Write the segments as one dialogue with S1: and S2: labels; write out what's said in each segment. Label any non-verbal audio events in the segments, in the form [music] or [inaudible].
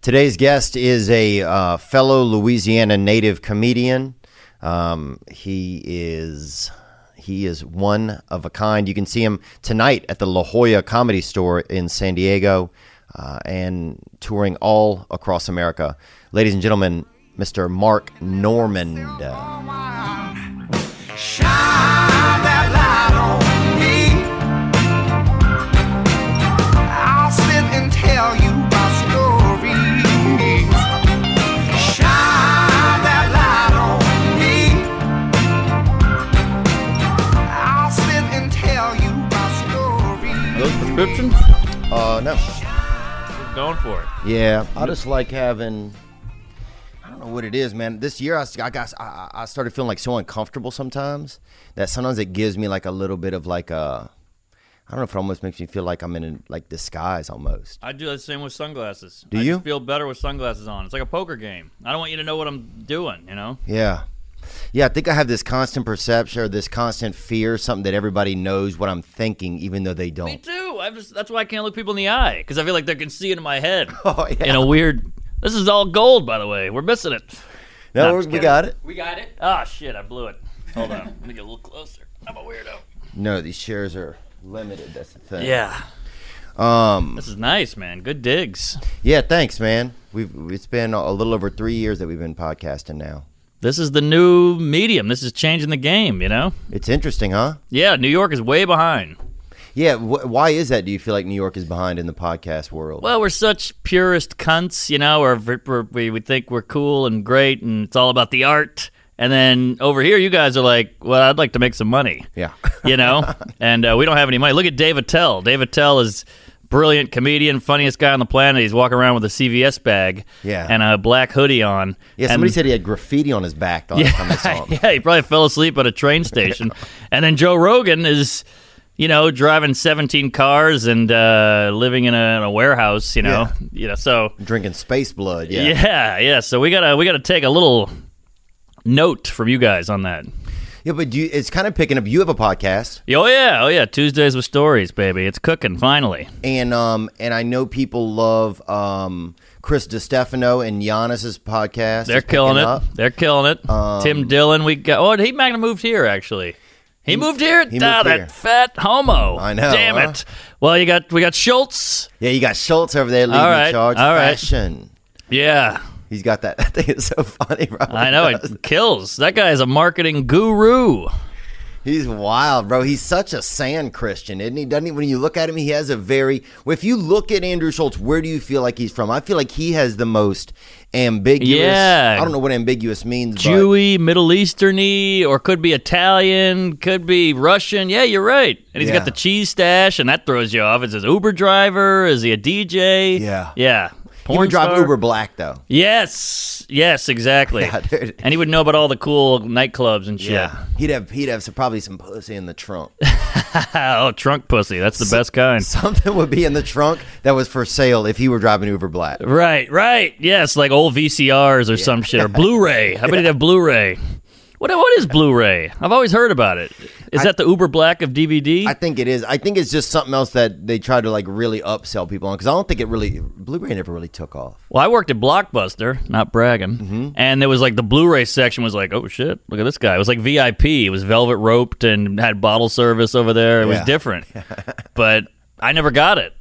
S1: Today's guest is a uh, fellow Louisiana native comedian. Um, he is he is one of a kind. You can see him tonight at the La Jolla Comedy Store in San Diego uh, and touring all across America. Ladies and gentlemen, Mr. Mark Normand.
S2: Shine that light on me. I'll sit and tell you my stories. Shine that light on me. I'll sit and tell you my stories.
S3: Those prescription?
S1: Uh, no.
S3: Going for it.
S1: Yeah, I just like having. I don't know what it is, man. This year, I, s- I got I, I started feeling like so uncomfortable sometimes that sometimes it gives me like a little bit of like a. I don't know if it almost makes me feel like I'm in a, like disguise almost.
S3: I do the same with sunglasses.
S1: Do
S3: I
S1: you?
S3: just feel better with sunglasses on? It's like a poker game. I don't want you to know what I'm doing. You know?
S1: Yeah. Yeah, I think I have this constant perception or this constant fear, something that everybody knows what I'm thinking, even though they
S3: Me
S1: don't.
S3: too. I just that's why I can't look people in the eye because I feel like they can see it in my head.
S1: [laughs] Oh, yeah.
S3: In a weird. This is all gold, by the way. We're missing it.
S1: No,
S3: I'm
S1: we
S3: just
S1: we
S3: kidding.
S1: got it.
S3: We got it. Ah, shit! I blew it. Hold on. [laughs] Let me get a little closer. I'm a weirdo.
S1: No, these shares are limited. That's the thing.
S3: Yeah.
S1: Um.
S3: This is nice, man. Good digs.
S1: Yeah. Thanks, man. We've it's been a little over three years that we've been podcasting now.
S3: This is the new medium. This is changing the game. You know?
S1: It's interesting, huh?
S3: Yeah. New York is way behind.
S1: Yeah. Wh- why is that? Do you feel like New York is behind in the podcast world?
S3: Well, we're such purist cunts, you know, or v- we're, we we think we're cool and great, and it's all about the art. And then over here, you guys are like, "Well, I'd like to make some money."
S1: yeah. [laughs]
S3: you know, and uh, we don't have any money. Look at Dave Attell. Dave Attell is brilliant comedian, funniest guy on the planet. He's walking around with a CVS bag,
S1: Yeah.
S3: and a black hoodie on.
S1: Yeah.
S3: and-
S1: Somebody said he had graffiti on his back [laughs] the last time I saw him.
S3: [laughs] yeah, he probably fell asleep at a
S1: [laughs]
S3: train station. and then Joe Rogan is, you know, driving 17 cars and uh, living in a, in a warehouse, you know. You know, so
S1: Drinking space blood.
S3: yeah. yeah, So we got to we got to take a little note from you guys on that.
S1: Yeah, but do you, it's kind of picking up. You have a podcast,
S3: Oh yeah, oh yeah, Tuesdays with stories, baby. It's cooking finally.
S1: and um, and I know people love um, Chris DiStefano and Giannis's podcast.
S3: They're
S1: It's picking
S3: killing it.
S1: up. Um,
S3: They're killing it. Tim Dillon, we got Oh, he might have moved here actually. He, moved here.
S1: moved
S3: Ah, that
S1: here.
S3: fat homo.
S1: I know,
S3: Damn
S1: huh?
S3: it. Well, you got we got Schultz.
S1: Yeah, you got Schultz over there leading
S3: All
S1: the
S3: right,
S1: charge.
S3: all right.
S1: Fashion.
S3: Yeah,
S1: He's got that. [laughs] That thing is so funny, bro.
S3: [laughs] I know it kills. That guy is a marketing guru.
S1: He's wild, bro. He's such a sand Christian, isn't he? Doesn't he? When you look at him, he has a very. If you look at Andrew Schultz, where do you feel like he's from? I feel like he has the most ambiguous.
S3: Yeah.
S1: I don't know what ambiguous means. but-
S3: Jewy, Middle Easterny, or could be Italian, could be Russian. Yeah, you're right. And he's
S1: Yeah.
S3: got the cheese stash, and that throws you off. Is his Uber driver? Is he a DJ?
S1: Yeah.
S3: yeah.
S1: he
S3: Porn
S1: would drive
S3: star?
S1: Uber Black though.
S3: Yes, yes,
S1: [laughs]
S3: exactly.
S1: Yeah, dude.
S3: and he would know about all the cool nightclubs and shit.
S1: he'd have he'd have some, probably some pussy in the trunk.
S3: [laughs]
S1: [laughs]
S3: oh, trunk pussy. That's the best kind.
S1: Something would be in the trunk that was for sale if he were driving Uber Black.
S3: Right, right. Yes, like old VCRs or some shit or Blu-ray. I bet he'd have Blu-ray. What what is Blu-ray? I've always heard about it. Is that the Uber Black of DVD?
S1: I think it is. I think it's just something else that they try to like really upsell people on because I don't think it really Blu-ray never really took off.
S3: well, I worked at Blockbuster, not bragging,
S1: Mm-hmm.
S3: and there was like the Blu-ray section was like, oh shit, look at this guy. It was like VIP. It was velvet roped and had bottle service over there. It was
S1: Yeah. [laughs]
S3: different, but I never got it.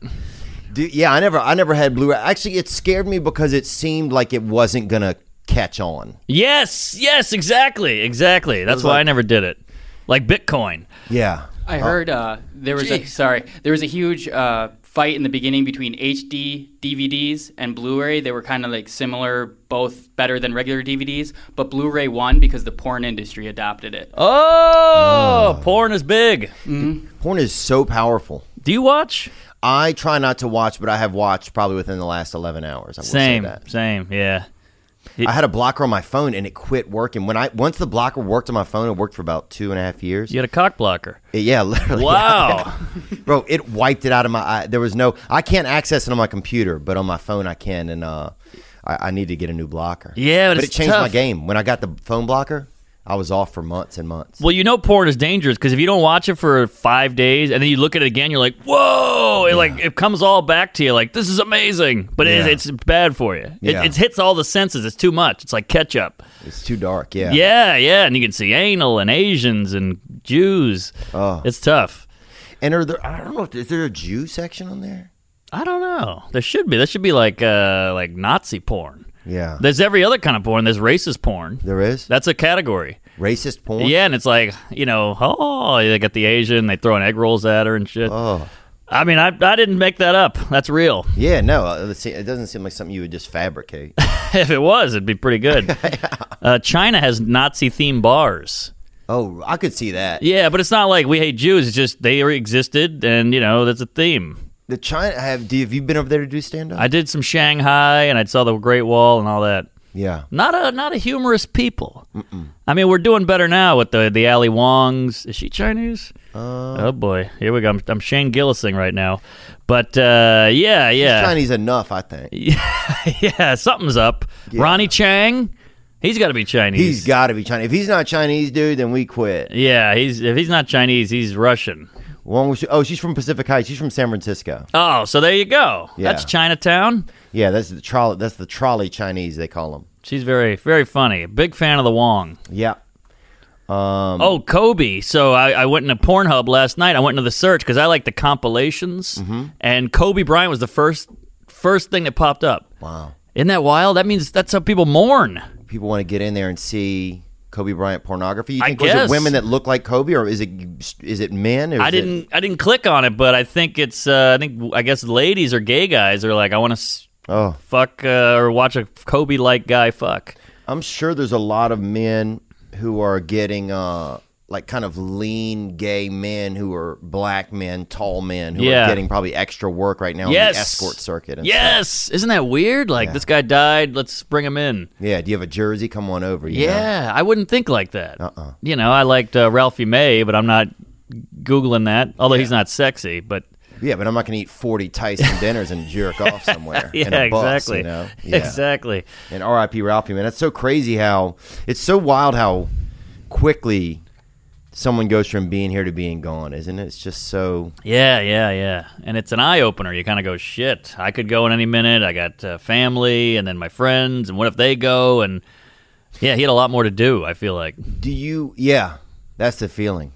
S1: Do, yeah, I never I never had Blu-ray. Actually, it scared me because it seemed like it wasn't gonna catch on.
S3: Yes, yes, exactly, exactly. That's why I
S1: like-
S3: never did it. Like Bitcoin.
S1: Yeah,
S4: I heard uh, there was a sorry there was a huge uh, fight in the beginning between HD DVDs and Blu-ray. They were kind of like similar, both better than regular DVDs, but Blu-ray won because the porn industry adopted it.
S3: Oh, porn is big.
S1: porn is so powerful.
S3: Do you watch?
S1: I try not to watch, but I have watched probably within the last eleven hours. I will
S3: Same,
S1: Say that.
S3: same, yeah.
S1: I had a blocker on my phone and it quit working. When I once the blocker worked on my phone, it worked for about two and a half years.
S3: You had a cock blocker.
S1: [laughs] Yeah, literally.
S3: Wow.
S1: bro it wiped it out of my eye there was no i can't access it on my computer but on my phone i can and uh i, I need to get a new blocker
S3: Yeah, but
S1: but
S3: it's
S1: it changed my
S3: tough.
S1: game when i got the phone blocker I was off for months and months.
S3: Well, you know, porn is dangerous because if you don't watch it for five days and then you look at it again, you're like, "Whoa!" It like it comes all back to you, like this is amazing, but
S1: Yeah.
S3: it, it's bad for you.
S1: Yeah.
S3: It, it hits all the senses. It's too much. It's like ketchup.
S1: It's too dark. Yeah.
S3: Yeah, yeah, and you can see anal and Asians and Jews.
S1: Oh.
S3: It's tough.
S1: And are there? I don't know. if- Is there a Jew section on there?
S3: I don't know. There should be. There should be like uh like Nazi porn.
S1: Yeah.
S3: There's every other kind of porn. There's racist porn.
S1: there is
S3: That's a category.
S1: racist porn.
S3: Yeah, and it's like you know, oh, they got the Asian, they throwing egg rolls at her and shit.
S1: Oh.
S3: I mean, I I didn't make that up. That's real. [laughs]
S1: Yeah. No. uh, let's see, It doesn't seem like something you would just fabricate.
S3: if it was, it'd be pretty good. uh, China has Nazi themed bars.
S1: oh, I could see that.
S3: Yeah, but it's not like we hate Jews. It's just they existed, and you know that's a theme.
S1: The China have. Do, have you been over there to do stand up?
S3: I did some Shanghai, and I saw the Great Wall and all that.
S1: Yeah.
S3: Not a not a humorous people. I mean, we're doing better now with the the Ali Wongs. Is she Chinese?
S1: Uh,
S3: oh boy, here we go. I'm, I'm Shane Gillising right now, but uh, yeah,
S1: It's
S3: yeah,
S1: Chinese enough, I think.
S3: [laughs] yeah. Something's up. Ronnie Chang, he's got to be Chinese.
S1: He's got to be Chinese. If he's not Chinese, dude, then we quit.
S3: yeah, he's if he's not Chinese, he's Russian.
S1: One was, oh, she's from Pacific Heights. She's from San Francisco.
S3: Oh, so there you go.
S1: Yeah.
S3: That's Chinatown.
S1: Yeah, that's the trolley. That's the trolley Chinese they call them.
S3: She's very very funny. Big fan of the Wong.
S1: Yeah.
S3: Oh, Kobe. So I, I went into Pornhub last night. I went into the search because I like the compilations,
S1: Mm-hmm.
S3: and Kobe Bryant was the first first thing that popped up.
S1: Wow.
S3: Isn't that wild? That means that's how people mourn.
S1: People want to get in there and see Kobe Bryant pornography. You
S3: I
S1: think was it
S3: guess.
S1: women that look like Kobe, or is it is it men? Or is
S3: I
S1: it-
S3: didn't I didn't click on it, but I think it's uh, I think I guess ladies or gay guys are like I want to s-
S1: oh,
S3: fuck uh, or watch a Kobe like guy fuck.
S1: I'm sure there's a lot of men who are getting uh like kind of lean gay men who are black men, tall men who
S3: Yeah.
S1: are getting probably extra work right now on
S3: yes,
S1: the escort circuit. And stuff.
S3: yes, isn't that weird? Like this guy died. Let's bring him in.
S1: Yeah. Do you have a jersey? Come on over. you know?
S3: Yeah, I wouldn't think like that.
S1: Uh-uh.
S3: You know, I liked uh, Ralphie May, but I'm not googling that. Although he's not sexy, but
S1: Yeah, but I'm not going to eat 40 Tyson dinners and
S3: [laughs]
S1: jerk off somewhere.
S3: yeah,
S1: in a bus,
S3: exactly,
S1: you
S3: [laughs]
S1: know? Yeah.
S3: exactly.
S1: And RIP Ralphie, man. That's so crazy how it's so wild how quickly someone goes from being here to being gone, isn't it? It's just so.
S3: Yeah, yeah, yeah. And it's an eye opener. You kind of go, shit. I could go in any minute. I got uh, family, and then my friends, and what if they go? And yeah, he had a lot more to do. I feel like.
S1: Do you. Yeah, that's the feeling.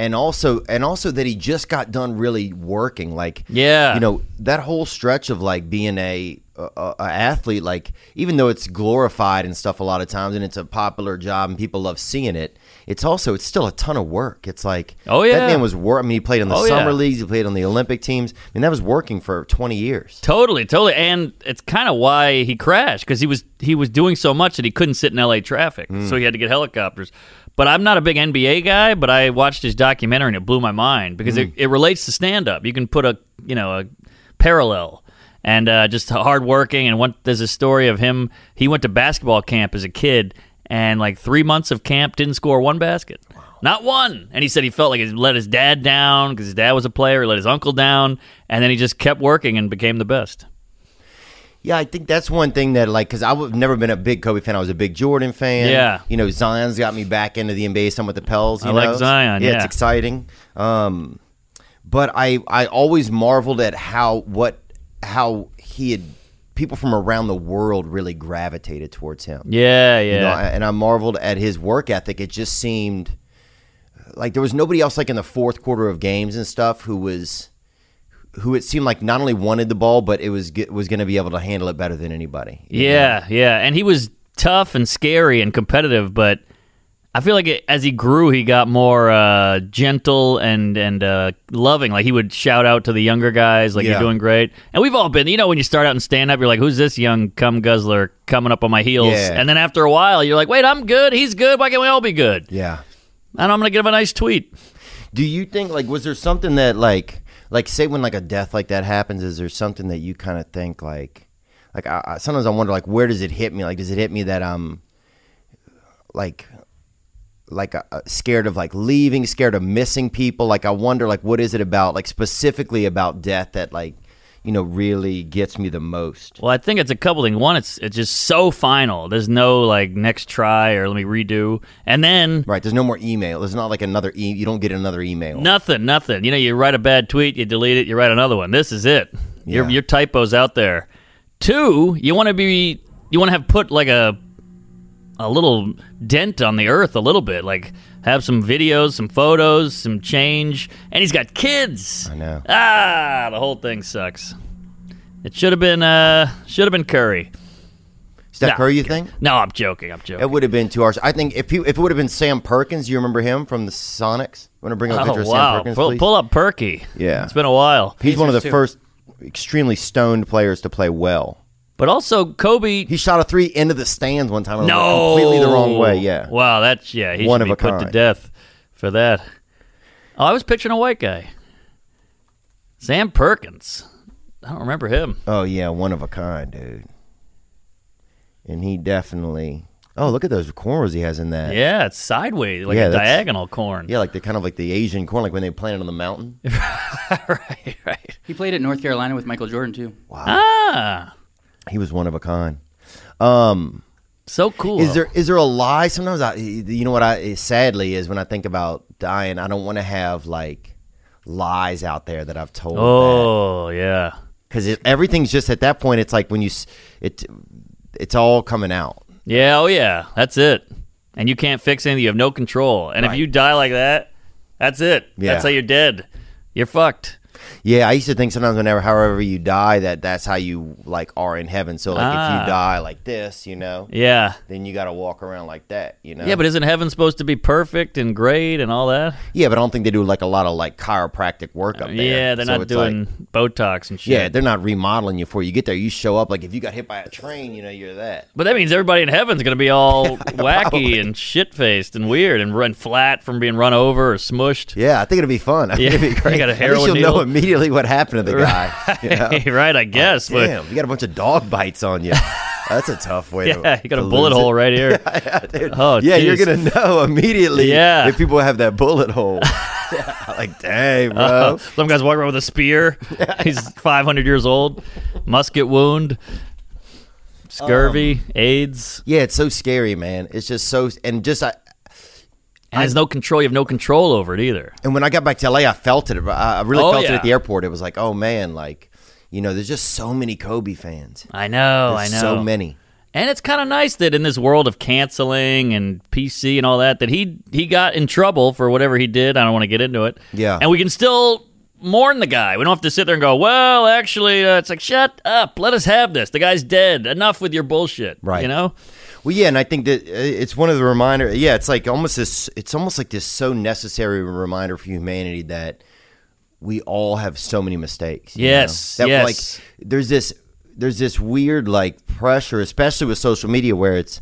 S1: And also, and also that he just got done really working. Like,
S3: Yeah.
S1: you know, that whole stretch of like being a, a, a athlete, like even though it's glorified and stuff a lot of times, and it's a popular job and people love seeing it, it's also it's still a ton of work. It's like,
S3: Oh, yeah.
S1: that man was work. I mean, he played on the
S3: Oh, yeah.
S1: summer leagues, he played on the Olympic teams. I mean, that was working for twenty years.
S3: Totally, totally, and it's kind of why he crashed because he was he was doing so much that he couldn't sit in L.A. traffic, so he had to get helicopters. But I'm not a big NBA guy, but I watched his documentary and it blew my mind because it, it relates to stand up. You can put a you know a parallel and uh, just hardworking and what there's a story of him. He went to basketball camp as a kid and like three months of camp didn't score one basket. Not one. And he said he felt like he let his dad down because his dad was a player, he let his uncle down, and then he just kept working and became the best.
S1: Yeah, I think that's one thing that like because I've never been a big Kobe fan. I was a big Jordan fan.
S3: Yeah.
S1: you know, Zion's got me back into the NBA. Some with the Pels. You
S3: I like
S1: know?
S3: Zion,
S1: it's
S3: yeah.
S1: exciting. Um, but I I always marveled at how what how he had people from around the world really gravitated towards him.
S3: Yeah, yeah.
S1: You know, and I marveled at his work ethic. It just seemed like there was nobody else like in the fourth quarter of games and stuff who was who it seemed like not only wanted the ball but it was ge- was going to be able to handle it better than anybody. you know?
S3: yeah, yeah. And he was tough and scary and competitive, but I feel like it, as he grew, he got more uh, gentle and and uh, loving. Like he would shout out to the younger guys, like
S1: Yeah.
S3: "You're doing great." And we've all been, you know, when you start out and stand up, you're like, "Who's this young cum guzzler coming up on my heels?"
S1: Yeah.
S3: And then after a while, you're like, "Wait, I'm good. He's good. Why can't we all be good?"
S1: Yeah.
S3: And I'm gonna give him a nice tweet.
S1: Do you think like was there something that like like say when like a death like that happens is there something that you kind of think like like I, I, sometimes I wonder like where does it hit me like does it hit me that I'm like like uh, uh, scared of like leaving scared of missing people like I wonder like what is it about like specifically about death that like you know really gets me the most.
S3: Well, I think it's a couple things. One, it's it's just so final. There's no like next try or let me redo. And then
S1: Right? There's no more email. There's not like another e. You don't get another email.
S3: nothing, nothing. You know, you write a bad tweet, you delete it, you write another one. This is it. Your
S1: Yeah.
S3: your typos out there. Two, you want to be you want to have put like a a little dent on the earth a little bit, like have some videos, some photos, some change. And he's got kids.
S1: I know.
S3: Ah, the whole thing sucks. It should have been uh should have been Curry.
S1: Steph
S3: No.
S1: Curry, you think?
S3: No, I'm joking. I'm joking.
S1: It would have been two hours. I think if he, if it would have been Sam Perkins, you remember him from the Sonics? Want to bring up a picture
S3: Oh
S1: of Sam
S3: wow!
S1: Perkins?
S3: pull,
S1: please?
S3: pull up Perky.
S1: Yeah.
S3: it's been a while.
S1: He's one of the
S4: Pacers,
S1: first
S4: too.
S1: extremely stoned players to play well.
S3: But also Kobe.
S1: He shot a three into the stands one time. and it went
S3: no,
S1: completely the wrong way. Yeah,
S3: Wow, that's yeah. He
S1: One
S3: should
S1: of
S3: be
S1: a
S3: put to
S1: kind.
S3: death for that. Oh, I was picturing a white guy, Sam Perkins. I don't remember him.
S1: Oh yeah, one of a kind, dude. And he definitely. Oh, look at those corners he has in that.
S3: Yeah, it's sideways, like
S1: Yeah,
S3: a
S1: that's-
S3: diagonal corn.
S1: Yeah, like the kind of like the Asian corn, like when they plant it on the mountain.
S3: [laughs] right, right.
S4: He played at North Carolina with Michael Jordan too.
S3: Ah,
S1: He was one of a kind. Um,
S3: so cool.
S1: is there is there a lie? Sometimes I, you know what I sadly is when I think about dying, I don't want to have like lies out there that I've told.
S3: Oh yeah.
S1: because everything's just at that point. It's like when you, s- it, it's all coming out.
S3: Yeah, oh yeah, that's it. And you can't fix anything. You have no control. And if you die like that, that's it.
S1: Yeah.
S3: That's how you're dead. You're fucked.
S1: Yeah, I used to think sometimes whenever, however you die, that that's how you like are in heaven. So like if
S3: Ah.
S1: you die like this, you know,
S3: Yeah.
S1: then you got to walk around like that, you know.
S3: Yeah, but isn't heaven supposed to be perfect and great and all that?
S1: yeah, but I don't think they do like a lot of like chiropractic work up there.
S3: Uh, Yeah, they're
S1: So
S3: not
S1: it's like-
S3: doing Botox and shit.
S1: yeah, they're not remodeling you before you get there. You show up like if you got hit by a train, you know, you're that.
S3: but that means everybody in heaven's gonna
S1: [laughs]
S3: be all wacky and shit faced and weird and run flat from being run over or smushed.
S1: Yeah, I think it'd be fun. I think [laughs]
S3: Yeah,
S1: it'd be
S3: you
S1: great.
S3: got a
S1: At least
S3: heroin
S1: you'll know
S3: needle.
S1: immediately what happened to the [laughs] guy. you know?
S3: [laughs] right, I guess. but
S1: Damn, you got a bunch of dog bites on [laughs] you. That's a tough way. to,
S3: [laughs] yeah, you got a
S1: to
S3: bullet
S1: lose it.
S3: hole
S1: [laughs]
S3: right here.
S1: Dude,
S3: Oh,
S1: yeah, you're
S3: geez.
S1: gonna know immediately.
S3: Yeah.
S1: if people have that bullet [laughs] hole. Yeah, like, dang, bro.
S3: Uh, Some guy's walking around with a spear.
S1: [laughs]
S3: He's 500 years old. Musket wound. Scurvy,
S1: Um,
S3: AIDS,
S1: yeah, it's so scary, man. It's just so, and just I,
S3: and there's no control. You have no control over it either.
S1: and when I got back to LA, I felt it. I I really
S3: Oh,
S1: felt it
S3: yeah.
S1: at the airport. It was like, oh man, like, you know, there's just so many Kobe fans.
S3: I know,
S1: There's
S3: Oh, I know.
S1: so many.
S3: And it's kind of nice that in this world of canceling and PC and all that, that he he got in trouble for whatever he did. I don't want to get into it.
S1: Yeah.
S3: and we can still mourn the guy. We don't have to sit there and go, well, actually, uh, it's like, shut up. Let us have this. The guy's dead. Enough with your bullshit.
S1: Right.
S3: You know.
S1: Well, yeah, and I think that uh, it's one of the reminder. Yeah, it's like almost this. It's almost like this so necessary reminder for humanity that we all have so many mistakes. you know?
S3: Yes,
S1: that
S3: yes.
S1: like there's this there's this weird like pressure, especially with social media, where it's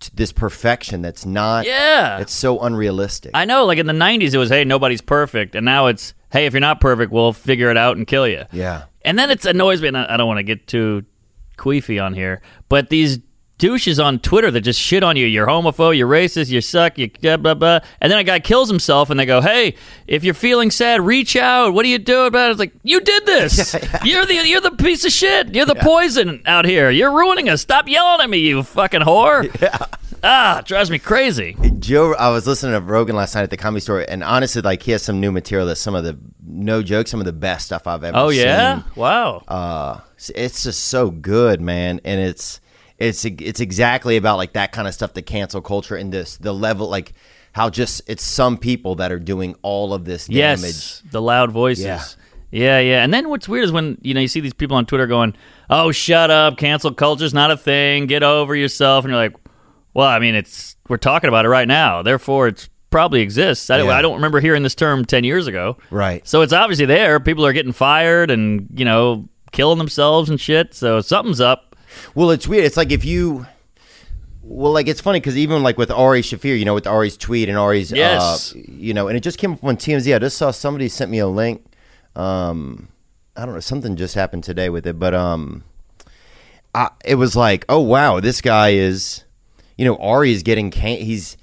S1: t- this perfection that's not.
S3: Yeah.
S1: it's so unrealistic.
S3: I know, like in the '90s, it was, "Hey, nobody's perfect," and now it's, "Hey, if you're not perfect, we'll figure it out and kill you."
S1: yeah,
S3: And then it's annoys me, and I I don't want to get too queefy on here, but these douches on Twitter that just shit on you. You're homophobe. You're racist. You suck. You blah blah blah. And then a guy kills himself, and they go, "Hey, if you're feeling sad, reach out. What do you do about it?" It's like you did this. You're the you're the piece of shit. You're the poison out here. You're ruining us. Stop yelling at me, you fucking whore. Ah, drives me crazy.
S1: Joe, I was listening to Rogan last night at the comedy store, and honestly, like he has some new material that's some of the no joke, some of the best stuff I've ever.
S3: Oh
S1: seen.
S3: yeah, wow.
S1: uh it's just so good man and it's it's it's exactly about like that kind of stuff the cancel culture and this the level like how just it's some people that are doing all of this damage
S3: Yes, the loud voices.
S1: Yeah.
S3: Yeah. yeah, And then what's weird is when you know you see these people on Twitter going, "Oh, shut up! Cancel culture's not a thing. Get over yourself." And you're like, "Well, I mean, it's we're talking about it right now. Therefore, it's probably exists." I, don't-
S1: Yeah.
S3: I don't remember hearing this term ten years ago.
S1: Right.
S3: So it's obviously there. People are getting fired and you know killing themselves and shit. So something's up.
S1: well it's weird it's like if you well like it's funny because even like with ari shafir you know with ari's tweet and ari's
S3: Yes.
S1: uh, you know and it just came up on tmz i just saw somebody sent me a link um i don't know something just happened today with it but um I, it was like, oh wow, this guy is, you know, Ari is getting can- he's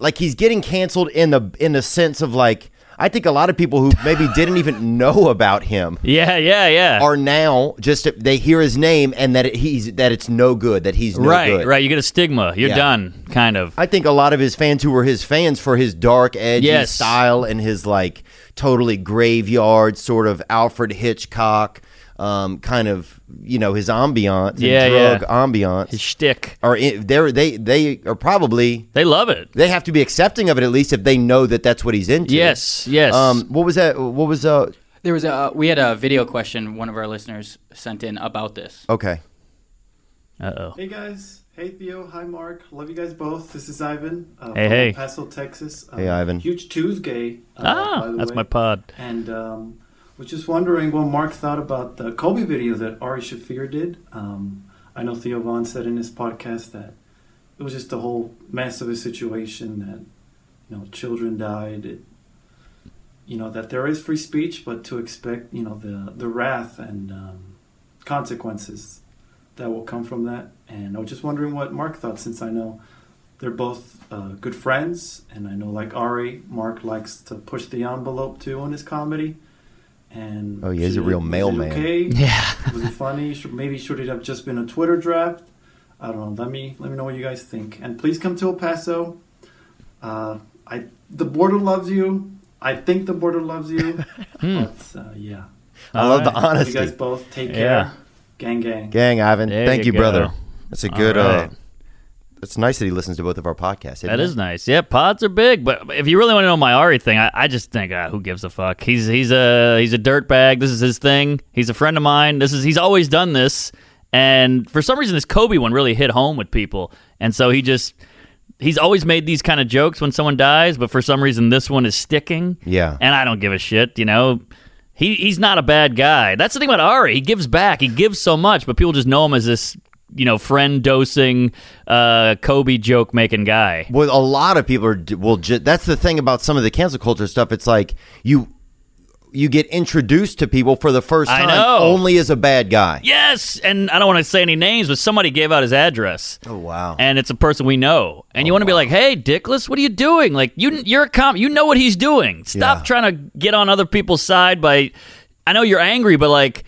S1: like he's getting canceled in the in the sense of like I think a lot of people who maybe didn't even know about him
S3: Yeah, yeah, yeah.
S1: [laughs] are now just they hear his name and that it, he's that it's no good that he's no
S3: right,
S1: good.
S3: right. You get a stigma. You're
S1: Yeah.
S3: done, kind of.
S1: I think a lot of his fans who were his fans for his dark edgy
S3: Yes.
S1: style and his like totally graveyard sort of Alfred Hitchcock um, kind of you know his ambiance, and
S3: Yeah,
S1: drug
S3: yeah.
S1: ambiance.
S3: His shtick.
S1: are in, they're, they they are probably
S3: They love it.
S1: they have to be accepting of it at least if they know that that's what he's into.
S3: Yes, yes.
S1: Um, what was that? What was uh?
S4: There was a we had a video question one of our listeners sent in about this.
S1: Okay.
S3: uh oh.
S5: Hey guys. Hey Theo. Hi Mark. Love you guguys both. This is Ivan. Uh,
S3: Hey,
S5: from
S3: hey.
S5: El Paso, Texas. Um,
S1: Hey, Ivan.
S5: Huge Tuesday. Uh, by
S3: Ah,
S5: the
S3: that's
S5: way.
S3: my pod.
S5: And um, was just wondering what Mark thought about the Kobe video that Ari Shafir did. Um, I know Theo Vaughn said in his podcast that it was just a whole mess of a situation that you know children died. It, you know that there is free speech, but to expect you know the the wrath and um, consequences that will come from that. And I was just wondering what Mark thought, since I know they're both uh, good friends, and I know like Ari, Mark likes to push the envelope too on his comedy. And
S1: Oh, he is a
S5: should it-
S1: real
S5: was it
S1: mailman.
S5: Okay?
S3: Yeah.
S5: was it funny? Should, maybe should it have just been a Twitter draft? I don't know. Let me let me know what you guys think, and please come to El Paso. Uh, I the border loves you. I think the border loves you. but uh, yeah,
S1: I love the
S5: Love you
S1: honesty.
S5: guys both take
S3: Yeah.
S5: care. Gang gang.
S1: Gang, Ivan.
S3: There
S1: thank you,
S3: you
S1: brother.
S3: go.
S1: That's a good.
S3: right.
S1: uh It's nice that he listens to both of our podcasts.
S3: That is nice. Yeah, pods are big, but if you really want to know my Ari thing, I, I just think, ah, who gives a fuck? He's he's a he's a dirtbag. This is his thing. He's a friend of mine. This is he's always done this, and for some reason, this Kobe one really hit home with people, and so he just he's always made these kind of jokes when someone dies, but for some reason, this one is sticking.
S1: Yeah.
S3: and I don't give a shit. You know. He, he's not a bad guy. That's the thing about Ari. He gives back. He gives so much, but people just know him as this, you know, friend dosing, uh, Kobe joke making guy.
S1: Well, a lot of people are will. Ju- that's the thing about some of the cancel culture stuff. It's like you you get introduced to people for the first
S3: I
S1: time
S3: know.
S1: only as a bad guy.
S3: Yes, and I don't want to say any names, but somebody gave out his address.
S1: Oh wow. Oh,
S3: And it's a person we know, and you want to be like, "Hey, Dickless, what are you doing? Like, you you're a com, you know what he's doing. Stop
S1: Yeah.
S3: trying to get on other people's side by. I know you're angry, but like,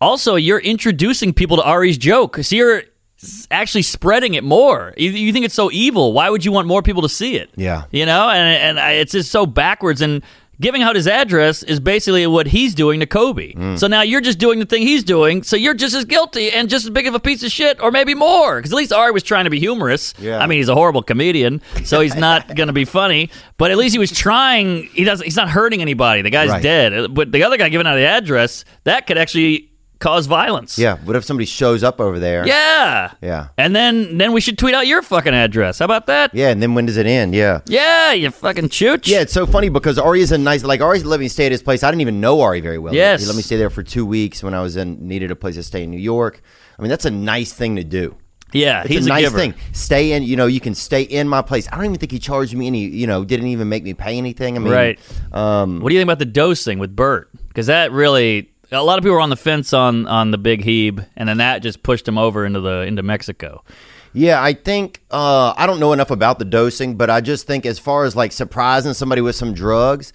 S3: also you're introducing people to Ari's joke, so you're s- actually spreading it more. You, you think it's so evil? Why would you want more people to see it?
S1: Yeah.
S3: you know, and and I, it's just so backwards and. Giving out his address is basically what he's doing to Kobe.
S1: Mm.
S3: So now you're just doing the thing he's doing. So you're just as guilty and just as big of a piece of shit, or maybe more. Because at least Ari was trying to be humorous.
S1: Yeah.
S3: I mean, he's a horrible comedian,
S1: [laughs]
S3: so he's not going to be funny. But at least he was trying. He doesn't. He's not hurting anybody. The guy's
S1: Right.
S3: dead. uh, But the other guy giving out the address that could actually cause violence.
S1: yeah. What if somebody shows up over there?
S3: Yeah.
S1: Yeah.
S3: And then then we should tweet out your fucking address. How about that?
S1: Yeah. And then when does it end? Yeah.
S3: Yeah, you fucking chooch.
S1: Yeah, it's so funny because Ari is a nice like Ari's let me stay at his place. I didn't even know Ari very well.
S3: Yes.
S1: He let me stay there for two weeks when I was in needed a place to stay in New York. I mean, that's a nice thing to do.
S3: Yeah,
S1: It's
S3: he's
S1: a nice
S3: giver.
S1: thing. Stay in, you know, you can stay in my place. I don't even think he charged me any, you know, didn't even make me pay anything. I mean,
S3: Right.
S1: Um,
S3: What do you think about the dosing with Bert? Because that really, a lot of people were on the fence on on the big heeb, and then that just pushed him over into the into Mexico.
S1: yeah, I think uh, I don't know enough about the dosing, but I just think as far as like surprising somebody with some drugs,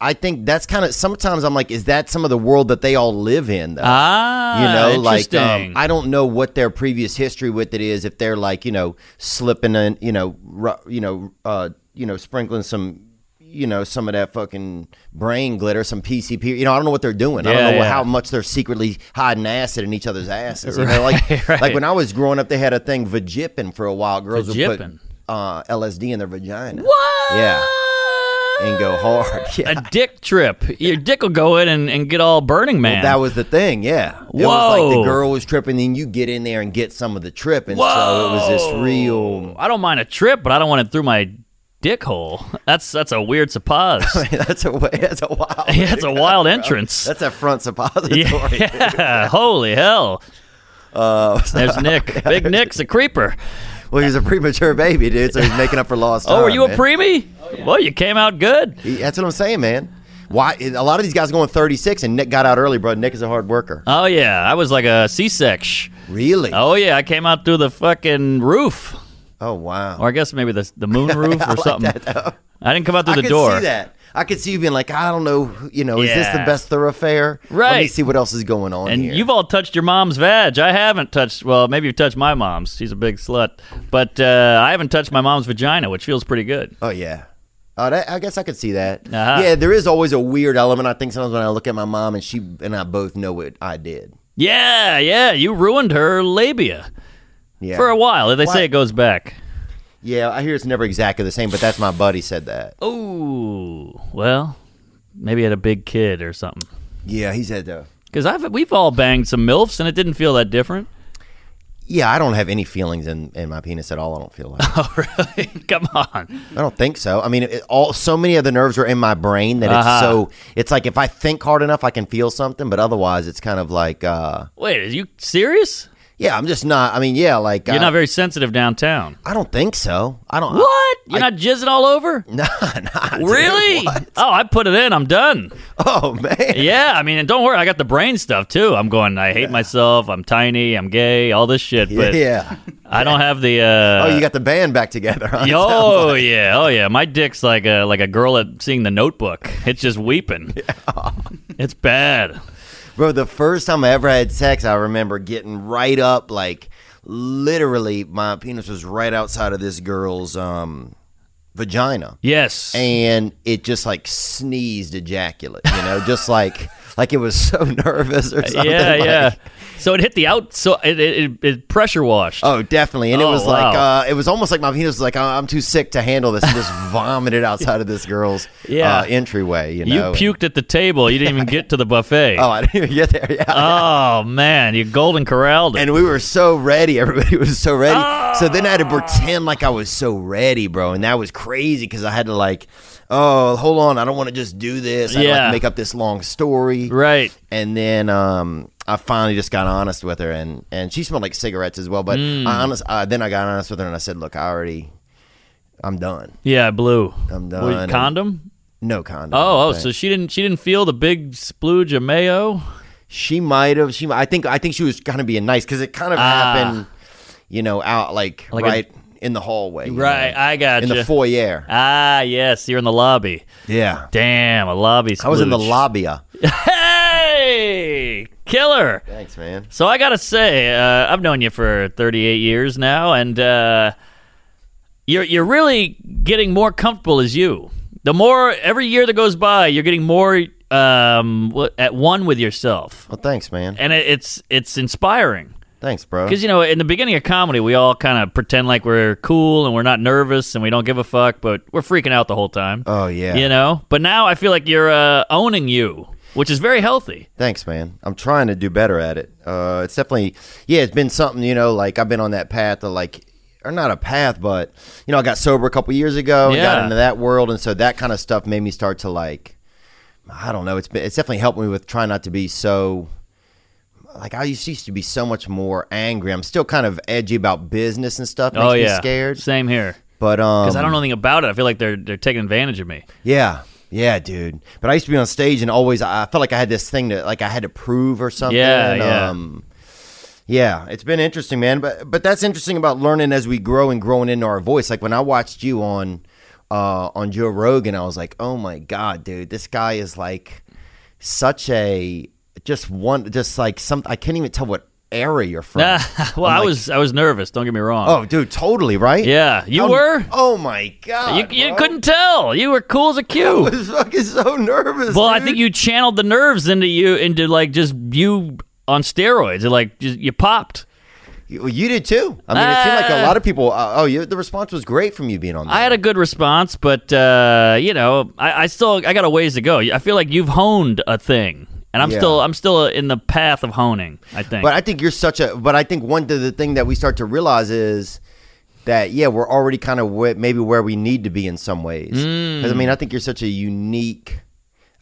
S1: I think that's kind of sometimes I'm like, is that some of the world that they all live in? Though?
S3: Ah,
S1: you know like um,
S3: interesting.
S1: i don't know what their previous history with it is if they're like you know slipping in you know ru- you know uh you know sprinkling some you know some of that fucking brain glitter some pcp you know i don't know what they're doing i
S3: Yeah,
S1: don't know
S3: yeah.
S1: how much they're secretly hiding acid in each other's asses
S3: [laughs]
S1: you know like
S3: right.
S1: like when i was growing up they had a thing vagipping for a while girls would put
S3: Vagipping?
S1: uh, lsd in their vagina
S3: What?
S1: yeah and go hard [laughs] yeah
S3: A dick trip. Your dick will go in and, and get all Burning Man.
S1: That was the thing, yeah. It was like
S3: Whoa.
S1: the girl was tripping, and you get in there and get some of the trip, and so it was this real. [laughs]
S3: I don't mind a trip, but I don't want it through my dick hole. That's that's a weird suppository.
S1: that's a that's a wild.
S3: [laughs] Yeah, [laughs] that's a wild entrance.
S1: That's a front suppository.
S3: [laughs] yeah, holy hell.
S1: Uh,
S3: There's Nick.
S1: [laughs]
S3: Big Nick's a creeper.
S1: [laughs] well, he was a premature baby, dude, so he's making up for lost time.
S3: Oh, were you a
S1: man.
S3: preemie? Well, you came out good.
S1: He- That's what I'm saying, man. Why a lot of these guys are going 36, and Nick got out early, bro. Nick is a hard worker.
S3: Oh yeah, I was like a C-section.
S1: Really?
S3: Oh yeah, I came out through the fucking roof,
S1: Oh, wow. [laughs]
S3: or I guess maybe the the moon roof or something. I didn't come out through
S1: I
S3: the
S1: could
S3: door.
S1: see that. I could see you being like, I don't know, you know, is this the
S3: Yeah.
S1: best thoroughfare? Let me
S3: Right.
S1: see what else is going on
S3: And
S1: here.
S3: you've all touched your mom's vag. I haven't touched. Well, maybe you've touched my mom's. She's a big slut, but uh, I haven't touched my mom's vagina, which feels pretty good.
S1: Oh yeah. Oh, that, I guess I could see that.
S3: Uh-huh.
S1: Yeah, there is always a weird element. I think sometimes when I look at my mom and she and I both know what I did.
S3: Yeah, yeah. You ruined her labia
S1: Yeah.
S3: for a while. They
S1: Why-
S3: say it goes back.
S1: yeah, I hear it's never exactly the same, but that's my buddy said that.
S3: Oh, well, maybe had a big kid or something.
S1: Yeah, he said uh, though.
S3: Because I've we've all banged some milfs and it didn't feel that different. [laughs]
S1: Yeah, I don't have any feelings in, in my penis at all. I don't feel like.
S3: [laughs] All right, come on.
S1: I don't think so. I mean, it, all so many of the nerves are in my brain that it's
S3: Uh-huh.
S1: so. It's like if I think hard enough, I can feel something, but otherwise, it's kind of like, uh,
S3: Wait, are you serious?
S1: yeah, I'm just not. I mean, yeah, like
S3: You're
S1: I,
S3: not very sensitive downtown.
S1: I don't think so. uh, I don't.
S3: What? You're not jizzing all over?
S1: [laughs] Nah, nah. dude, [laughs]
S3: Really?
S1: what?
S3: Oh, I put it in. I'm done.
S1: [laughs] Oh man.
S3: Yeah, I mean, and don't worry, I got the brain stuff too. I'm going. I hate myself. I'm tiny. I'm gay. All this shit.
S1: [laughs]
S3: But
S1: yeah.
S3: I don't have the. Uh,
S1: Oh, you got the band back together. [laughs] Huh?
S3: Yo, yeah, oh yeah. My dick's like a like a girl at seeing the Notebook. It's just weeping.
S1: [laughs]
S3: it's bad.
S1: Bro, the first time I ever had sex, I remember getting right up, like literally, my penis was right outside of this girl's um, vagina,
S3: Yes.
S1: and it just like sneezed ejaculate. You know, just like [laughs] like it was so nervous or something.
S3: yeah,
S1: like-
S3: yeah. So it hit the out. So it it, it, it pressure washed.
S1: Oh, definitely, and it
S3: Oh,
S1: was like
S3: wow.
S1: uh, it was almost like my penis was like "Oh, I'm too sick to handle this,
S3: [laughs]
S1: and just vomited outside of this girl's
S3: Yeah.
S1: uh, entryway. You
S3: you
S1: know,
S3: puked at the table. You didn't even get to the
S1: [laughs]
S3: buffet.
S1: Oh, I didn't even get there. Yeah,
S3: Oh, man, you golden corralled it.
S1: and we were so ready. [laughs] Everybody was so ready. So then I had to
S3: Ah.
S1: pretend like I was so ready, bro, and that was crazy because I had to like, oh, hold on, I don't want to just do this. I had to, like,
S3: Yeah.
S1: make up this long story,
S3: right.
S1: And then um, I finally just got honest with her, and and she smelled like cigarettes as well. But
S3: Mm.
S1: I honest, uh, then I got honest with her, and I said, look, I already, I'm done.
S3: Yeah, blue.
S1: I'm
S3: Were you
S1: done.
S3: condom?
S1: No condom.
S3: Oh, oh,
S1: Thank-
S3: so she didn't she didn't feel the big splooge of mayo.
S1: She might have. She. mi- I think. I think she was kind of being nice because it kind of
S3: Ah.
S1: happened, you know, out like,
S3: Like a-
S1: right in the hallway, you know,
S3: I got
S1: in the
S3: [laughs]
S1: foyer.
S3: ah, yes, you're in the lobby.
S1: Yeah,
S3: Damn, a lobby. Splooge.
S1: I was in the lobby. uh.
S3: Hey, killer.
S1: Thanks, man.
S3: So I gotta say, uh, I've known you for 38 years now, and uh, you're you're really getting more comfortable as you. The more every year that goes by, you're getting more um, w- at one with yourself,
S1: Well, thanks, man.
S3: and it, it's it's inspiring.
S1: Thanks, bro.
S3: Because you know, in the beginning of comedy, we all kind of pretend like we're cool and we're not nervous and we don't give a fuck, but we're freaking out the whole time.
S1: Oh yeah.
S3: You know, but now I feel like you're uh, owning you, which is very healthy.
S1: Thanks, man. I'm trying to do better at it. Uh, it's definitely, yeah, it's been something, you know, like I've been on that path of like, or not a path, but, you know, I got sober a couple years ago and got
S3: Yeah.
S1: into that world. And so that kind of stuff made me start to like, I don't know. It's been, it's definitely helped me with trying not to be so, like, I used used to be so much more angry. I'm still kind of edgy about business and stuff. Makes
S3: oh
S1: me
S3: yeah,
S1: scared.
S3: Same here.
S1: But, um,
S3: Because I don't know anything about it. I feel like they're they're taking advantage
S1: [laughs]
S3: of me.
S1: Yeah. Yeah, dude. But I used to be on stage and always I I felt like I had this thing that like I had to prove or something.
S3: Yeah, yeah.
S1: Um, yeah, it's been interesting, man. But but that's interesting about learning as we grow and growing into our voice. Like when I watched you on uh, on Joe Rogan, I was like, oh my god, dude, this guy is like such a just one, just like some. I can't even tell what era you're from.
S3: Ah, [laughs] well,
S1: I'm
S3: I
S1: like,
S3: was I was nervous. Don't get me wrong.
S1: Oh, dude, totally right.
S3: yeah, you
S1: How-
S3: were.
S1: Oh my god,
S3: you you
S1: bro. [laughs]
S3: couldn't tell. You were cool as a
S1: I
S3: cue.
S1: was fucking so nervous.
S3: Well, I
S1: dude.
S3: think you channeled the nerves into you into like just you on steroids. It like just, you popped.
S1: You, you did too. I mean, it seemed like a
S3: Ah.
S1: lot of people. Uh, oh, you, the response was great from you being on. There.
S3: I had a good response, but uh, you know, I, I still I got a ways to go. I feel like you've honed a thing, and I'm
S1: Yeah.
S3: still I'm still in the path of honing. I think.
S1: but I think you're such a. But I think one of the thing that we start to realize is that yeah, we're already kind of wh- maybe where we need to be in some ways.
S3: Mm.
S1: 'Cause, I mean, I think you're such a unique.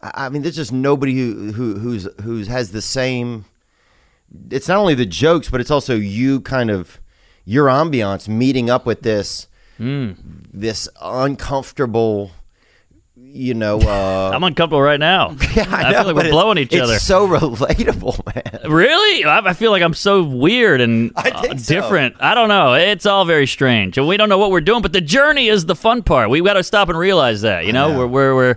S1: I, I mean, there's just nobody who who who's who's has the same. It's not only the jokes, but it's also you kind of your ambiance meeting up with this
S3: Mm.
S1: this uncomfortable. You know, uh,
S3: I'm uncomfortable right now.
S1: [laughs] Yeah, I, know,
S3: feel like
S1: but
S3: we're
S1: it's-
S3: blowing each
S1: it's
S3: other.
S1: so [laughs] relatable, man.
S3: Really? I, I feel like I'm so weird and
S1: [laughs] I
S3: uh,
S1: think so.
S3: different. I don't know. It's all very strange, and we don't know what we're doing. But the journey is the fun part. We've got to stop and realize that. You know, we're we're we're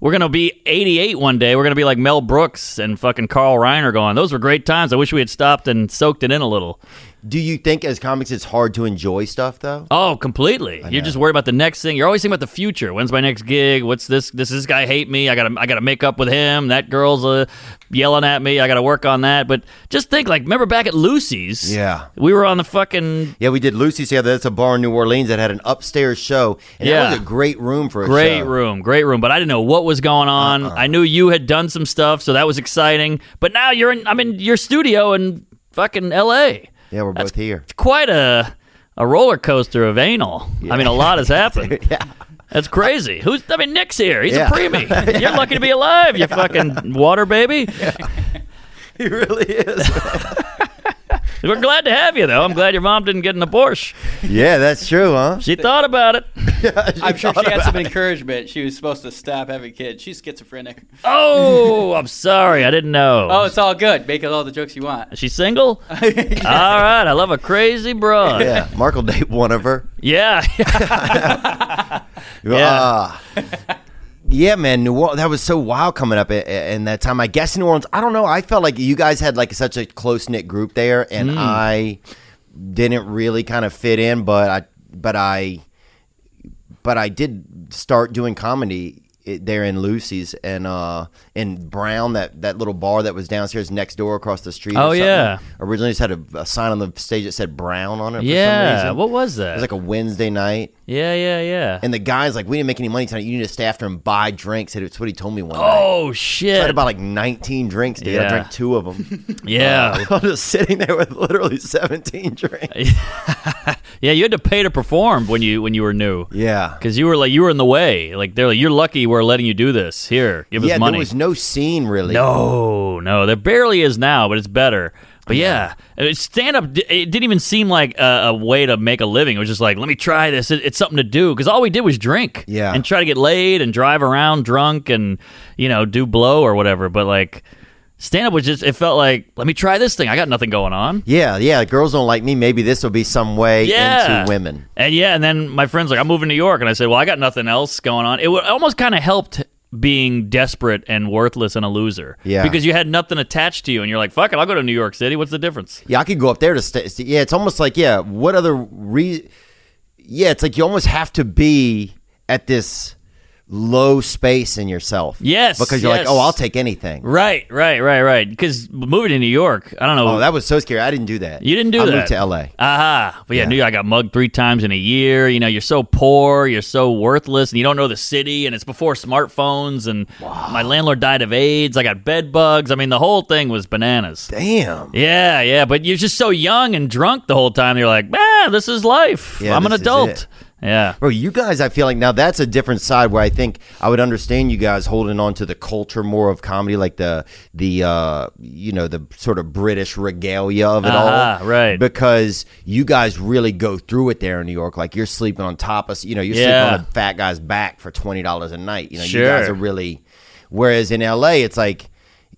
S3: We're gonna be 88 one day. We're gonna be like Mel Brooks and fucking Carl Reiner going. Those were great times. I wish we had stopped and soaked it in a little.
S1: Do you think as comics it's hard to enjoy stuff though?
S3: Oh, completely. You're just worried about the next thing. You're always thinking about the future. When's my next gig? What's this? Does this guy hate me? I gotta, I gotta make up with him. That girl's uh, yelling at me. I gotta work on that. But just think, like, remember back at Lucy's?
S1: Yeah.
S3: we were on the fucking
S1: Yeah, we did Lucy's together. That's a bar in New Orleans that had an upstairs show, and that
S3: Yeah.
S1: was a great room for a
S3: great
S1: show.
S3: room, great room. But I didn't know what was going on. I knew you had done some stuff, so that was exciting. But now you're in, I'm in your studio in fucking L.A.
S1: Yeah, we're both here.
S3: It's quite a a roller coaster of anal. I mean, a lot
S1: [laughs]
S3: has happened. yeah. That's crazy. Who's? I mean, Nick's here. He's
S1: Yeah. [laughs]
S3: a preemie. You're lucky to be alive. You fucking water baby.
S1: [laughs] He really is.
S3: We're glad to have you, though. I'm glad your mom didn't get an abortion.
S1: [laughs] yeah, that's true, huh?
S3: She thought about it.
S4: I'm sure she
S1: [laughs]
S4: had some encouragement. She was supposed to stop having kids. She's schizophrenic.
S3: Oh, I'm sorry. I didn't know.
S4: Oh, it's all good. Make all the jokes you [laughs]
S3: [laughs]
S4: want.
S3: Is she single? All right. I love a crazy broad.
S1: Yeah, Mark will date one of her. [laughs]
S3: Yeah.
S1: Ah. [laughs] yeah, man, New Orleans. That was so wild coming up i- i- in that time. I guess New Orleans. I don't know. I felt like you guys had like such a close knit group there, and
S3: Hmm.
S1: I didn't really kind of fit in. But I, but I, but I did start doing comedy i- there in Lucy's and uh in Brown that that little bar that was downstairs next door across the street. or
S3: Oh,
S1: something.
S3: yeah.
S1: originally just had a, a sign on the stage that said Brown on it. for some
S3: yeah.
S1: reason.
S3: What was
S1: It
S3: that?
S1: was like a Wednesday night.
S3: yeah, yeah, yeah.
S1: And the guy's like, we didn't make any money tonight. You need to stay after and buy drinks. And it's what he told me one night.
S3: oh
S1: I
S3: shit.
S1: had about like 19 drinks, dude. I
S3: Yeah.
S1: drank two of
S3: [laughs]
S1: them.
S3: yeah.
S1: [laughs] I was just sitting there with literally 17 drinks.
S3: Yeah, you had to pay to perform when you when you were new.
S1: Yeah.
S3: Because you were like you were in the way. Like they're like, you're lucky we're letting you do this. Here, give
S1: Yeah,
S3: us money.
S1: there was no scene really.
S3: no, no, there barely is now, but it's better. But yeah, stand up. It didn't even seem like a, a way to make a living. It was just like, let me try this. It, it's something to do because all we did was drink,
S1: Yeah.
S3: and try to get laid and drive around drunk and you know do blow or whatever. But like stand up was just it felt like let me try this thing. I got nothing going on.
S1: Yeah, yeah. Girls don't like me. Maybe this will be some way into women.
S3: And yeah, and then my friend's like, I'm moving to New York. And I said, Well, I got nothing else going on. It wa- almost kind of helped being desperate and worthless and a loser.
S1: Yeah.
S3: Because you had nothing attached to you. And you're like, Fuck it, I'll go to New York City. What's the difference?
S1: Yeah, I could go up there to stay. st- Yeah, it's almost like yeah. What other re? Yeah, it's like you almost have to be at this low space in yourself.
S3: Yes,
S1: because you're
S3: yes.
S1: like, oh, I'll take anything.
S3: Right, right, right, right. Because moving to New York, I don't know.
S1: Oh, that was so scary. I didn't do that.
S3: you didn't do
S1: I
S3: that.
S1: moved to L.A.
S3: Aha. But yeah, New York, I got mugged three times in a year. You know, you're so poor, you're so worthless, and you don't know the city. And it's before smartphones. And my landlord died of AIDS. I got bed bugs. I mean, the whole thing was bananas.
S1: Damn.
S3: Yeah, yeah, but you're just so young and drunk the whole time. You're like, ah, this is life.
S1: Yeah,
S3: I'm an
S1: this is it."
S3: adult. Yeah.
S1: Bro, you guys, I feel like now that's a different side where I think I would understand you guys holding on to the culture more of comedy, like the the uh, you know the sort of British regalia of it
S3: Uh-huh,
S1: all,
S3: right.
S1: Because you guys really go through it there in New York. Like you're sleeping on top of, you know, you're
S3: Yeah.
S1: sleeping on a fat guy's back for twenty dollars a night. You know, you
S3: Sure.
S1: guys are really. Whereas in LA, it's like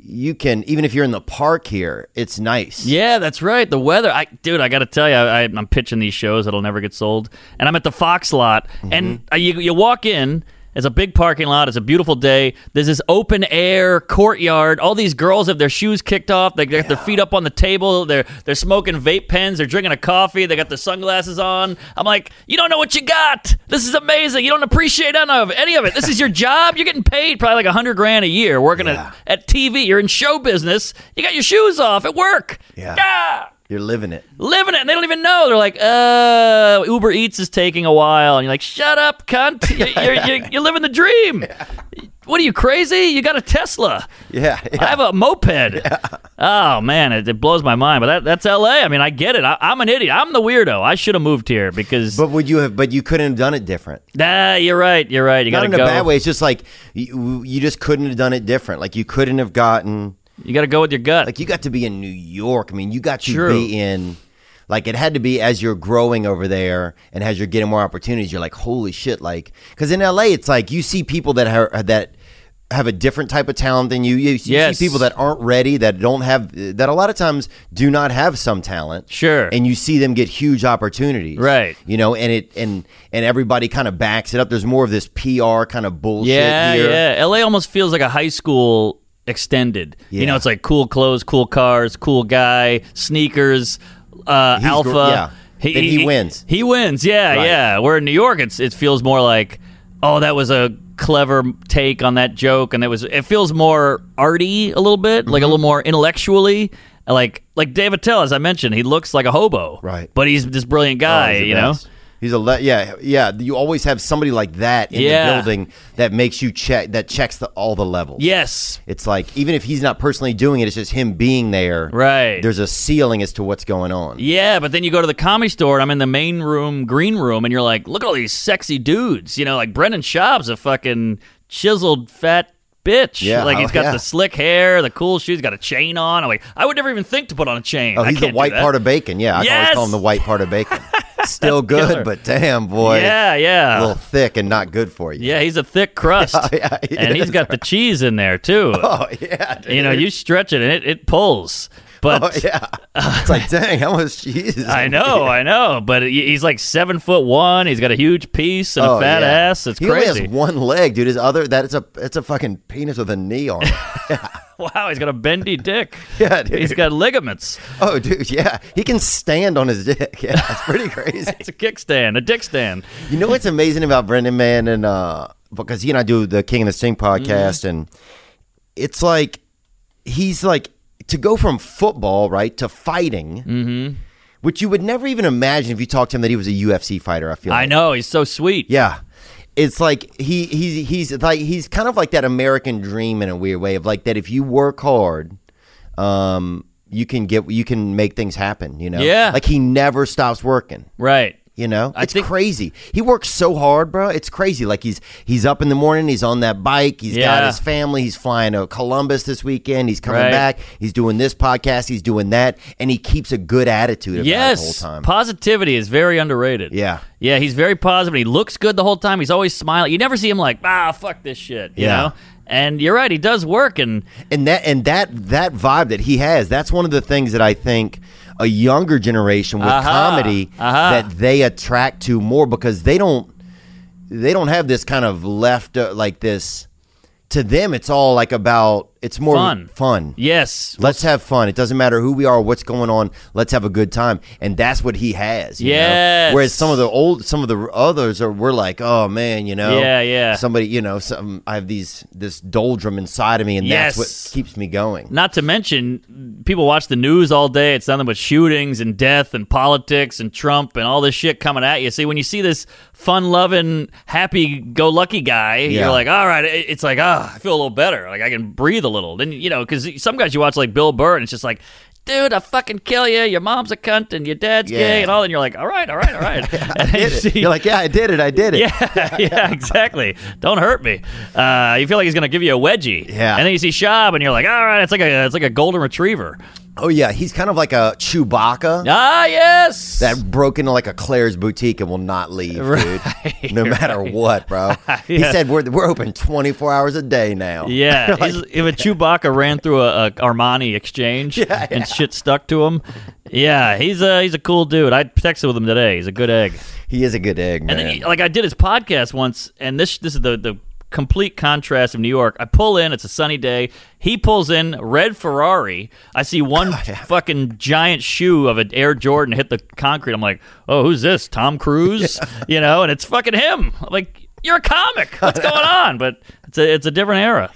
S1: you can even if you're in the park here, it's nice.
S3: Yeah, that's right. The weather, I dude, I gotta tell you, I, I, I'm pitching these shows that'll never get sold, and I'm at the Fox lot, and uh, you, you walk in. It's a big parking lot. It's a beautiful day. There's this open air courtyard. All these girls have their shoes kicked off. They got their feet up on the table. They're they're smoking vape pens. They're drinking a coffee. They got their sunglasses on. I'm like, you don't know what you got. This is amazing. You don't appreciate any of any of it. This is your job. You're getting paid probably like a hundred grand a year working at, at TV. You're in show business. You got your shoes off at work.
S1: Yeah.
S3: Ah!
S1: You're living it. [laughs]
S3: Living it, and they don't even know. They're like, uh, Uber Eats is taking a while. And you're like, shut up, cunt.
S1: [laughs]
S3: You're, you're, you're, you're living the dream. What are you, crazy? You got a Tesla.
S1: Yeah, yeah.
S3: I have a moped. Oh, man, it, it blows my mind. But that, that's LA. I mean, I get it. I, I'm an idiot. I'm the weirdo. I should have moved here because,
S1: But would you have? But you couldn't have done it different.
S3: nah, you're right. You're right. You got
S1: not
S3: to
S1: in
S3: go.
S1: a bad way. It's just like you, you just couldn't have done it different. Like you couldn't have gotten
S3: You got to go with your gut.
S1: like you got to be in New York. I mean, you got to
S3: True.
S1: be in like it had to be as you're growing over there and as you're getting more opportunities. You're like, holy shit! Like because in LA, it's like you see people that are that have a different type of talent than you. You, you
S3: Yes.
S1: see people that aren't ready, that don't have, that a lot of times do not have some talent.
S3: Sure.
S1: And you see them get huge opportunities.
S3: Right.
S1: You know, and it and and everybody kind of backs it up. There's more of this PR kind of bullshit
S3: Yeah,
S1: here.
S3: yeah. LA almost feels like a high school extended. You
S1: Yeah.
S3: know, it's like cool clothes, cool cars, cool guy, sneakers, uh,
S1: He's gr-
S3: alpha.
S1: yeah. Then he wins.
S3: He wins. Yeah,
S1: Right.
S3: yeah. Where in New York, it's it feels more like, oh, that was a clever take on that joke, and that was it feels more arty a little bit, like a
S1: Mm-hmm.
S3: little more intellectually. Like like Dave Attell, as I mentioned, he looks like a hobo,
S1: Right.
S3: But he's this brilliant
S1: Oh,
S3: guy,
S1: he's the
S3: you
S1: best.
S3: know.
S1: He's a le- yeah yeah. You always have somebody like that in
S3: Yeah.
S1: the building that makes you check that checks the, all the levels.
S3: Yes,
S1: It's like even if he's not personally doing it, it's just him being there.
S3: Right.
S1: There's a ceiling as to what's going on.
S3: Yeah, but then you go to the comedy store and I'm in the main room, green room, and you're like, look at all these sexy dudes. You know, like Brendan Schaub's a fucking chiseled fat bitch.
S1: Yeah, oh,
S3: like he's got
S1: yeah.
S3: the slick hair, the cool shoes, got a chain on. I'm like, I would never even think to put on a chain.
S1: Oh,
S3: I
S1: he's the
S3: can't do
S1: white
S3: that.
S1: part of bacon. Yeah, I always call him
S3: Yes!
S1: the white part of bacon.
S3: [laughs]
S1: Still good,
S3: killer.
S1: but damn boy,
S3: Yeah,
S1: a
S3: yeah.
S1: little thick and not good for you.
S3: yeah, he's a
S1: [laughs]
S3: thick crust.
S1: yeah, he
S3: and he's
S1: is.
S3: got the cheese in there too.
S1: [laughs] Oh yeah. dude.
S3: you know, you stretch it and it, it pulls. But
S1: Oh
S3: [laughs]
S1: yeah. it's like dang, how much cheese? is
S3: I
S1: in
S3: know,
S1: [laughs] here?
S3: I know, but he- he's like seven foot one. He's got a huge piece and
S1: Oh,
S3: a fat
S1: yeah.
S3: ass. It's
S1: he
S3: crazy.
S1: only has one leg, dude. His other that is a it's a fucking penis with a knee on. it.
S3: Wow, he's got a bendy dick.
S1: [laughs] Yeah, dude.
S3: He's got ligaments.
S1: oh, dude, yeah, he can stand on his dick. [laughs] Yeah, that's pretty crazy.
S3: It's a kickstand, a dick stand.
S1: You know what's amazing about Brendan Man and uh because he and I do the King and the Sting podcast and it's like he's like to go from football, right, to fighting. Which you would never even imagine if you talked to him that he was a UFC fighter, I feel
S3: I
S1: like.
S3: know, he's so sweet.
S1: Yeah. It's like he he's he's like he's kind of like that American dream in a weird way of like that if you work hard, um you can get you can make things happen, you know.
S3: Yeah.
S1: Like he never stops working.
S3: Right.
S1: You know,
S3: I
S1: it's
S3: think-
S1: crazy. He works so hard, bro. It's crazy. Like he's he's up in the morning. He's on that bike. He's got
S3: Yeah.
S1: his family. He's flying to Columbus this weekend. He's coming
S3: Right.
S1: back. He's doing this podcast. He's doing that, and he keeps a good attitude about it the
S3: Yes.
S1: whole time.
S3: Positivity is very underrated.
S1: Yeah.
S3: Yeah, he's very positive. He looks good the whole time. He's always smiling. You never see him like, ah, fuck this shit. You
S1: Yeah.
S3: know? And you're right, he does work and
S1: and that and that that vibe that he has. That's one of the things that I think a younger generation with comedy that they attract to more because they don't they don't have this kind of left uh, like this. To them, it's all like about it's more
S3: Fun.
S1: fun.
S3: yes.
S1: Let's have fun. It doesn't matter who we are, what's going on. Let's have a good time, and that's what he has. You
S3: Yes.
S1: Know? Whereas some of the old, some of the others are, we're like, oh man, you know,
S3: Yeah, yeah.
S1: Somebody, you know, some I have these this doldrum inside of me, and that's
S3: Yes.
S1: what keeps me going.
S3: Not to mention, people watch the news all day. It's nothing but shootings and death and politics and Trump and all this shit coming at you. See, when you see this fun loving, happy go lucky guy,
S1: Yeah.
S3: you're like, all right, it- it's like, ah, I feel a little better. Like, I can breathe a little. Then, you know, because some guys you watch, like Bill Burr, and it's just like, dude, I fucking kill you. Your mom's a cunt and your dad's
S1: Yeah.
S3: gay and all. And you're like, all right, all right,
S1: [laughs]
S3: all right. and then you
S1: Did it.
S3: see-
S1: You're like, yeah, I did it. I did it.
S3: yeah, [laughs] yeah, exactly. Don't hurt me. Uh, you feel like he's gonna give you a wedgie.
S1: Yeah.
S3: And then you see Shab, and you're like, all right, it's like a it's like a golden retriever.
S1: Oh yeah, he's kind of like a Chewbacca.
S3: Ah, yes.
S1: That broke into like a Claire's boutique and will not leave, dude. No matter what,
S3: [laughs]
S1: bro. He
S3: Yeah.
S1: said we're we're open twenty four hours a day now.
S3: [laughs]
S1: [laughs]
S3: yeah, he's- if a Chewbacca ran through a, a Armani
S1: [laughs]
S3: exchange and shit stuck to him, yeah, he's a he's a cool dude. I texted with him today. He's a good egg.
S1: He is a good egg, man.
S3: And then, like I did his podcast once, and this this is the the complete contrast of New York. I pull in, it's a sunny day. He pulls in red Ferrari. I
S1: [laughs]
S3: see one
S1: Oh,
S3: fucking giant shoe of an Air Jordan hit the concrete. I'm like, oh, who's this?
S1: [laughs]
S3: Tom Cruise, you know? And it's fucking him. I'm like. You're a comic.
S1: [laughs]
S3: What's going on? But it's a it's a different era.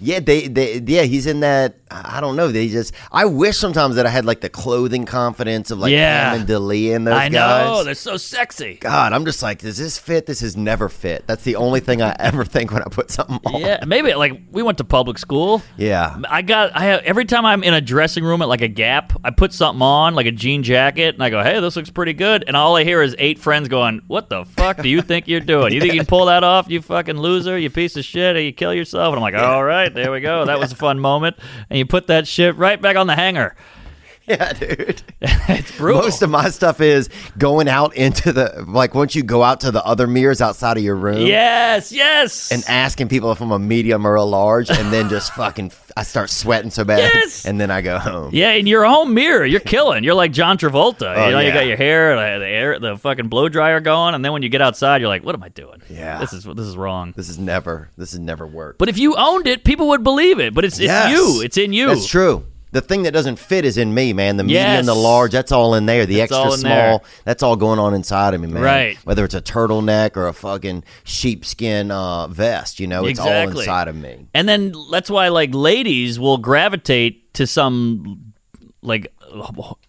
S1: Yeah, they, they, yeah, he's in that. I don't know. They just. I wish sometimes that I had like the clothing confidence of like
S3: Yeah.
S1: Hammond Delee and those
S3: I
S1: guys.
S3: know they're so sexy.
S1: God, I'm just like, does this fit? This is never fit. That's the only thing I ever [laughs] think when I put something on.
S3: Yeah, maybe like we went to public school.
S1: Yeah.
S3: I got I have, every time I'm in a dressing room at like a Gap, I put something on like a jean jacket, and I go, "Hey, this looks pretty good." And all I hear is eight friends going, "What the fuck do you think you're doing? You think you can pull that off? You fucking loser! You piece of shit! Or you kill yourself!" And I'm like, "All right, there we go. That was a fun moment." And you put that shit right back on the hanger.
S1: [laughs] yeah, dude.
S3: it's brutal.
S1: Most of my stuff is going out into the like once you go out to the other mirrors outside of your room.
S3: yes, yes.
S1: And asking people if I'm a medium or a large, and then
S3: [laughs]
S1: just fucking, I start sweating so bad,
S3: Yes.
S1: and then I go home.
S3: yeah, in your home mirror, you're killing. You're like John Travolta.
S1: Oh,
S3: you know, you
S1: yeah.
S3: got your hair, the, the air, the fucking blow dryer going, and then when you get outside, you're like, "What am I doing?
S1: Yeah.
S3: this is this is wrong."
S1: This is never, this has never worked.
S3: But if you owned it, people would believe it. But it's it's
S1: Yes.
S3: you. It's in you.
S1: That's true. The thing that doesn't fit is in me, man. The medium,
S3: Yes.
S1: the large, that's all in there. The
S3: all
S1: extra
S3: in there.
S1: small, that's all going on inside of me, man.
S3: Right.
S1: Whether it's a turtleneck or a fucking sheepskin uh, vest, you know, it's all
S3: Exactly.
S1: inside of me.
S3: And then that's why like ladies will gravitate to some like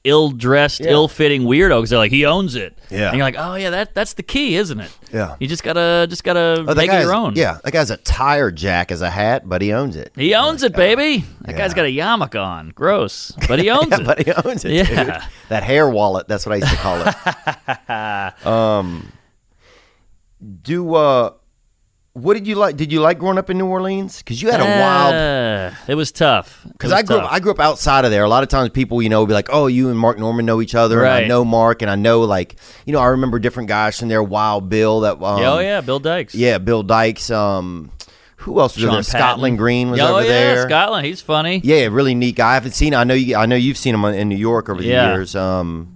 S3: ill-dressed,
S1: Yeah.
S3: ill-fitting weirdo because they're like he owns it.
S1: Yeah.
S3: and you're like, oh yeah, that that's the key, isn't it?
S1: Yeah.
S3: you just gotta just gotta
S1: Oh, that
S3: make it
S1: guy's-
S3: your own.
S1: Yeah, that guy's a tire jack as a hat, but he owns
S3: [laughs]
S1: it. [laughs]
S3: he owns it,
S1: uh,
S3: baby. That guy's got a yarmulke on, gross,
S1: [laughs]
S3: but he owns
S1: Yeah,
S3: it.
S1: but he owns it.
S3: Yeah.
S1: dude. That hair wallet, that's what I used to call it. um
S3: [laughs]
S1: do uh what did you like? Did you like growing up in New Orleans? Because you had a wild
S3: Uh, it was tough. It
S1: Because
S3: was
S1: I grew up,
S3: tough.
S1: I grew up outside of there. A lot of times people, you know, be like, "Oh, you and Mark Norman know each other." And I
S3: Right.
S1: know Mark, and I know like, you know, I remember different guys from there. Wild Bill, that um,
S3: Yeah, oh yeah, Bill Dykes.
S1: yeah, Bill Dykes. Um, who else was
S3: Sean
S1: over there? Scotland
S3: Patton.
S1: Green was
S3: oh,
S1: over
S3: yeah,
S1: there.
S3: Scotland. He's funny.
S1: yeah, really neat guy. I haven't seen. I know you. I know you've seen him in New York over the
S3: Yeah.
S1: years. Um,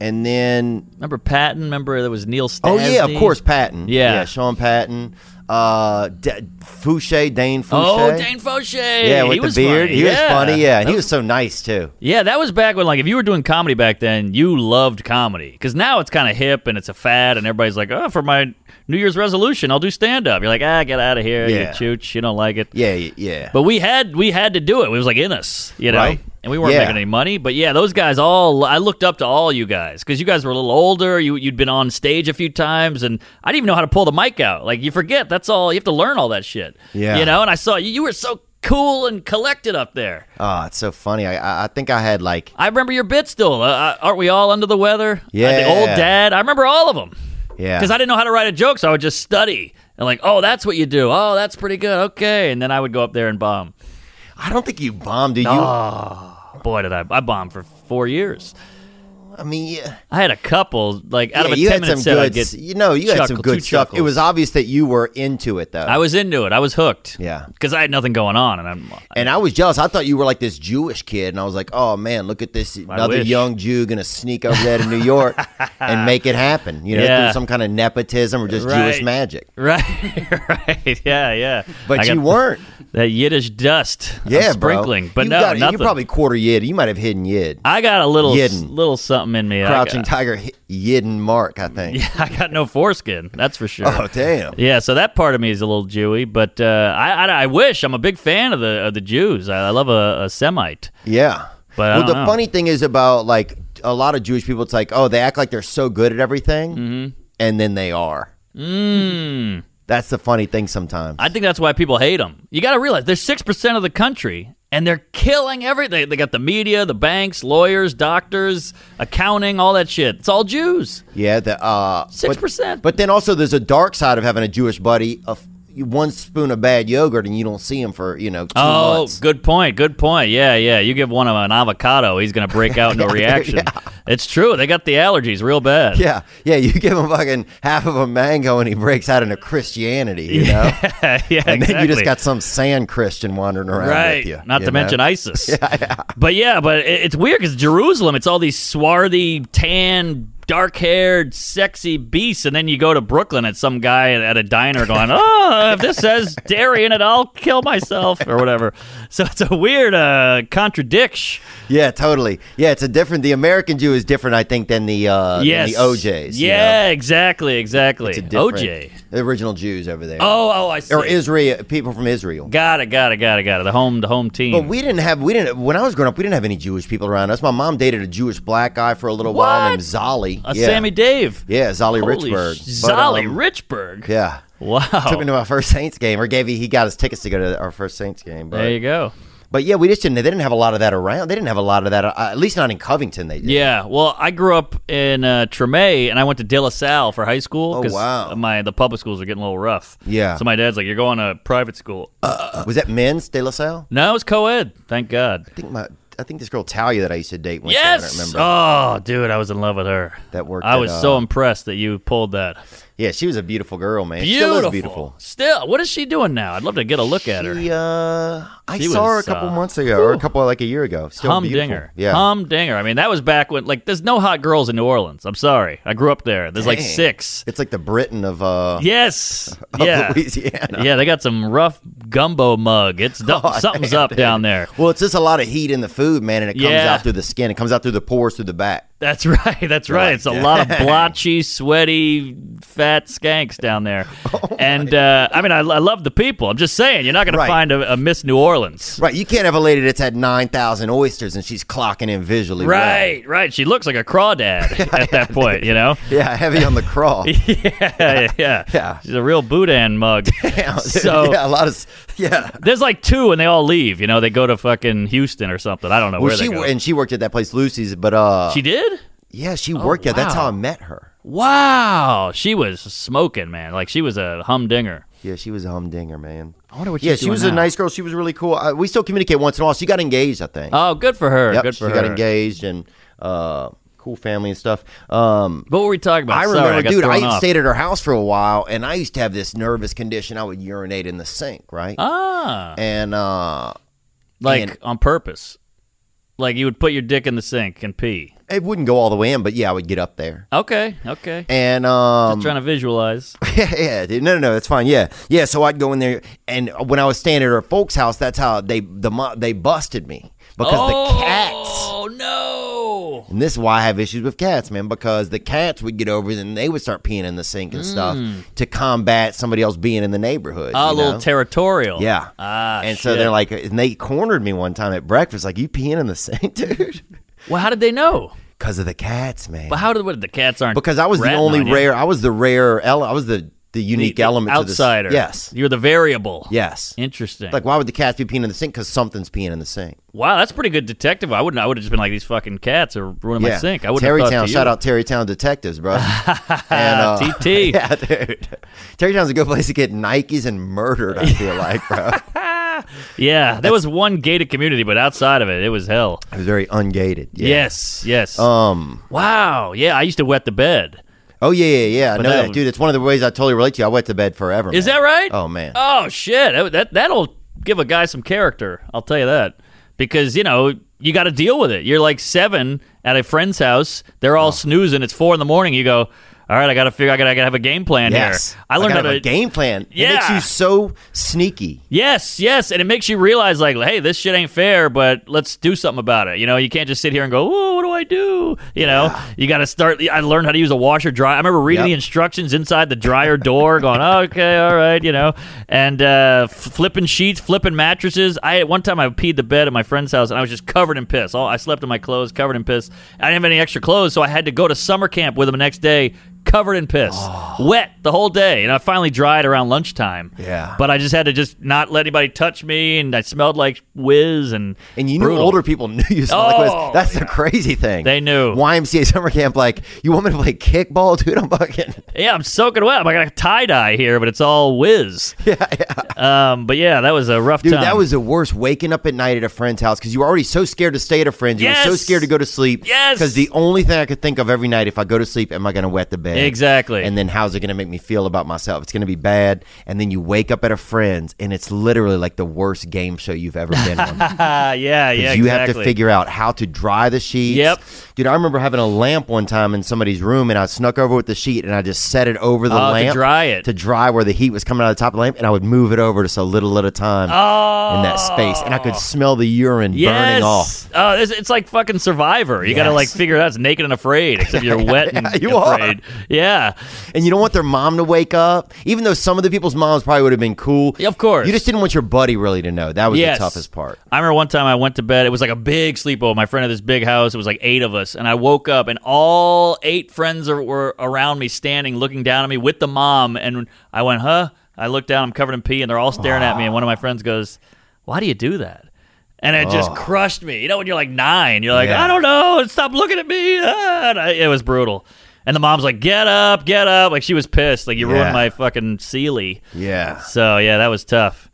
S1: and then
S3: Remember Patton? Remember there was Neil Stasny.
S1: oh yeah, of course Patton.
S3: Yeah.
S1: Sean Patton. Uh, D- Fouché, Dane Fouché.
S3: Oh, Dane Fauché.
S1: Yeah, with
S3: he
S1: the
S3: was
S1: beard,
S3: Funny.
S1: he was
S3: yeah.
S1: funny. Yeah, and he was so nice too.
S3: Yeah, that was back when, like, if you were doing comedy back then, you loved comedy. Because now it's kind of hip and it's a fad, and everybody's like, oh, for my New Year's resolution, I'll do stand up. You're like, ah, get out of here,
S1: Yeah.
S3: you chooch. You don't like it.
S1: Yeah, y- yeah.
S3: But we had we had to do it. It was like in us, you know.
S1: Right.
S3: And we weren't
S1: Yeah.
S3: making any money, but yeah, those guys all. I looked up to all you guys because you guys were a little older. You you'd been on stage a few times, and I didn't even know how to pull the mic out. Like you forget. That's all. You have to learn all that shit.
S1: Yeah.
S3: You know. And I saw you, you were so cool and collected up there.
S1: Oh, it's so funny. I- I I think I had like
S3: I remember your bit still. Uh, Uh, aren't we all under the weather? Uh,
S1: Yeah.
S3: the old dad. I remember all of them.
S1: yeah.
S3: Because I didn't know how to write a joke, so I would just study. And like, oh, that's what you do. Oh, that's pretty good. Okay. And then I would go up there and bomb.
S1: I don't think you bombed. Do you?
S3: Boy, did I. I bombed for four years.
S1: I mean, yeah.
S3: I had a couple, like, out
S1: Yeah,
S3: of a
S1: you
S3: 10
S1: had
S3: minute
S1: some
S3: set, I'd
S1: good.
S3: get.
S1: s- you know, you had some
S3: chuckle-
S1: good
S3: two
S1: stuff. It
S3: chuckles.
S1: was obvious that you were into it though.
S3: I was into it. I was hooked.
S1: Yeah.
S3: Because I had nothing going on. And I'm.
S1: and I was jealous. I thought you were like this Jewish kid, and I was like, "Oh man, look at this another
S3: wish.
S1: young Jew gonna sneak over there to New York
S3: [laughs]
S1: and make it happen." You know,
S3: Yeah.
S1: through some kind of nepotism or just Jewish
S3: Right.
S1: magic.
S3: Right. [laughs] right. Yeah. Yeah.
S1: But
S3: I
S1: you
S3: [laughs] got
S1: weren't.
S3: That Yiddish dust. I'm
S1: Yeah, bro.
S3: Sprinkling. But
S1: you
S3: no,
S1: got-
S3: nothing.
S1: You're probably quarter Yid. You might have hidden Yid.
S3: I got a little
S1: Yidden.
S3: little something in me. I
S1: Crouching
S3: got-
S1: Tiger, hi- Yidden Mark. I think.
S3: [laughs] Yeah, I got no foreskin. That's for sure.
S1: Oh damn.
S3: Yeah, so that part of me is a little Jewy, but uh, I, I I wish I'm a big fan of the of the Jews. I, I love a, a Semite.
S1: Yeah.
S3: But I
S1: well,
S3: don't
S1: the
S3: know.
S1: funny thing is about like a lot of Jewish people, it's like, oh, they act like they're so good at everything,
S3: Mm-hmm.
S1: and then they are. Mm. That's the funny thing sometimes.
S3: I think that's why people hate them. You got to realize they're six percent of the country, and they're killing everything. They got the media, the banks, lawyers, doctors, accounting, all that shit. It's all Jews.
S1: yeah, the uh, but-
S3: 6%.
S1: But then also, there's a dark side of having a Jewish buddy. Of one spoon of bad yogurt, and you don't see him for you know two
S3: Oh,
S1: months.
S3: good point. Good point. Yeah, yeah. You give one of 'em an avocado, he's gonna break out [laughs] into a reaction. It's true. They got the allergies real bad.
S1: Yeah, yeah. You give him fucking half of a mango, and he breaks out into Christianity. You know,
S3: [laughs] [laughs]
S1: and then
S3: yeah.
S1: you
S3: exactly.
S1: just got some sand Christian wandering around
S3: right.
S1: with you.
S3: Not
S1: you
S3: to
S1: know? [laughs]
S3: mention ISIS. But yeah, but it, it's weird because Jerusalem, it's all these swarthy, tan, dark haired, sexy beasts. And then you go to Brooklyn at some guy at- at a diner going, oh, if this says dairy in it, I'll kill myself or whatever. So it's a weird uh, contradiction.
S1: Yeah, totally. Yeah, it's a different. The American Jew is different, I think, than the uh, than
S3: yes.
S1: the OJs. you know?
S3: Yeah, exactly, exactly.
S1: It's a different-
S3: OJ.
S1: the original Jews over there,
S3: Oh, oh, I see.
S1: or Israel, people from Israel.
S3: Got it, got it, got it, got it. The home, the home team.
S1: But we didn't have we didn't when I was growing up we didn't have any Jewish people around us. My mom dated a Jewish black guy for a little while
S3: What?
S1: named Zolly.
S3: a
S1: yeah.
S3: Uh, Sammy Dave.
S1: Yeah, Zolly
S3: Holy
S1: Richburg.
S3: sh- Oh.
S1: But,
S3: Zolly
S1: um,
S3: Richburg.
S1: Yeah.
S3: Wow.
S1: Took me to my first Saints game, or gave he, he got his tickets to go to our first Saints game. But,
S3: there you go.
S1: but yeah, we just didn't. They didn't have a lot of that around. They didn't have a lot of that, uh, at least not in Covington. They did.
S3: Yeah, well, I grew up in uh, Tremay, and I went to De La Salle for high school.
S1: Oh,
S3: 'cause
S1: wow.
S3: My the public schools were getting a little rough.
S1: Yeah.
S3: So my dad's like, "You're going to private school."
S1: Was that men's De La Salle?
S3: no, it's co-ed. Thank God.
S1: I think my I think this girl Talia that I used to date. Went there, I
S3: Yes.
S1: remember.
S3: Oh, dude, I was in love with her.
S1: That worked
S3: I
S1: at,
S3: was
S1: uh,
S3: so impressed that you pulled that.
S1: yeah, she was a beautiful girl, man.
S3: Beautiful.
S1: Still is beautiful.
S3: Still, what is she doing now? I'd love to get a look at her.
S1: She, uh, I
S3: She
S1: saw her a
S3: was,
S1: couple
S3: uh,
S1: months ago, or a couple like a year ago. Still beautiful.
S3: Humdinger.
S1: Yeah.
S3: Humdinger. I mean, that was back when like there's no hot girls in New Orleans. I'm sorry. I grew up there. There's like
S1: Dang.
S3: six.
S1: It's like the Britain of uh
S3: Yes.
S1: [laughs] of
S3: yeah.
S1: Louisiana.
S3: [laughs] Yeah, they got some rough gumbo mug. It's du-
S1: [laughs]
S3: something's up down there.
S1: Oh, Well, it's just a lot of heat in the food, man, and it comes
S3: Yeah.
S1: out through the skin. It comes out through the pores through the back.
S3: That's [laughs] right. That's right. It's a lot of blotchy, sweaty, fat skanks down
S1: [laughs]
S3: there.
S1: Oh
S3: and uh, I mean, I, I love the people. I'm just saying, you're not going
S1: Right.
S3: to find a, a Miss New Orleans.
S1: Right. You can't have a lady that's had nine thousand oysters and she's clocking in visually. well.
S3: Right, right. She looks like a
S1: [laughs]
S3: crawdad at that point, you know?
S1: Yeah, heavy on the craw.
S3: [laughs] yeah, [laughs] yeah,
S1: [laughs] Yeah.
S3: She's a real
S1: [laughs]
S3: Boudin mug.
S1: Yeah,
S3: So
S1: yeah, a lot of s- yeah.
S3: there's like two, and they all leave. You know, they go to fucking Houston or something. I don't know
S1: Well,
S3: where
S1: she
S3: they go.
S1: wo- and she worked at that place, Lucy's. But uh,
S3: she did.
S1: yeah, she worked there. That's how
S3: Oh, wow.
S1: I met her.
S3: Wow, she was smoking, man. Like she was a humdinger.
S1: Yeah, she was a humdinger, man.
S3: I wonder what.
S1: Yeah,
S3: she's
S1: she
S3: doing
S1: was a
S3: now.
S1: nice girl. She was really cool. I, we still communicate once in a while. She got engaged, I think.
S3: Oh, good for her.
S1: Yep,
S3: good
S1: she
S3: for her.
S1: got engaged and uh, cool family and stuff. Um,
S3: What were we talking about?
S1: I
S3: Sorry,
S1: remember,
S3: got
S1: dude,
S3: thrown
S1: I
S3: off.
S1: stayed at her house for a while, and I used to have this nervous condition. I would urinate in the sink, right?
S3: Ah,
S1: and uh,
S3: like
S1: and-
S3: on purpose. Like you would put your dick in the sink and pee.
S1: it wouldn't go all the way in, but yeah, I would get up there.
S3: Okay, okay.
S1: And um,
S3: Trying to visualize.
S1: [laughs] yeah, yeah, dude. No, no, no, that's fine. Yeah, yeah. So I'd go in there, and when I was staying at her folks' house, that's how they the mo- they busted me because
S3: oh,
S1: the cats.
S3: no!
S1: And this is why I have issues with cats, man, because the cats would get over it and they would start peeing in the sink and stuff to combat somebody else being in the neighborhood.
S3: Ah, Mm. a
S1: you
S3: little
S1: know?
S3: territorial.
S1: Yeah.
S3: Ah,
S1: and so
S3: shit.
S1: they're like, and they cornered me one time at breakfast, like, you peeing in the sink, [laughs] dude?
S3: Well, how did they know?
S1: Because of the cats, man.
S3: But how did what, the cats aren't?
S1: because I was the
S3: ratting
S1: only
S3: on you.
S1: rare, I was the rare, ele- I was the, the unique element to this.
S3: outsider.
S1: Yes.
S3: you're the variable.
S1: Yes.
S3: interesting.
S1: Like, why would the cats be peeing in the sink? Because something's peeing in the sink.
S3: wow, that's pretty good detective. I wouldn't. I would have just been like these fucking cats are ruining my sink. I wouldn't have
S1: Terrytown,
S3: thought to you.
S1: shout out Terrytown detectives,
S3: [laughs]
S1: bro. and, uh, [laughs]
S3: TT.
S1: yeah, dude. Terrytown's a good place to get Nikes and murdered, I
S3: [laughs]
S1: feel like, bro.
S3: Yeah, there was one gated community, but outside of it, it was hell.
S1: It was very ungated. Yeah.
S3: Yes, yes.
S1: Um.
S3: wow. Yeah, I used to wet the bed.
S1: Oh yeah, yeah, yeah. I
S3: But
S1: know
S3: that
S1: that,
S3: was-
S1: dude. It's one of the ways I totally relate to you. I went to bed forever.
S3: Is
S1: man.
S3: that right?
S1: Oh man.
S3: Oh shit. That, that that'll give a guy some character. I'll tell you that because you know you got to deal with it. You're like seven at a friend's house. They're
S1: Oh.
S3: all snoozing. It's four in the morning. You go. All right, I gotta figure. I gotta, I gotta have a game plan
S1: yes.
S3: here. I learned
S1: gotta
S3: how to
S1: have a game plan. It makes
S3: Yeah.
S1: you so sneaky.
S3: Yes, yes, and it makes you realize like, hey, this shit ain't fair, but let's do something about it. You know, you can't just sit here and go, "Whoa, what do I do?" You know, you got to start. I learned how to use a washer dryer. I remember reading
S1: Yep.
S3: the instructions inside the dryer door, going, [laughs] oh, "Okay, all right," you know, and uh, f- flipping sheets, flipping mattresses. I at one time I peed the bed at my friend's house, and I was just covered in piss. All I slept in my clothes, covered in piss. I didn't have any extra clothes, so I had to go to summer camp with him the next day. Covered in piss,
S1: Oh.
S3: wet the whole day, and I finally dried around lunchtime.
S1: Yeah.
S3: But I just had to just not let anybody touch me, and I smelled like whiz and
S1: And you knew
S3: brutal.
S1: older people [laughs] knew you smelled like
S3: Oh,
S1: this. That's the crazy thing.
S3: They knew.
S1: YMCA summer camp. Like, you want me to play kickball, dude? I'm fucking.
S3: Yeah, I'm soaking wet. I'm like a tie dye here, but it's all
S1: [laughs]
S3: whiz. Yeah, yeah. Um, but yeah, that was a rough
S1: Dude,
S3: time.
S1: that was the worst. Waking up at night at a friend's house because you were already so scared to stay at a friend's. You were so
S3: Yes.
S1: scared to go to sleep.
S3: Yes.
S1: Because the only thing I could think of every night, if I go to sleep, am I going to wet the bed?
S3: [laughs] Exactly.
S1: And then how's it going to make me feel about myself? It's going to be bad. And then you wake up at a friend's, and it's literally like the worst game show you've ever been
S3: [laughs]
S1: on.
S3: Ah, yeah, yeah.
S1: 'Cause you
S3: exactly.
S1: have to figure out how to dry the sheets.
S3: Yep.
S1: Dude, I remember having a lamp one time in somebody's room and I snuck over with the sheet and I just set it over the
S3: Oh, to
S1: lamp
S3: dry it.
S1: to dry where the heat was coming out of the top of the lamp and I would move it over just a little at a time
S3: Oh,
S1: in that space and I could smell the urine
S3: yes.
S1: burning off.
S3: Oh, it's, it's like fucking Survivor. You got to
S1: Yes.
S3: like figure it out. It's naked and afraid, except
S1: [laughs]
S3: you're wet and
S1: Yeah, you are.
S3: afraid. Yeah.
S1: And you don't want their mom to wake up, even though some of the people's moms probably would have been cool.
S3: Yeah, of course.
S1: You just didn't want your buddy really to know. That was
S3: Yes.
S1: the toughest part.
S3: I remember one time I went to bed. It was like a big sleepover. My friend had this big house. It was like eight of us, and I woke up, and all eight friends are, were around me, standing, looking down at me with the mom. And I went, "Huh?" I looked down. I'm covered in pee, and they're all staring at me. And one of my friends goes, "Why do you do that?" And it just crushed me. You know, when you're like nine, you're like,
S1: Oh. Yeah.
S3: "I don't know. Stop looking at me." Ah, and I- it was brutal. And the mom's like, "Get up, get up!" Like she was pissed. Like you
S1: Yeah.
S3: ruined my fucking Sealy.
S1: Yeah.
S3: So yeah, that was tough.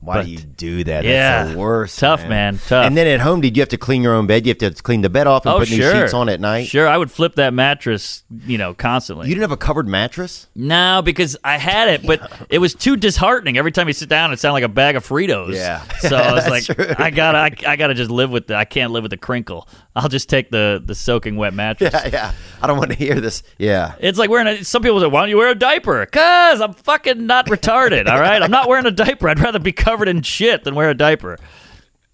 S1: Why
S3: But-
S1: do you do that? That's
S3: Yeah.
S1: the worst.
S3: Tough, man. Tough.
S1: And then at home, did you have to clean your own bed? You have to clean the bed off and
S3: oh,
S1: put
S3: sure.
S1: new sheets on at night.
S3: Sure, I would flip that mattress, you know, constantly.
S1: You didn't have a covered mattress. [laughs]
S3: No, because I had it, but it was too disheartening. Every time you sit down, it sounded like a bag of Fritos.
S1: Yeah.
S3: So I was like,
S1: [laughs] That's true.
S3: I gotta, I, I gotta just live with the. I can't live with the crinkle. I'll just take the the soaking wet mattress.
S1: Yeah, yeah. I don't want to hear this. Yeah.
S3: It's like wearing a. Some people say, "Why don't you wear a diaper?" Cause I'm fucking not retarded. All right, I'm not wearing a diaper. I'd rather be covered in shit than wear a diaper.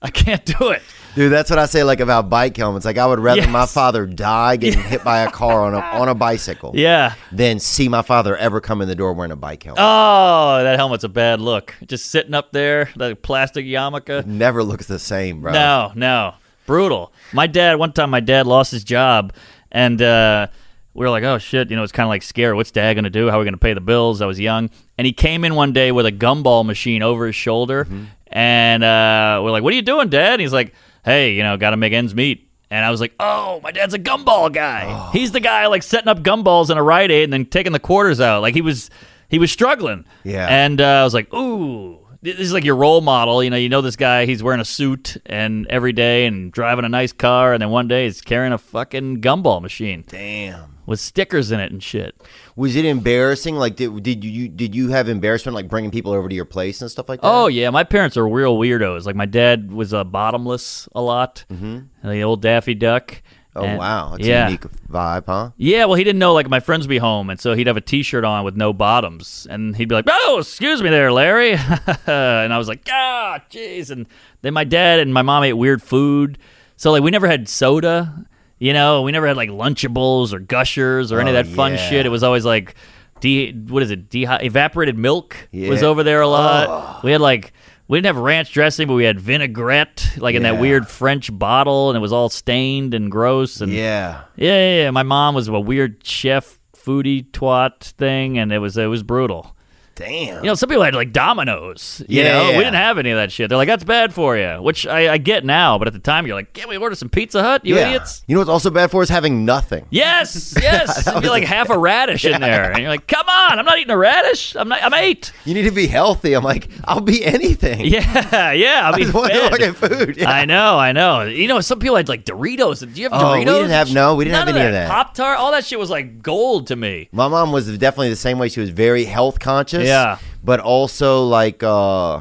S3: I can't do it.
S1: Dude, that's what I say like about bike helmets. Like I would rather my
S3: Yes.
S1: father die getting hit by a car on a on a bicycle
S3: [laughs] Yeah.
S1: than see my father ever come in the door wearing a bike helmet.
S3: Oh, that helmet's a bad look. Just sitting up there, the plastic yarmulke.
S1: Never looks the same, bro.
S3: Oh. No, no. Brutal. My dad, one time my dad lost his job and uh, we were like, oh shit, you know, it's kind of like scary. What's dad going to do? How are we going to pay the bills? I was young. And he came in one day with a gumball machine over his shoulder. And uh, we're like, what are you doing, dad? And he's like, hey, you know, got to make ends meet. And I was like, oh, my dad's a gumball guy. He's the guy like setting up gumballs in a Rite Aid and then taking the quarters out. Like he was, he was struggling.
S1: Yeah.
S3: And and uh, I was like, ooh, this is like your role model. You know, you know this guy. He's wearing a suit and every day and driving a nice car, and then one day he's carrying a fucking gumball machine
S1: Damn.
S3: with stickers in it and shit.
S1: Was it embarrassing? Like did did you did you have embarrassment like bringing people over to your place and stuff like that?
S3: Oh yeah, my parents are real weirdos. Like my dad was a uh, bottomless a lot, mm-hmm. the old Daffy Duck.
S1: Oh
S3: And-
S1: wow. That's
S3: yeah.
S1: a unique vibe, huh?
S3: Yeah, well, he didn't know like my friends would be home, and so he'd have a T-shirt on with no bottoms, and he'd be like, "Oh, excuse me, there, Larry," [laughs] and I was like, "Ah, jeez." And then my dad and my mom ate weird food, so like we never had soda, you know, we never had like Lunchables or Gushers or any
S1: Oh,
S3: of that fun
S1: yeah.
S3: shit. It was always like, de- what is it? Dehy- evaporated milk was
S1: Yeah.
S3: over there a lot. We had like. We didn't have ranch dressing, but we had vinaigrette, like in
S1: Yeah.
S3: that weird French bottle, and it was all stained and gross. And
S1: Yeah.
S3: yeah, yeah, yeah. My mom was a weird chef foodie twat thing, and it was it was brutal.
S1: Damn.
S3: You know, some people had like Dominoes. You
S1: Yeah,
S3: know,
S1: yeah.
S3: we didn't have any of that shit. They're like, "That's bad for you," which I, I get now, but at the time, you're like, "Can we order some Pizza Hut? You
S1: yeah.
S3: idiots!"
S1: You know what's also bad for is having nothing. [laughs]
S3: Yes, yes. and you're like half a radish in there, and you're like, "Come on, I'm not eating a radish. I'm not. I'm eight. [laughs]
S1: You need to be healthy. I'm like, I'll be anything.
S3: Yeah, yeah. I
S1: [laughs] I
S3: mean,
S1: just want to look at
S3: [laughs]
S1: food. Yeah.
S3: I know, I know. You know, some people had like Doritos. Did you have
S1: Oh,
S3: Doritos?
S1: we didn't have- no, we didn't
S3: None
S1: have any of that.
S3: Pop tart, all that shit was like gold to me.
S1: My mom was definitely the same way. She was very health conscious.
S3: Yeah.
S1: But also like uh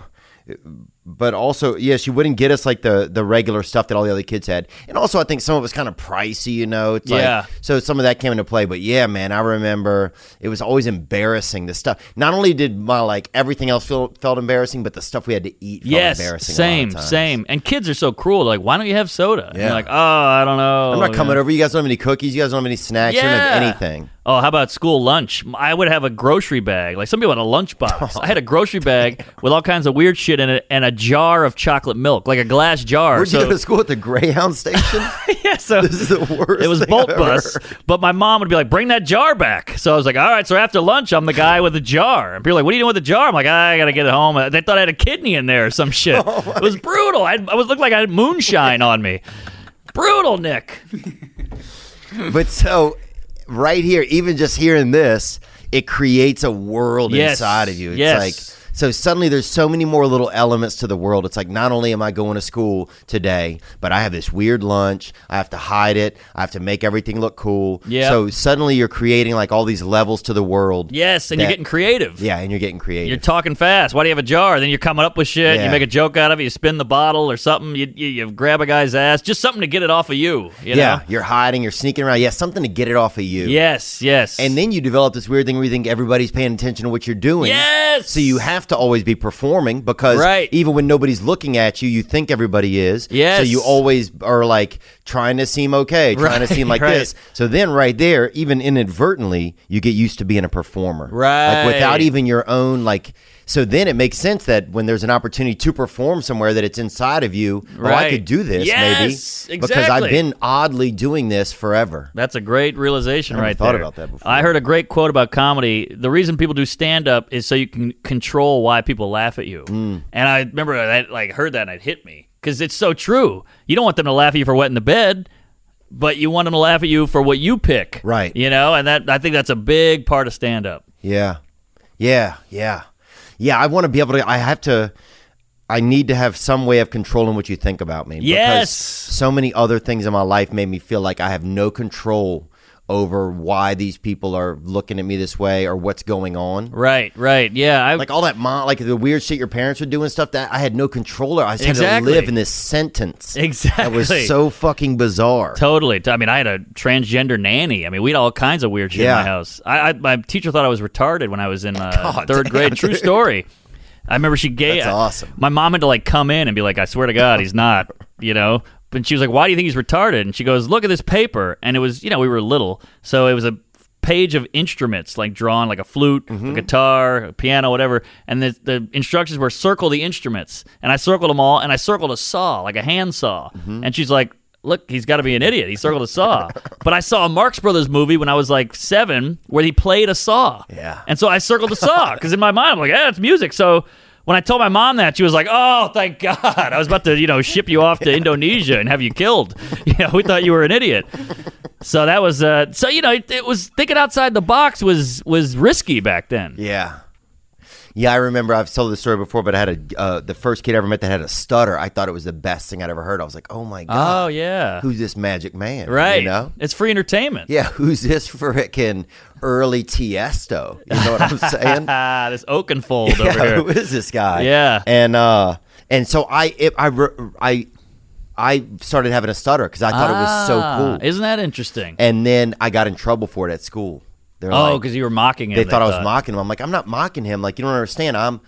S1: but also yeah, she wouldn't get us like the the regular stuff that all the other kids had. And also I think some of it was kind of pricey, you know. It's
S3: Yeah.
S1: like so some of that came into play. But yeah, man, I remember it was always embarrassing the stuff. Not only did my like everything else feel, felt embarrassing, but the stuff we had to eat felt
S3: Yes,
S1: embarrassing. a lot of
S3: same,
S1: times.
S3: same. And kids are so cruel. Like, why don't you have soda? And
S1: Yeah.
S3: you're like, oh, I don't know.
S1: I'm not coming over. You guys don't have any cookies. You guys don't have any snacks. You don't have
S3: Oh, Yeah.
S1: anything.
S3: Oh, how about school lunch? I would have a grocery bag. Like some people had a
S1: [laughs]
S3: lunch box. I had a grocery bag with all kinds of weird shit in it and a jar of chocolate milk, like a glass jar.
S1: Where'd
S3: so,
S1: you go to school at the Greyhound [laughs] station?
S3: [laughs] yeah, so
S1: this is the worst.
S3: it was
S1: thing
S3: bolt
S1: I've ever
S3: bus,
S1: heard.
S3: but my mom would be like, "Bring that jar back." So I was like, "All right." So after lunch, I'm the guy with the jar, and people are like, "What are you doing with the jar?" I'm like, "I gotta get it home." They thought I had a kidney in there or
S1: [laughs]
S3: some shit.
S1: Oh
S3: it was brutal. I, I was looked like I had moonshine on me. Brutal, Nick.
S1: But so, right here, even just hearing this, it creates a world
S3: Yes.
S1: inside of you. It's
S3: Yes.
S1: like so suddenly there's so many more little elements to the world. It's like not only am I going to school today, but I have this weird lunch. I have to hide it. I have to make everything look cool.
S3: Yeah.
S1: So suddenly you're creating like all these levels to the world.
S3: Yes, and
S1: That-
S3: you're getting creative.
S1: Yeah, and you're getting creative.
S3: You're talking fast. Why do you have a jar? Then you're coming up with shit.
S1: Yeah.
S3: You make a joke out of it. You spin the bottle or something. You, you, you grab a guy's ass. Just something to get it off of you. you
S1: yeah,
S3: know?
S1: you're hiding. You're sneaking around. Yeah, something to get it off of you.
S3: Yes. Yes.
S1: And then you develop this weird thing where you think everybody's paying attention to what you're doing.
S3: Yes.
S1: So you have to always be performing because
S3: Right.
S1: even when nobody's looking at you, you think everybody is.
S3: Yes.
S1: So you always are like trying to seem okay, trying to
S3: Right,
S1: seem like
S3: right.
S1: this. So then right there, even inadvertently, you get used to being a performer.
S3: Right.
S1: Like without even your own like so then it makes sense that when there's an opportunity to perform somewhere that it's inside of you, oh, I
S3: Right.
S1: could do this
S3: Yes,
S1: maybe because I've
S3: exactly.
S1: been oddly doing this forever.
S3: That's a great realization
S1: I never
S3: right
S1: thought
S3: there.
S1: about that before.
S3: I heard a great quote about comedy. The reason people do stand up is so you can control why people laugh at you.
S1: Hmm.
S3: And I remember I like heard that and it hit me cuz it's so true. You don't want them to laugh at you for wetting the bed, but you want them to laugh at you for what you pick.
S1: Right.
S3: You know, and that I think that's a big part of stand up.
S1: Yeah. Yeah. Yeah. Yeah. I want to be able to, I have to, I need to have some way of controlling what you think about me.
S3: Yes.
S1: Because so many other things in my life made me feel like I have no control over why these people are looking at me this way or what's going on.
S3: Right, right. Yeah. I,
S1: Like all that mom, like the weird shit your parents would do and stuff. That I had no control. over. I just had to
S3: Exactly.
S1: live in this sentence.
S3: [laughs] exactly.
S1: That was so fucking bizarre.
S3: Totally. I mean, I had a transgender nanny. I mean, we had all kinds of weird shit
S1: Yeah.
S3: in my house. I, I my teacher thought I was retarded when I was
S1: [laughs]
S3: in uh,
S1: God
S3: third
S1: damn,
S3: grade. True
S1: dude.
S3: story. I remember she gave.
S1: That's awesome.
S3: My mom had to like come in and be like, "I swear to God, he's not." You know. And she was like, "Why do you think he's retarded?" And she goes, "Look at this paper." And it was, you know, we were little, so it was a page of instruments like drawn like a flute a guitar a piano whatever and the, the instructions were circle the instruments and i circled them all and i circled a saw like a handsaw and she's like look, he's got to be an idiot. He circled a saw. but I saw a Marx Brothers movie when I was like seven where he played a saw.
S1: Yeah.
S3: And so I circled the saw because in my mind, I'm like, yeah, it's music. So when I told my mom that, she was like, oh, thank God. I was about to, you know, ship you off to Indonesia and have you killed. [laughs] You know, we thought you were an idiot. So that was, uh, so, you know, it, it was thinking outside the box was was risky back then.
S1: Yeah. Yeah, I remember I've told this story before, but I had a uh, the first kid I ever met that had a stutter. I thought it was the best thing I'd ever heard. I was like, "Oh my god,
S3: Oh, yeah.
S1: who's this magic man?"
S3: Right.
S1: You know?
S3: It's free entertainment.
S1: Yeah, [laughs] who's this frickin' early Tiesto? You know what
S3: [laughs]
S1: I'm saying?
S3: Ah, this Oakenfold over
S1: yeah, [laughs]
S3: here.
S1: who is this guy?
S3: Yeah.
S1: and uh, and so I, it, I, re- I, I started having a stutter because I thought
S3: Ah.
S1: it was so cool.
S3: Isn't that interesting?
S1: and then I got in trouble for it at school. They're
S3: Oh,
S1: like-
S3: because you were mocking him.
S1: they thought I was mocking him. I'm like, I'm not mocking him. Like, you don't understand. I'm,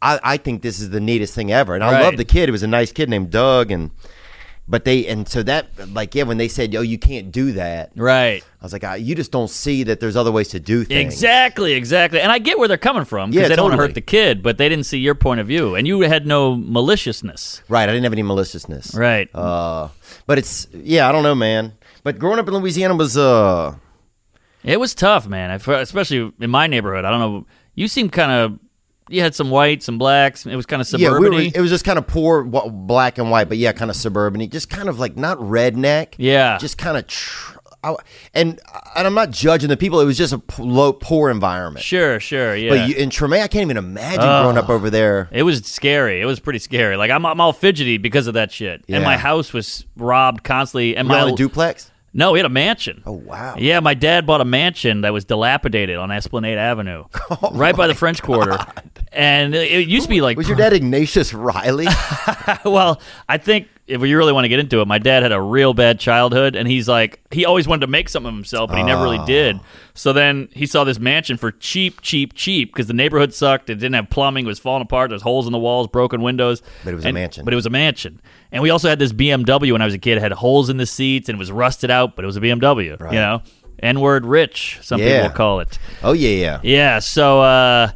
S1: I, I think this is the neatest thing ever. And I
S3: Right.
S1: love the kid. It was a nice kid named Doug. And, but they, and so that, like, yeah, when they said, oh, you can't do that,
S3: Right.
S1: I was like, I, you just don't see that there's other ways to do things.
S3: Exactly, exactly. And I get where they're coming from because
S1: Yeah,
S3: they don't want to
S1: totally.
S3: hurt the kid, but they didn't see your point of view. And you had no maliciousness.
S1: Right. I didn't have any maliciousness.
S3: Right.
S1: Uh, but it's, yeah, I don't know, man. But growing up in Louisiana was, uh,
S3: it was tough, man. I f especially in my neighborhood. I don't know. You seemed kind of. You had some whites, some blacks. It was kind of
S1: yeah, we
S3: suburban.
S1: were, it was just kind of poor, wh- black and white, but yeah, kind of suburban, just kind of like not redneck,
S3: Yeah.
S1: just kind of, tr- I, and and I'm not judging the people. It was just a p- low, poor environment.
S3: sure, sure. Yeah.
S1: But you, in Tremay, I can't even imagine growing up over there.
S3: It was scary. It was pretty scary. Like I'm, I'm all fidgety because of that shit.
S1: Yeah.
S3: And my house was robbed constantly. And
S1: You
S3: my
S1: on a duplex?
S3: no, we had a mansion.
S1: Oh wow!
S3: Yeah, my dad bought a mansion that was dilapidated on Esplanade Avenue, right by the French Quarter. And it it used to be like,
S1: Was your dad Ignatius
S3: [laughs]
S1: Riley?
S3: well, I think if you really want to get into it, my dad had a real bad childhood, and he's like, he always wanted to make something of himself, but he never really did.
S1: Ah.
S3: So then he saw this mansion for cheap, cheap, cheap because the neighborhood sucked. It didn't have plumbing, it was falling apart. There's holes in the walls, broken windows.
S1: But it was a
S3: And-
S1: mansion.
S3: But it was a mansion. And we also had this BMW when I was a kid. It had holes in the seats and it was rusted out, but it was a BMW,
S1: Right.
S3: you know? N word rich, some
S1: Yeah.
S3: people call it.
S1: oh yeah, yeah.
S3: Yeah. So, uh,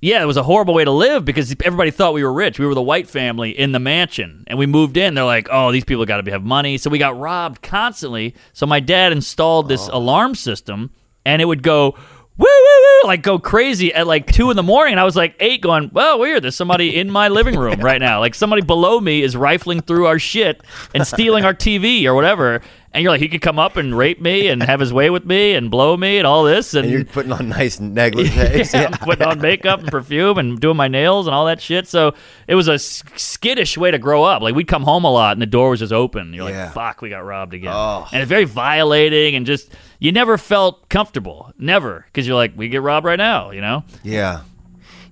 S3: yeah, it was a horrible way to live because everybody thought we were rich. We were the white family in the mansion, and we moved in. They're like, "Oh, these people got to have money." So we got robbed constantly. So my dad installed this
S1: Oh.
S3: alarm system, and it would go. Woo, woo, woo, like go crazy at like two in the morning. And I was like eight going, well, weird. There's somebody in my living room right now. Like somebody below me is rifling through our shit and stealing our TV or whatever. And you're like, he could come up and rape me and have his way with me and blow me and all this.
S1: And you're putting on nice [laughs] negligees.
S3: yeah, I'm [laughs] putting on makeup and perfume and doing my nails and all that shit. So it was a s- skittish way to grow up. Like we'd come home a lot and the door was just open. You're
S1: Yeah.
S3: like, fuck, we got robbed again.
S1: Oh.
S3: And it's very violating and just you never felt comfortable, never, because you're like, we get robbed right now, you know?
S1: Yeah.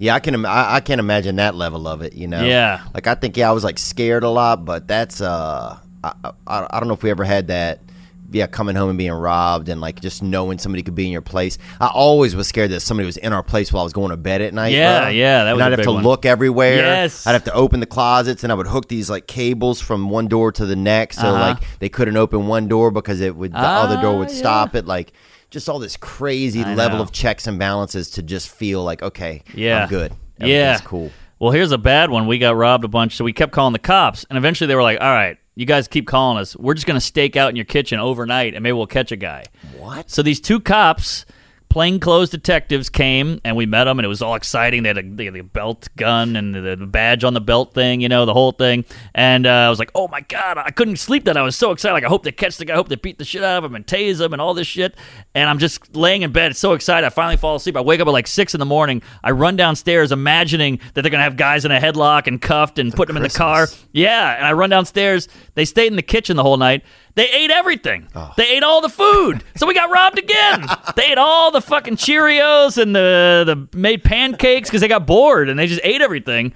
S1: Yeah, I can Im- I, I can't imagine that level of it, you know.
S3: Yeah.
S1: Like I think yeah, I was like scared a lot, but that's uh I I, I don't know if we ever had that yeah, coming home and being robbed and like just knowing somebody could be in your place. I always was scared that somebody was in our place while I was going to bed at night.
S3: Yeah,
S1: bro.
S3: yeah, that
S1: and
S3: was a
S1: I'd have
S3: big
S1: to
S3: one.
S1: look everywhere.
S3: Yes.
S1: I'd have to open the closets and I would hook these like cables from one door to the next so
S3: Uh-huh.
S1: like they couldn't open one door because it would the other door
S3: Ah,
S1: would
S3: yeah.
S1: stop it like just all this crazy
S3: I
S1: level
S3: know.
S1: of checks and balances to just feel like okay
S3: Yeah.
S1: i'm good
S3: Yeah.
S1: Everything's cool [laughs]
S3: Well, here's a bad one. We got robbed a bunch, so we kept calling the cops, and eventually they were like, "All right, you guys keep calling us. We're just gonna stake out in your kitchen overnight, and maybe we'll catch a guy."
S1: What?
S3: So these two cops plainclothes detectives came and we met them and it was all exciting. They had a, they had a belt gun and the, the badge on the belt thing, you know, the whole thing. And uh, I was like, oh my God, I couldn't sleep that. I was so excited. Like, I hope they catch the guy. I hope they beat the shit out of him and tase him and all this shit. And I'm just laying in bed so excited. I finally fall asleep. I wake up at like six in the morning. I run downstairs imagining that they're going to have guys in a headlock and cuffed and put them in the car. Yeah. And I run downstairs. They stayed in the kitchen the whole night. They ate everything.
S1: Oh.
S3: They ate all the food. So we got
S1: [laughs]
S3: robbed again. they ate all the fucking Cheerios and the the made pancakes because they got bored and they just ate everything.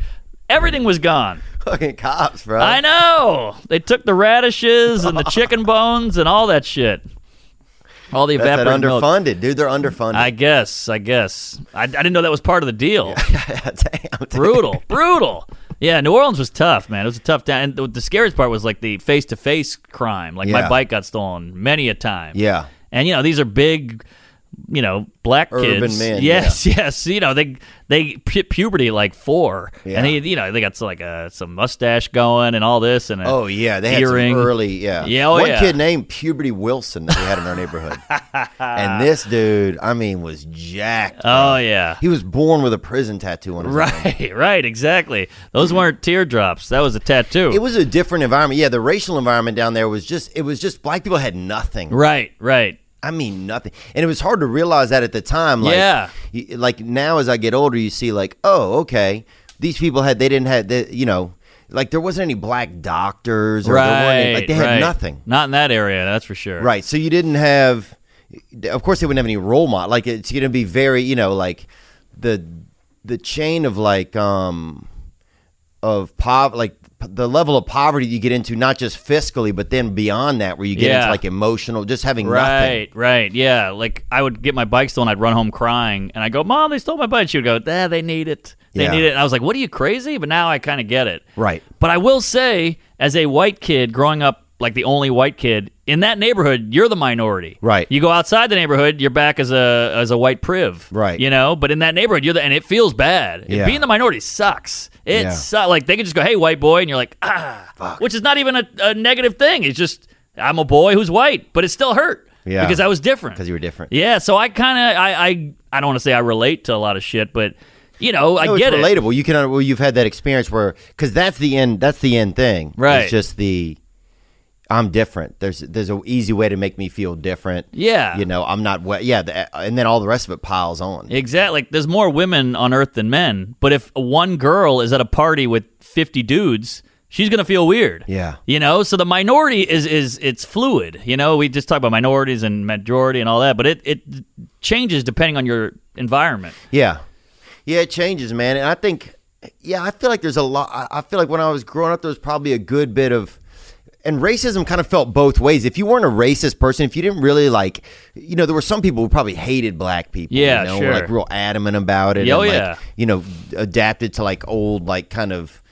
S3: Everything was gone.
S1: Fucking cops, bro.
S3: I know. They took the radishes and
S1: [laughs]
S3: the chicken bones and all that shit. All the
S1: That's that
S3: evaporated milk.
S1: underfunded, dude. They're underfunded. [laughs]
S3: I guess. I guess. I, I didn't know that was part of the deal.
S1: Damn, dude.
S3: [laughs] brutal, brutal. Yeah, New Orleans was tough, man. It was a tough town. And the, the scariest part was like the face to face crime. Like
S1: Yeah.
S3: my bike got stolen many a time.
S1: Yeah.
S3: and you know these are big, you know, black
S1: Urban
S3: kids.
S1: men,
S3: Yes, [laughs] yes. You know they they pu- puberty like four,
S1: Yeah.
S3: and they, you know they got like uh, some mustache going and all this and a
S1: Oh yeah, they had
S3: earring.
S1: some early yeah.
S3: Yeah, oh,
S1: one
S3: yeah.
S1: kid named Puberty Wilson that we had in our
S3: [laughs]
S1: neighborhood, and this dude, I mean, was jacked.
S3: Oh
S1: bro.
S3: yeah.
S1: he was born with a prison tattoo on his arm.
S3: [laughs] Right, right, exactly. Those weren't teardrops. That was a tattoo.
S1: It was a different environment. Yeah, the racial environment down there was just it was just black people had nothing.
S3: right, right.
S1: I mean nothing, and it was hard to realize that at the time. Like,
S3: Yeah.
S1: you- like now as I get older, you see like, oh, okay, these people had they didn't have they, you know, like there wasn't any black doctors or there weren't
S3: Right.
S1: any- like they had
S3: right.
S1: nothing.
S3: Not in that area, that's for sure.
S1: Right. So you didn't have, of course, they wouldn't have any role model. Like it's going to be very, you know, like the the chain of like um of pov like the level of poverty you get into, not just fiscally, but then beyond that, where you get
S3: Yeah.
S1: into like emotional, just having nothing.
S3: Right, right, yeah. Like I would get my bike stolen, I'd run home crying, and I go, "Mom, they stole my bike." She would go, "Ah, they need it, they
S1: Yeah.
S3: need it." And I was like, "What are you crazy?" But now I kind of get it.
S1: Right.
S3: But I will say, as a white kid growing up, like the only white kid in that neighborhood, you're the minority.
S1: Right.
S3: You go outside the neighborhood, you're back as a as a white priv.
S1: Right.
S3: You know, but in that neighborhood, you're the and it feels bad.
S1: Yeah.
S3: Being the minority sucks. It
S1: Yeah.
S3: sucks. Like they could just go, "Hey, white boy," and you're like, "Ah," which is not even a, a negative thing. It's just I'm a boy who's white, but it still hurt.
S1: Yeah.
S3: Because I was different.
S1: Because you were different.
S3: Yeah. So I kind of I I I don't want to say I relate to a lot of shit, but you know I
S1: No,
S3: get
S1: it's
S3: it.
S1: relatable. You can well, you've had that experience where because that's the end. That's the end thing.
S3: Right.
S1: It's just the I'm different. There's there's an easy way to make me feel different.
S3: Yeah.
S1: You know, I'm not. wet. Yeah. The, and then all the rest of it piles on.
S3: Exactly. Like, there's more women on Earth than men, but if one girl is at a party with 50 dudes, she's gonna feel weird.
S1: Yeah.
S3: You know. So the minority is is it's fluid. You know, we just talk about minorities and majority and all that, but it it changes depending on your environment.
S1: Yeah. Yeah, it changes, man. And I think, yeah, I feel like there's a lot. I- I feel like when I was growing up, there was probably a good bit of. And racism kind of felt both ways. If you weren't a racist person, if you didn't really like, you know, there were some people who probably hated black people.
S3: Yeah,
S1: you know, were, like
S3: sure.
S1: real adamant about it.
S3: Yeah, oh,
S1: and, like,
S3: yeah.
S1: You know, adapted to like old, like kind of,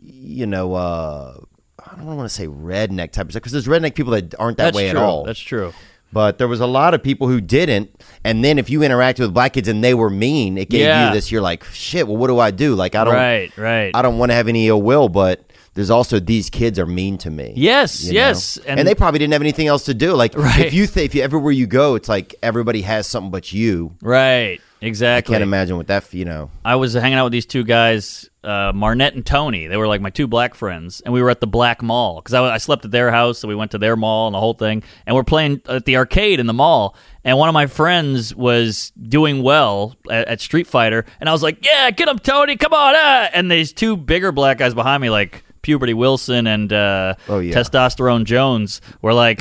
S1: you know, uh I don't want to say redneck type of stuff because there's redneck people that aren't that
S3: That's
S1: way
S3: true.
S1: at all.
S3: That's true.
S1: But there was a lot of people who didn't. And then if you interacted with black kids and they were mean, it gave
S3: Yeah.
S1: you this. You're like, shit. Well, what do I do? Like, I don't.
S3: Right. Right.
S1: I don't want to have any ill will, but there's also these kids are mean to me.
S3: Yes,
S1: you know?
S3: yes,
S1: and,
S3: and-
S1: they probably didn't have anything else to do. Like,
S3: Right.
S1: if you th- if you everywhere you go, it's like everybody has something but you.
S3: right.
S1: I
S3: Exactly.
S1: can't imagine what that you know.
S3: I was hanging out with these two guys, uh, Marnette and Tony. They were like my two black friends, and we were at the Black Mall because I, I slept at their house, so we went to their mall and the whole thing. And we're playing at the arcade in the mall, and one of my friends was doing well at, at Street Fighter, and I was like, "Yeah, get him, Tony! Come on!" Ah! And these two bigger black guys behind me, like Puberty Wilson and uh,
S1: Oh, yeah.
S3: Testosterone Jones,
S1: [laughs]
S3: were like,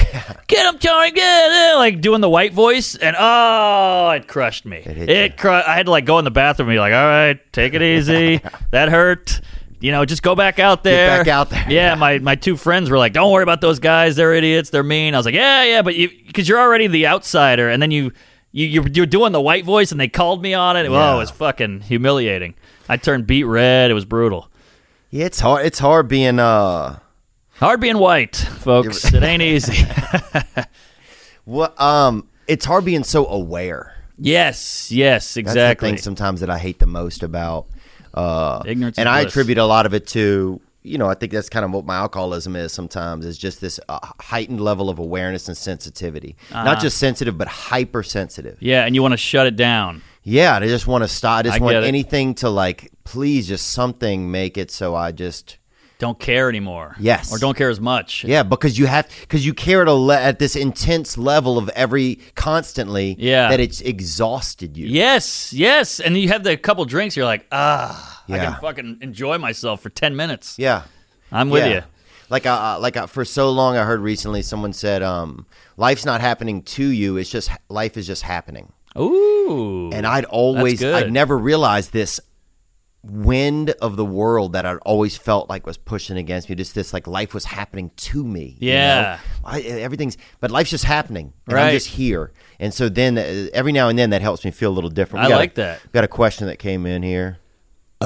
S3: "Get him, Tony! Get him!" Like doing the white voice, and oh, it crushed me.
S1: hit
S3: It,
S1: you.
S3: cru- I had to like go in the bathroom and be like, all right, take
S1: [laughs]
S3: it easy. that hurt. You know, just go back out there.
S1: back out there.
S3: Yeah, my, my two friends were like, don't worry about those guys. They're idiots. They're mean. I was like, yeah, yeah, but you, because you're already the outsider. And then you, you you're, you're doing the white voice and they called me on it. Whoa, it was fucking humiliating. I turned beat red. It was brutal.
S1: Yeah, it's hard. It's hard being uh.
S3: Hard being white, folks. it
S1: [laughs]
S3: ain't easy.
S1: What um. It's hard being so aware.
S3: yes, yes,
S1: That's
S3: exactly.
S1: the thing sometimes that I hate the most about uh,
S3: Ignorance is
S1: And I
S3: bliss.
S1: attribute a lot of it to you know, I think that's kind of what my alcoholism is sometimes is just this uh, heightened level of awareness and sensitivity.
S3: Uh-huh.
S1: Not just sensitive, but hypersensitive.
S3: Yeah, and you want to shut it down.
S1: Yeah, and I just want to stop. I just
S3: I
S1: want
S3: get it.
S1: anything to like, please, just something make it so I just.
S3: Don't care anymore.
S1: Yes.
S3: Or don't care as much.
S1: Yeah, because you have because you care at a le- at this intense level of every constantly.
S3: Yeah.
S1: that it's exhausted you.
S3: Yes, yes. And you have the couple drinks, you're like, ah, I
S1: Yeah.
S3: can fucking enjoy myself for 10 minutes.
S1: yeah,
S3: I'm with
S1: yeah.
S3: you.
S1: Like I I- like I, for so long, I heard recently someone said, um, "Life's not happening to you. It's just life is just happening."
S3: Ooh.
S1: And I'd always
S3: good.
S1: I'd never realized this wind of the world that I'd always felt like was pushing against me. Just this like life was happening to me. you know?
S3: Yeah.
S1: I, everything's but life's just happening. And
S3: Right.
S1: I'm just here. And so then uh, every now and then that helps me feel a little different.
S3: I
S1: got a-
S3: like that.
S1: We got a question that came in here.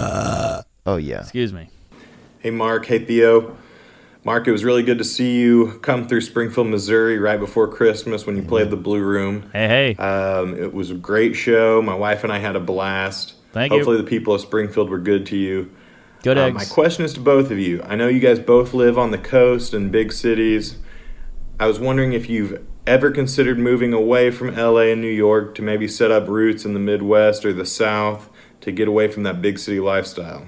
S1: oh yeah.
S3: Excuse me.
S6: Hey, Mark. Hey, Theo. Mark, it was really good to see you come through Springfield, Missouri right before Christmas when you played the Blue Room.
S3: Hey, hey.
S1: Uh,
S6: Um, it was a great show. My wife and I had a blast.
S3: Thank you.
S6: Hopefully, the people of Springfield were good to you.
S3: Good
S6: Uh, my
S3: eggs.
S6: question is to both of you. I know you guys both live on the coast and big cities. I was wondering if you've ever considered moving away from LA and New York to maybe set up roots in the Midwest or the South to get away from that big city lifestyle.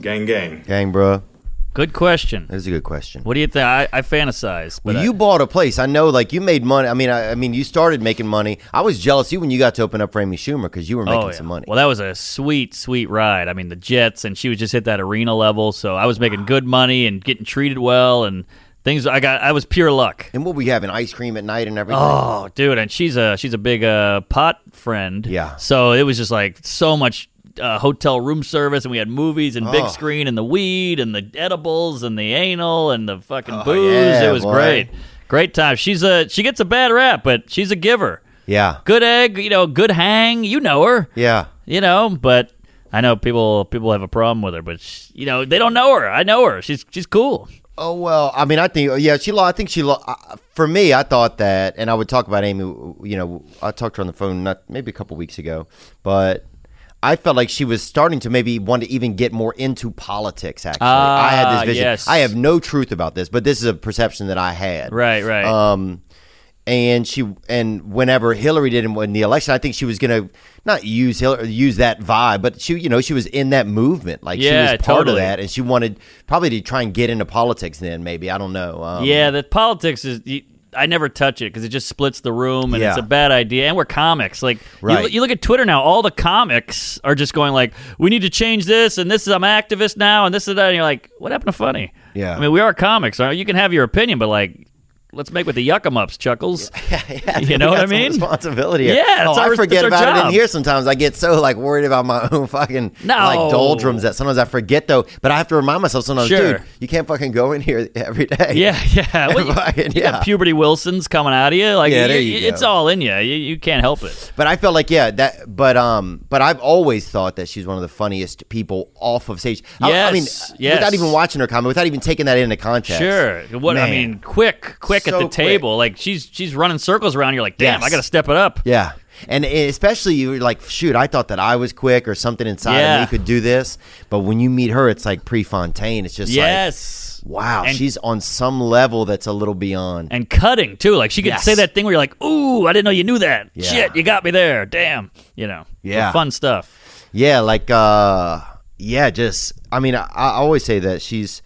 S6: Gang, gang.
S1: Gang, bro.
S3: Good question.
S1: That was a good question.
S3: What do you think? I, I fantasize. But
S1: Well,
S3: I-
S1: you bought a place. I know, like you made money. I mean, I, I mean, you started making money. I was jealous of you when you got to open up for Amy Schumer because you were making
S3: Oh, yeah.
S1: some money.
S3: Well, that was a sweet, sweet ride. I mean, the Jets, and she was just hit that arena level, so I was making good money and getting treated well, and things. I got, I was pure luck.
S1: and what we have an ice cream at night and everything.
S3: Oh, dude, and she's a she's a big uh, pot friend.
S1: Yeah.
S3: So it was just like so much uh, hotel room service, and we had movies and big
S1: Oh.
S3: screen, and the weed, and the edibles, and the anal, and the fucking
S1: Oh,
S3: booze.
S1: yeah,
S3: it was
S1: boy.
S3: great, great time. She's a she gets a bad rap, but she's a giver.
S1: Yeah.
S3: Good egg, you know, good hang. You know her
S1: Yeah.
S3: you know. But I know people people have a problem with her, but sh you know they don't know her. I know her. She's she's cool.
S1: Oh well, I mean, I think yeah, she. lo- I think she. lo- I- For me, I thought that, and I would talk about Amy. You know, I talked to her on the phone not maybe a couple weeks ago, but I felt like she was starting to maybe want to even get more into politics. Actually, I had
S3: Ah,
S1: this vision.
S3: yes.
S1: I have no truth about this, but this is a perception that I had.
S3: Right, right.
S1: Um, and she and whenever Hillary didn't win the election, I think she was gonna not use Hillary, use that vibe, but she, you know, she was in that movement, like
S3: Yeah,
S1: she was part
S3: totally.
S1: of that, and she wanted probably to try and get into politics. Then maybe I don't know. Um, [laughs]
S3: yeah, the politics is. You, I never touch it because it just splits the room and it's
S1: Yeah.
S3: a bad idea. And we're comics. Like, you- you,
S1: Right.
S3: look at Twitter now, all the comics are just going like, we need to change this and this is, I'm an activist now and this is that. And you're like, what happened to funny?
S1: Yeah.
S3: I mean, we are comics. aren't we? You can have your opinion, but like, let's make with the yuck em ups, Chuckles.
S1: [laughs] yeah,
S3: You
S1: we
S3: know what
S1: got
S3: I
S1: some
S3: mean?
S1: Responsibility.
S3: Yeah, that's
S1: oh,
S3: our-
S1: I forget
S3: that's our
S1: about it
S3: job.
S1: in here sometimes. I get so like worried about my [laughs] own fucking
S3: No.
S1: like doldrums that sometimes I forget though. But I have to remind myself sometimes,
S3: Sure.
S1: dude, you can't fucking go in here [laughs] every day.
S3: Yeah,
S1: [laughs]
S3: yeah. Well, you,
S1: Fucking,
S3: you got
S1: yeah.
S3: puberty Wilson's coming out of you. Like,
S1: Yeah,
S3: y-
S1: there
S3: y-
S1: you
S3: it's
S1: go.
S3: all in you. you. You can't help it.
S1: But I felt like yeah that but um but I've always thought that she's one of the funniest people off of stage. I- I, mean
S3: Yes, yes.
S1: without even watching her comment, without even taking that into context.
S3: Sure. What I
S1: Man.
S3: mean, quick, quick
S1: So
S3: at the
S1: quick.
S3: table. Like she's she's running circles around. You're like, damn,
S1: Yes.
S3: I got to step it up.
S1: Yeah. And e, especially you were like shoot, I thought that I was quick or something inside
S3: Yeah.
S1: of me could do this, but when you meet her it's like Prefontaine, it's just
S3: yes.
S1: like wow,
S3: And-
S1: she's on some level that's a little beyond.
S3: And cutting too. Like she could
S1: Yes.
S3: say that thing where you're like, ooh, I didn't know you knew that.
S1: Yeah.
S3: Shit, you got me there. Damn. You know.
S1: Yeah.
S3: Fun stuff.
S1: Yeah, like uh yeah, just I mean I, I always say that she's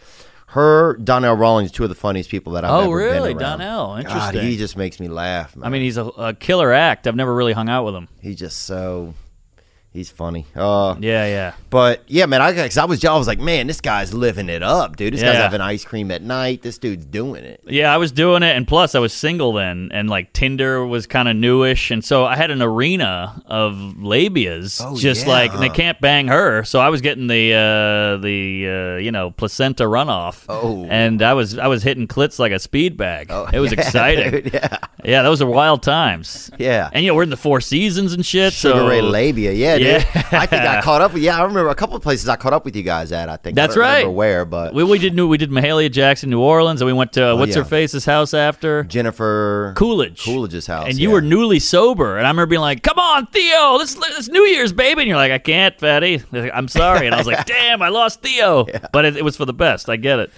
S1: her Donnell Rawlings two of the funniest people that I've
S3: Oh,
S1: ever been
S3: really?
S1: around.
S3: Donnell.
S1: God,
S3: Interesting.
S1: he just makes me laugh. Man.
S3: I mean, he's a, a killer act. I've never really hung out with him.
S1: he's just so he's funny. Uh,
S3: Yeah, yeah.
S1: but yeah, man, I cause I was I was like, man, this guy's living it up, dude. This guy's
S3: Yeah.
S1: having ice cream at night. This dude's doing it.
S3: Yeah, I was doing it, and plus I was single then, and like Tinder was kind of newish, and so I had an arena of labias,
S1: Oh,
S3: just
S1: yeah,
S3: like and they
S1: huh.
S3: can't bang her, so I was getting the uh, the uh, you know placenta runoff,
S1: Oh.
S3: and I was I was hitting clits like a speed bag. it
S1: [laughs]
S3: was exciting.
S1: dude, yeah,
S3: Yeah, those are wild times.
S1: Yeah.
S3: and you know we're in the Four Seasons and shit.
S1: Sugar
S3: so
S1: Ray Labia, yeah, it.
S3: Yeah.
S1: I think I caught up with. Yeah, I remember a couple of places I caught up with you guys at. I think I
S3: That's
S1: don't remember
S3: right.
S1: Where, but
S3: We, we did New, we did Mahalia Jackson, New Orleans, and we went to what's
S1: Oh, yeah.
S3: her face's house after
S1: Jennifer
S3: Coolidge.
S1: Coolidge's house,
S3: and you
S1: yeah.
S3: were newly sober, and I remember being like, "Come on, Theo, this this New Year's, baby," and you're like, "I can't, fatty. They're like, I'm sorry," and I was
S1: [laughs]
S3: like, "Damn, I lost Theo," but it, it was for the best. I get it.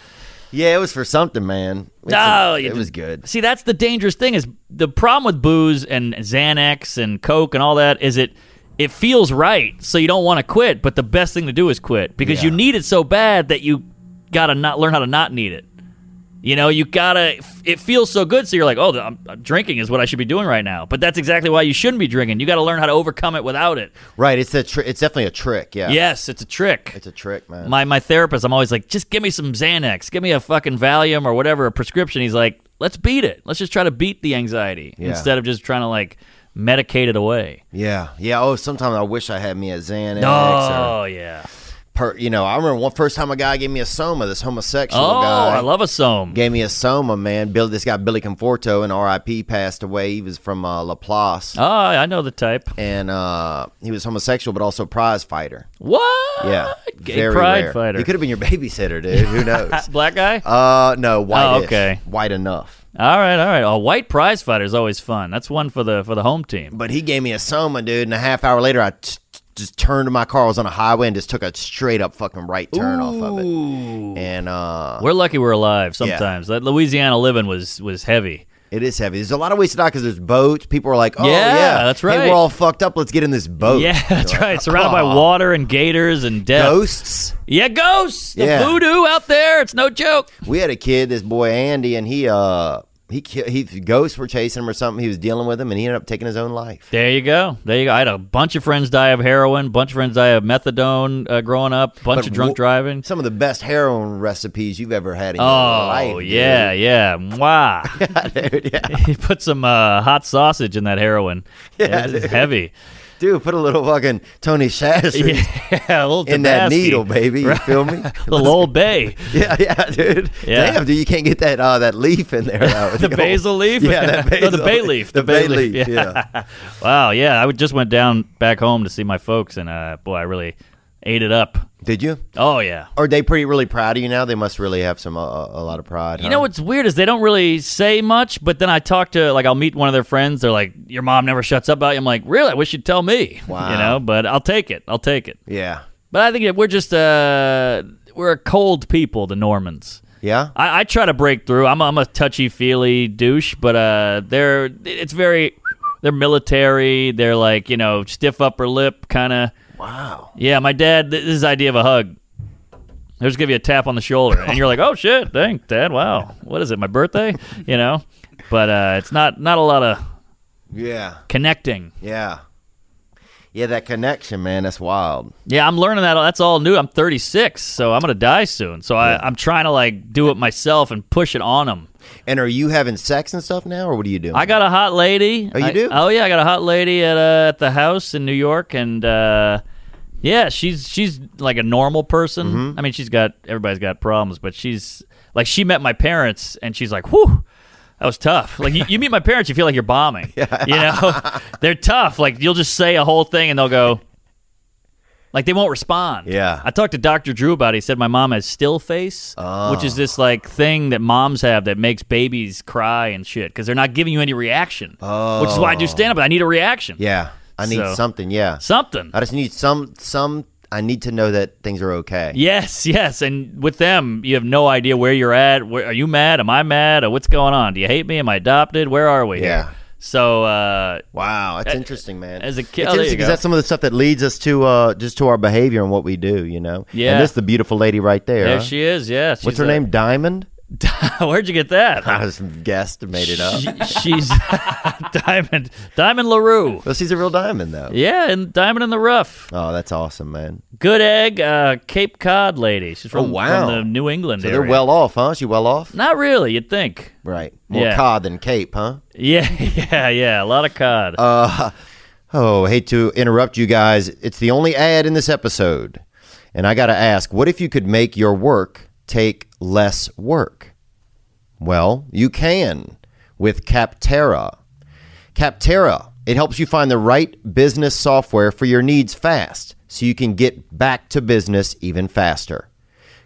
S1: Yeah, it was for something, man. It's
S3: No,
S1: a-
S3: Oh, you
S1: it
S3: did-
S1: was good.
S3: See, that's the dangerous thing is the problem with booze and Xanax and Coke and all that is it it feels right, so you don't want to quit, but the best thing to do is quit because you
S1: Yeah.
S3: need it so bad that you gotta not learn how to not need it. You know, you gotta. It feels so good, so you're like, oh, the, I'm, drinking is what I should be doing right now. But that's exactly why you shouldn't be drinking. You got to learn how to overcome it without it.
S1: Right, it's a tr- it's definitely a trick. Yeah,
S3: Yes, it's a trick.
S1: it's a trick, man.
S3: my my therapist, I'm always like, just give me some Xanax, give me a fucking Valium or whatever, a prescription. He's like, let's beat it. Let's just try to beat the anxiety
S1: Yeah.
S3: instead of just trying to like medicate it away.
S1: yeah, yeah. Oh, sometimes I wish I had me a Xanax. Or
S3: Oh yeah.
S1: per, you know, I remember one first time a guy gave me a soma. This homosexual
S3: Oh,
S1: guy
S3: I love a som.
S1: gave me a soma, man. Bill, this guy Billy Conforto, and R.I.P. passed away. He was from uh, Laplace,
S3: Oh, I know the type.
S1: and uh, he was homosexual, but also prize fighter.
S3: What?
S1: Yeah,
S3: Gay
S1: very
S3: pride
S1: rare.
S3: fighter.
S1: He could have been your babysitter, dude. Who knows?
S3: [laughs] Ah, Black guy?
S1: Uh, no, white.
S3: Oh, okay.
S1: white enough.
S3: all right, all right. A white prize fighter is always fun. That's one for the for the home team.
S1: But he gave me a soma, dude, and a half hour later, I t- t- just turned to my car. I was on a highway and just took a straight up fucking right turn off of it.
S3: Ooh.
S1: And uh,
S3: We're lucky we're alive. Sometimes that Louisiana living was was heavy.
S1: it is heavy. There's a lot of ways to die because there's boats. People are like, oh
S3: Yeah,
S1: yeah,
S3: that's
S1: Hey,
S3: right.
S1: we're all fucked up. Let's get in this boat.
S3: Yeah, [laughs] that's
S1: You're like,
S3: right. Surrounded by
S1: "Aw."
S3: water and gators and death.
S1: Ghosts.
S3: Yeah, ghosts. The
S1: Yeah.
S3: voodoo out there. It's no joke.
S1: We had a kid, this boy Andy, and he uh he ki- he ghosts were chasing him or something. He was dealing with him, and he ended up taking his own life.
S3: There you go. There you go. I had a bunch of friends die of heroin, bunch of friends die of methadone uh, growing up, bunch
S1: But
S3: of drunk
S1: wh-
S3: driving.
S1: Some of the best heroin recipes you've ever had in your
S3: Oh,
S1: life. dude.
S3: yeah, yeah. Mwah.
S1: [laughs]
S3: [laughs]
S1: dude, yeah.
S3: he put some uh, hot sausage in that heroin.
S1: Yeah,
S3: It was
S1: dude. [laughs]
S3: heavy.
S1: Dude, put a little fucking Tony Shasta
S3: [laughs] Yeah, a little
S1: in that
S3: Tabasco. [laughs]
S1: needle, baby. You feel me? [laughs]
S3: Little Old Bay. [laughs]
S1: yeah, yeah, dude.
S3: Yeah.
S1: Damn, dude, you can't get that uh, that leaf in there. though.
S3: [laughs] The basil
S1: [laughs]
S3: leaf?
S1: Yeah, that
S3: [laughs] No,
S1: basil.
S3: the bay leaf.
S1: The, bay leaf. Yeah.
S3: Wow, yeah. I would- just went down back home to see my folks, and uh, boy, I really ate it up.
S1: Did you?
S3: Oh, yeah.
S1: Are they pretty really proud of you now? They must really have some uh, a lot of pride.
S3: You know what's weird is they don't really say much, but then I talk to like I'll meet one of their friends. They're like, "Your mom never shuts up about you." I'm like, "Really? I wish you'd tell me." [laughs]
S1: Wow.
S3: You know, but I'll take it. I'll take it.
S1: Yeah.
S3: But I think that we're just uh we're a cold people, the Normans.
S1: Yeah.
S3: I, I try to break through. I'm, I'm a touchy feely douche, but uh, they're it's very they're military. They're like you know stiff upper lip kind of.
S1: Wow.
S3: Yeah, my dad. This is his idea of a hug. They'll just give you a tap on the shoulder, and you're like, "Oh shit, thanks, Dad. Wow, what is it? My birthday? You know?" But uh, it's not not a lot of
S1: Yeah.
S3: connecting.
S1: Yeah. Yeah. That connection, man. That's wild.
S3: Yeah, I'm learning that. That's all new. I'm 36, so I'm gonna die soon. So I, I'm trying to like do it myself and push it on them.
S1: And are you having sex and stuff now, or what are you doing?
S3: I got a hot lady.
S1: Oh, you
S3: I-
S1: do?
S3: oh yeah, I got a hot lady at uh, at the house in New York, and uh, yeah, she's she's like a normal person.
S1: Mm-hmm.
S3: I mean, she's got everybody's got problems, but she's like she met my parents, and she's like, whew. That was tough. Like you, you meet my parents, you feel like
S1: [laughs]
S3: you're bombing. You know, they're tough. Like you'll just say a whole thing, and they'll go, like they won't respond.
S1: Yeah.
S3: I talked to Dr. Drew about it. He said my mom has still face, which
S1: Ah.
S3: is this like thing that moms have that makes babies cry and shit because they're not giving you any reaction. Which is why I do stand up. I need a reaction.
S1: Oh. Yeah. I need
S3: So-
S1: something. Yeah.
S3: Something.
S1: I just need some some. I need to know that things are okay.
S3: Yes, yes. And with them, you have no idea where you're at. Where, are you mad? Am I mad? Or what's going on? Do you hate me? Am I adopted? Where are we?
S1: Yeah.
S3: here? So, uh,
S1: Wow, that's interesting, man.
S3: as a kid-
S1: it's
S3: oh, there you
S1: interesting
S3: go.
S1: because that's some of the stuff that leads us to uh, just to our behavior and what we do. You know.
S3: Yeah.
S1: And this the beautiful lady right there.
S3: there
S1: huh?
S3: she is. Yeah.
S1: What's
S3: she's
S1: her
S3: a-
S1: name? Diamond. [laughs]
S3: [laughs] Where'd you get that?
S1: I just guessed, and made it up.
S3: She- she's [laughs] Diamond, Diamond LaRue.
S1: well, she's a real diamond, though.
S3: Yeah, and Diamond in the Rough.
S1: Oh, that's awesome, man.
S3: Good Egg, uh, Cape Cod lady. She's from,
S1: Oh, wow.
S3: from the New England
S1: So
S3: area.
S1: they're well off, huh? She well off,
S3: Not really, you'd think. [laughs]
S1: right? More
S3: Yeah.
S1: cod than cape, huh?
S3: Yeah, yeah, yeah. A lot of cod.
S1: Uh, Oh, hate to interrupt you guys. It's the only ad in this episode. And I got to ask, what if you could make your work take less work? Well, you can with Capterra. Capterra It helps you find the right business software for your needs fast so you can get back to business even faster.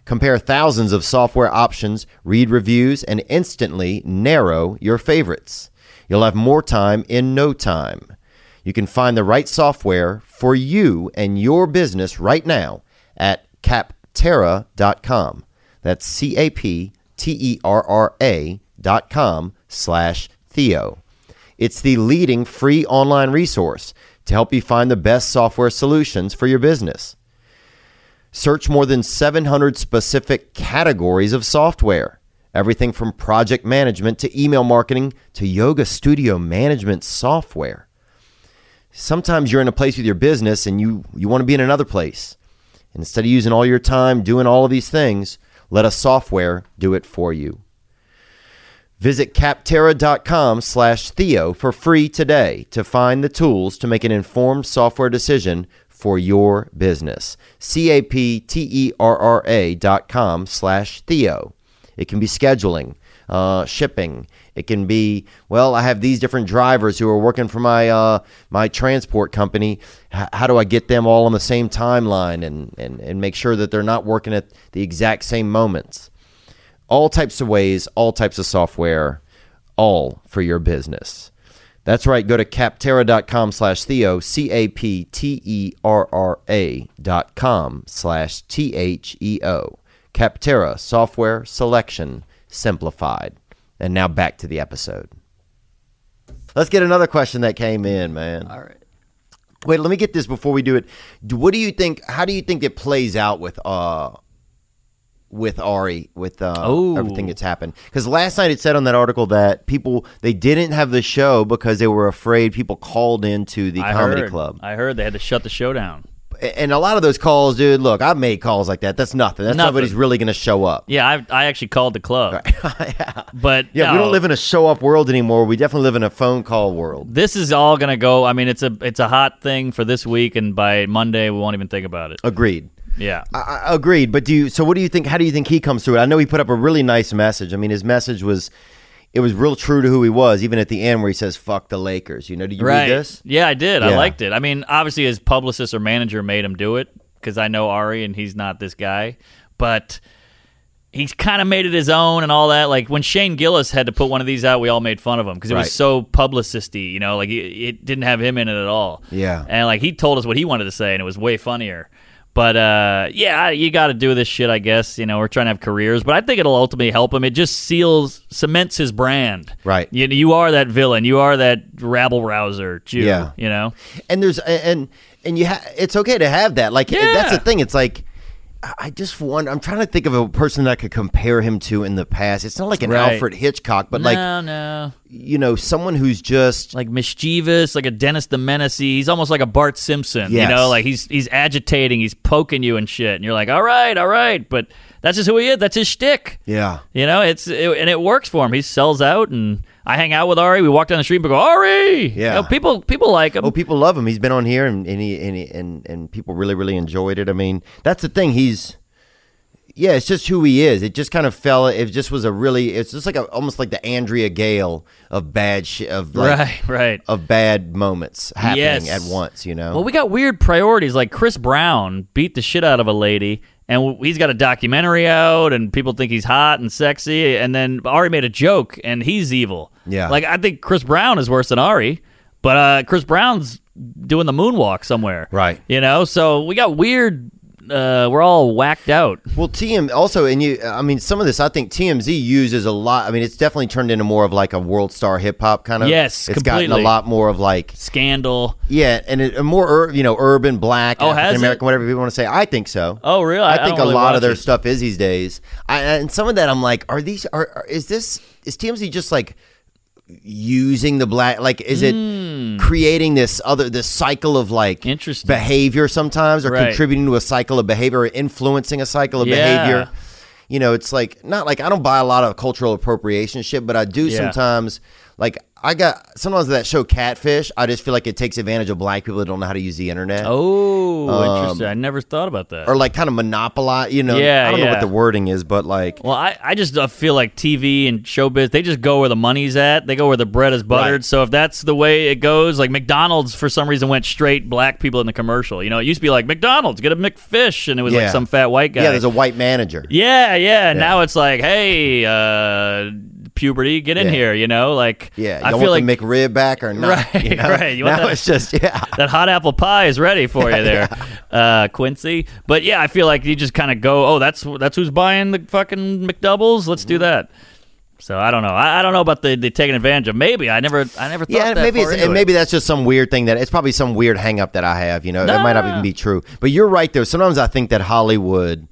S1: Compare thousands of software options, read reviews, and instantly narrow your favorites. You'll have more time in no time. You can find the right software for you and your business right now at capterra.com. That's C A P T E R R A dot com slash Theo. It's the leading free online resource to help you find the best software solutions for your business. Search more than 700 specific categories of software. Everything from project management to email marketing to yoga studio management software. Sometimes you're in a place with your business and you, you want to be in another place. And instead of using all your time doing all of these things, let a software do it for you. Visit capterra.com slash Theo for free today to find the tools to make an informed software decision for your business. E C-A-P-T-E-R-R-A dot com slash Theo. It can be scheduling, uh, shipping. It can be, well, I have these different drivers who are working for my, uh, my transport company. H- how do I get them all on the same timeline and, and, and make sure that they're not working at the exact same moments? all types of ways, all types of software, all for your business. That's right. Go to capterra.com slash Theo, C A P T E R R A dot com slash T H E O. Capterra Software Selection Simplified. And now back to the episode. Let's get another question that came in, man.
S4: All right.
S1: Wait, let me get this before we do it. Do- What do you think? How do you think it plays out with uh with Ari with uh,
S3: Oh.
S1: everything that's happened? Because last night it said on that article that people they didn't have the show because they were afraid people called into the
S3: I
S1: comedy
S3: heard,
S1: club,
S3: I heard they had to shut the show down.
S1: A- and a lot of those calls, dude. Look, I've made calls like that. That's nothing. That's
S3: Nothing.
S1: nobody's really going to show up.
S3: Yeah, I, I actually called the club. But
S1: [laughs] Yeah, we
S3: no,
S1: don't live in a show up world anymore. We definitely live in a phone call world.
S3: This is all gonna go. I mean, it's a it's a hot thing for this week, and by Monday we won't even think about it.
S1: Agreed.
S3: Yeah,
S1: I, I agreed. But do you? So what do you think? How do you think he comes through it? I know he put up a really nice message. I mean, his message was, it was real true to who he was. Even at the end where he says "fuck the Lakers," you know. Did you
S3: right.
S1: read this?
S3: Yeah, I did. I
S1: Yeah.
S3: liked it. I mean, obviously his publicist or manager made him do it because I know Ari, and he's not this guy. But he's kind of made it his own and all that. Like when Shane Gillis had to put one of these out, we all made fun of him because it
S1: Right.
S3: was so publicisty. You know, like it, it didn't have him in it at all.
S1: Yeah.
S3: and like he told us what he wanted to say, and it was way funnier. But uh, yeah, I- you got to do this shit, I guess. You know, we're trying to have careers, but I think it'll ultimately help him. It just seals, cements his brand.
S1: Right.
S3: You, you are that villain. You are that rabble rouser Jew.
S1: Yeah.
S3: You know.
S1: and there's and and you ha- it's okay to have that like
S3: Yeah.
S1: that's the thing it's like I- I just wonder. I'm trying to think of a person that I could compare him to in the past. It's not like an
S3: Right.
S1: Alfred Hitchcock, but like
S3: no, no,
S1: you know, someone who's just
S3: like mischievous, like a Dennis the Menace. He's almost like a Bart Simpson.
S1: Yes.
S3: You know, like he's he's agitating, he's poking you and shit, and you're like, all right, all right, but that's just who he is. That's his shtick.
S1: yeah,
S3: You know, it's it, and it works for him. He sells out, and I hang out with Ari. We walk down the street, and we go Ari. You
S1: Yeah.
S3: know, people people like him.
S1: Oh, people love him. He's been on here, and and he, and, he, and and people really really enjoyed it. I mean, that's the thing. He's yeah, it's just who he is. It just kind of fell. It just was a really. It's just like a, almost like the Andrea Gale of bad shit of like,
S3: right, right.
S1: of bad moments happening
S3: Yes.
S1: at once. You know.
S3: Well, we got weird priorities. Like Chris Brown beat the shit out of a lady, and w- he's got a documentary out, and people think he's hot and sexy. And then Ari made a joke, and he's evil.
S1: Yeah.
S3: Like I think Chris Brown is worse than Ari, but uh, Chris Brown's doing the moonwalk somewhere.
S1: Right.
S3: You know. So we got weird. Uh, we're all whacked out.
S1: Well, TM also, and you, I mean, some of this I think TMZ uses a lot. I mean, it's definitely turned into more of like a world star hip hop kind of.
S3: Yes,
S1: it's gotten a
S3: completely.
S1: lot more of like
S3: Scandal.
S1: yeah, and it, a more ur- you know urban black,
S3: Oh, has
S1: African American,
S3: it?
S1: whatever people want to say. I think so.
S3: Oh, really? I-
S1: I,
S3: I
S1: think
S3: don't really
S1: a lot of
S3: watch
S1: their
S3: it.
S1: stuff is these days, I, and some of that I'm like, are these are, are is this is TMZ just like using the black like is it creating this other this cycle of like
S3: Hmm. Interesting.
S1: behavior sometimes or
S3: Right.
S1: contributing to a cycle of behavior or influencing a cycle of
S3: Yeah.
S1: behavior you know it's like not like i don't buy a lot of cultural appropriation shit but i do
S3: Yeah.
S1: sometimes like I got sometimes that show Catfish. I just feel like it takes advantage of black people that don't know how to use the internet.
S3: Oh, interesting. I never thought about that.
S1: Um, Or like kind of monopolize, you know.
S3: Yeah,
S1: I don't know
S3: yeah.
S1: what the wording is, but like
S3: Well, I, I just uh, feel like TV and showbiz, they just go where the money's at. They go where the bread is buttered.
S1: Right.
S3: So if that's the way it goes, like McDonald's for some reason went straight black people in the commercial. You know, it used to be like McDonald's, get a McFish, and it was
S1: Yeah.
S3: like some fat white guy.
S1: yeah, there's a white manager.
S3: yeah, yeah. And Now it's like, hey, uh, puberty, get in
S1: Yeah.
S3: here. You know, like
S1: Yeah,
S3: I
S1: you
S3: feel
S1: want
S3: like
S1: the McRib back or not?
S3: Right,
S1: you know?
S3: [laughs] right. You want
S1: now
S3: that-
S1: it's just yeah,
S3: that hot apple pie is ready for
S1: [laughs]
S3: you there, uh, Quincy. But yeah, I feel like you just kind of go, oh, that's that's who's buying the fucking McDoubles. Let's
S1: Mm-hmm.
S3: do that. So I don't know. I, I don't know about the, the taking advantage of. Maybe I never I never thought
S1: yeah.
S3: that
S1: Maybe
S3: far
S1: it's,
S3: into
S1: and
S3: it.
S1: maybe that's just some weird thing that it's probably some weird hang up that I have. You know, that might not even be true. But you're right though. Sometimes I think that Hollywood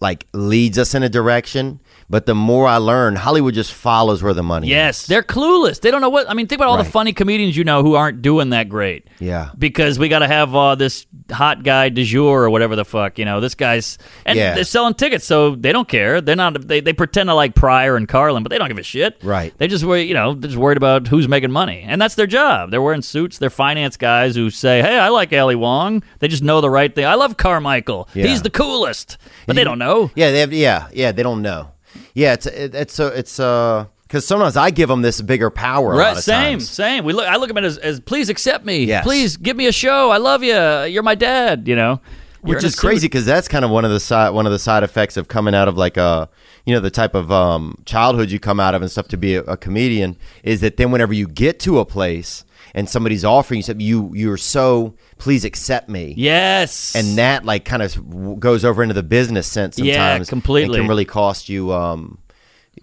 S1: like leads us in a direction, but the more I learn, Hollywood just follows where the money. is.
S3: Yes, they're clueless. They don't know what. I mean, think about all the
S1: Right.
S3: funny comedians you know who aren't doing that great.
S1: Yeah.
S3: because we got to have uh, this hot guy du jour or whatever the fuck you know. This guy's and
S1: Yeah.
S3: they're selling tickets, so they don't care. They're not. They, they pretend to like Pryor and Carlin, but they don't give a shit.
S1: Right.
S3: They just worry. You know, they're just worried about who's making money, and that's their job. They're wearing suits. They're finance guys who say, "Hey, I like Ali Wong." They just know the right thing. I love Carmichael.
S1: Yeah.
S3: He's the coolest, but they don't know.
S1: Yeah, they have. Yeah, yeah, they don't know. Yeah, it's it, it's uh, it's uh because sometimes I give them this bigger power. a lot
S3: Right,
S1: of
S3: same,
S1: times.
S3: same. We look. I look at it as, as please accept me.
S1: Yes.
S3: Please give me a show. I love you. You're my dad. You know, You're
S1: which
S3: in a
S1: is crazy
S3: suit.
S1: because that's kind of one of the side one of the side effects of coming out of like a you know the type of um, childhood you come out of and stuff to be a, a comedian is that then whenever you get to a place and somebody's offering you something you you're so please accept me
S3: Yes.
S1: and that like kind of w- goes over into the business sense sometimes
S3: Yeah, completely.
S1: and can really cost you um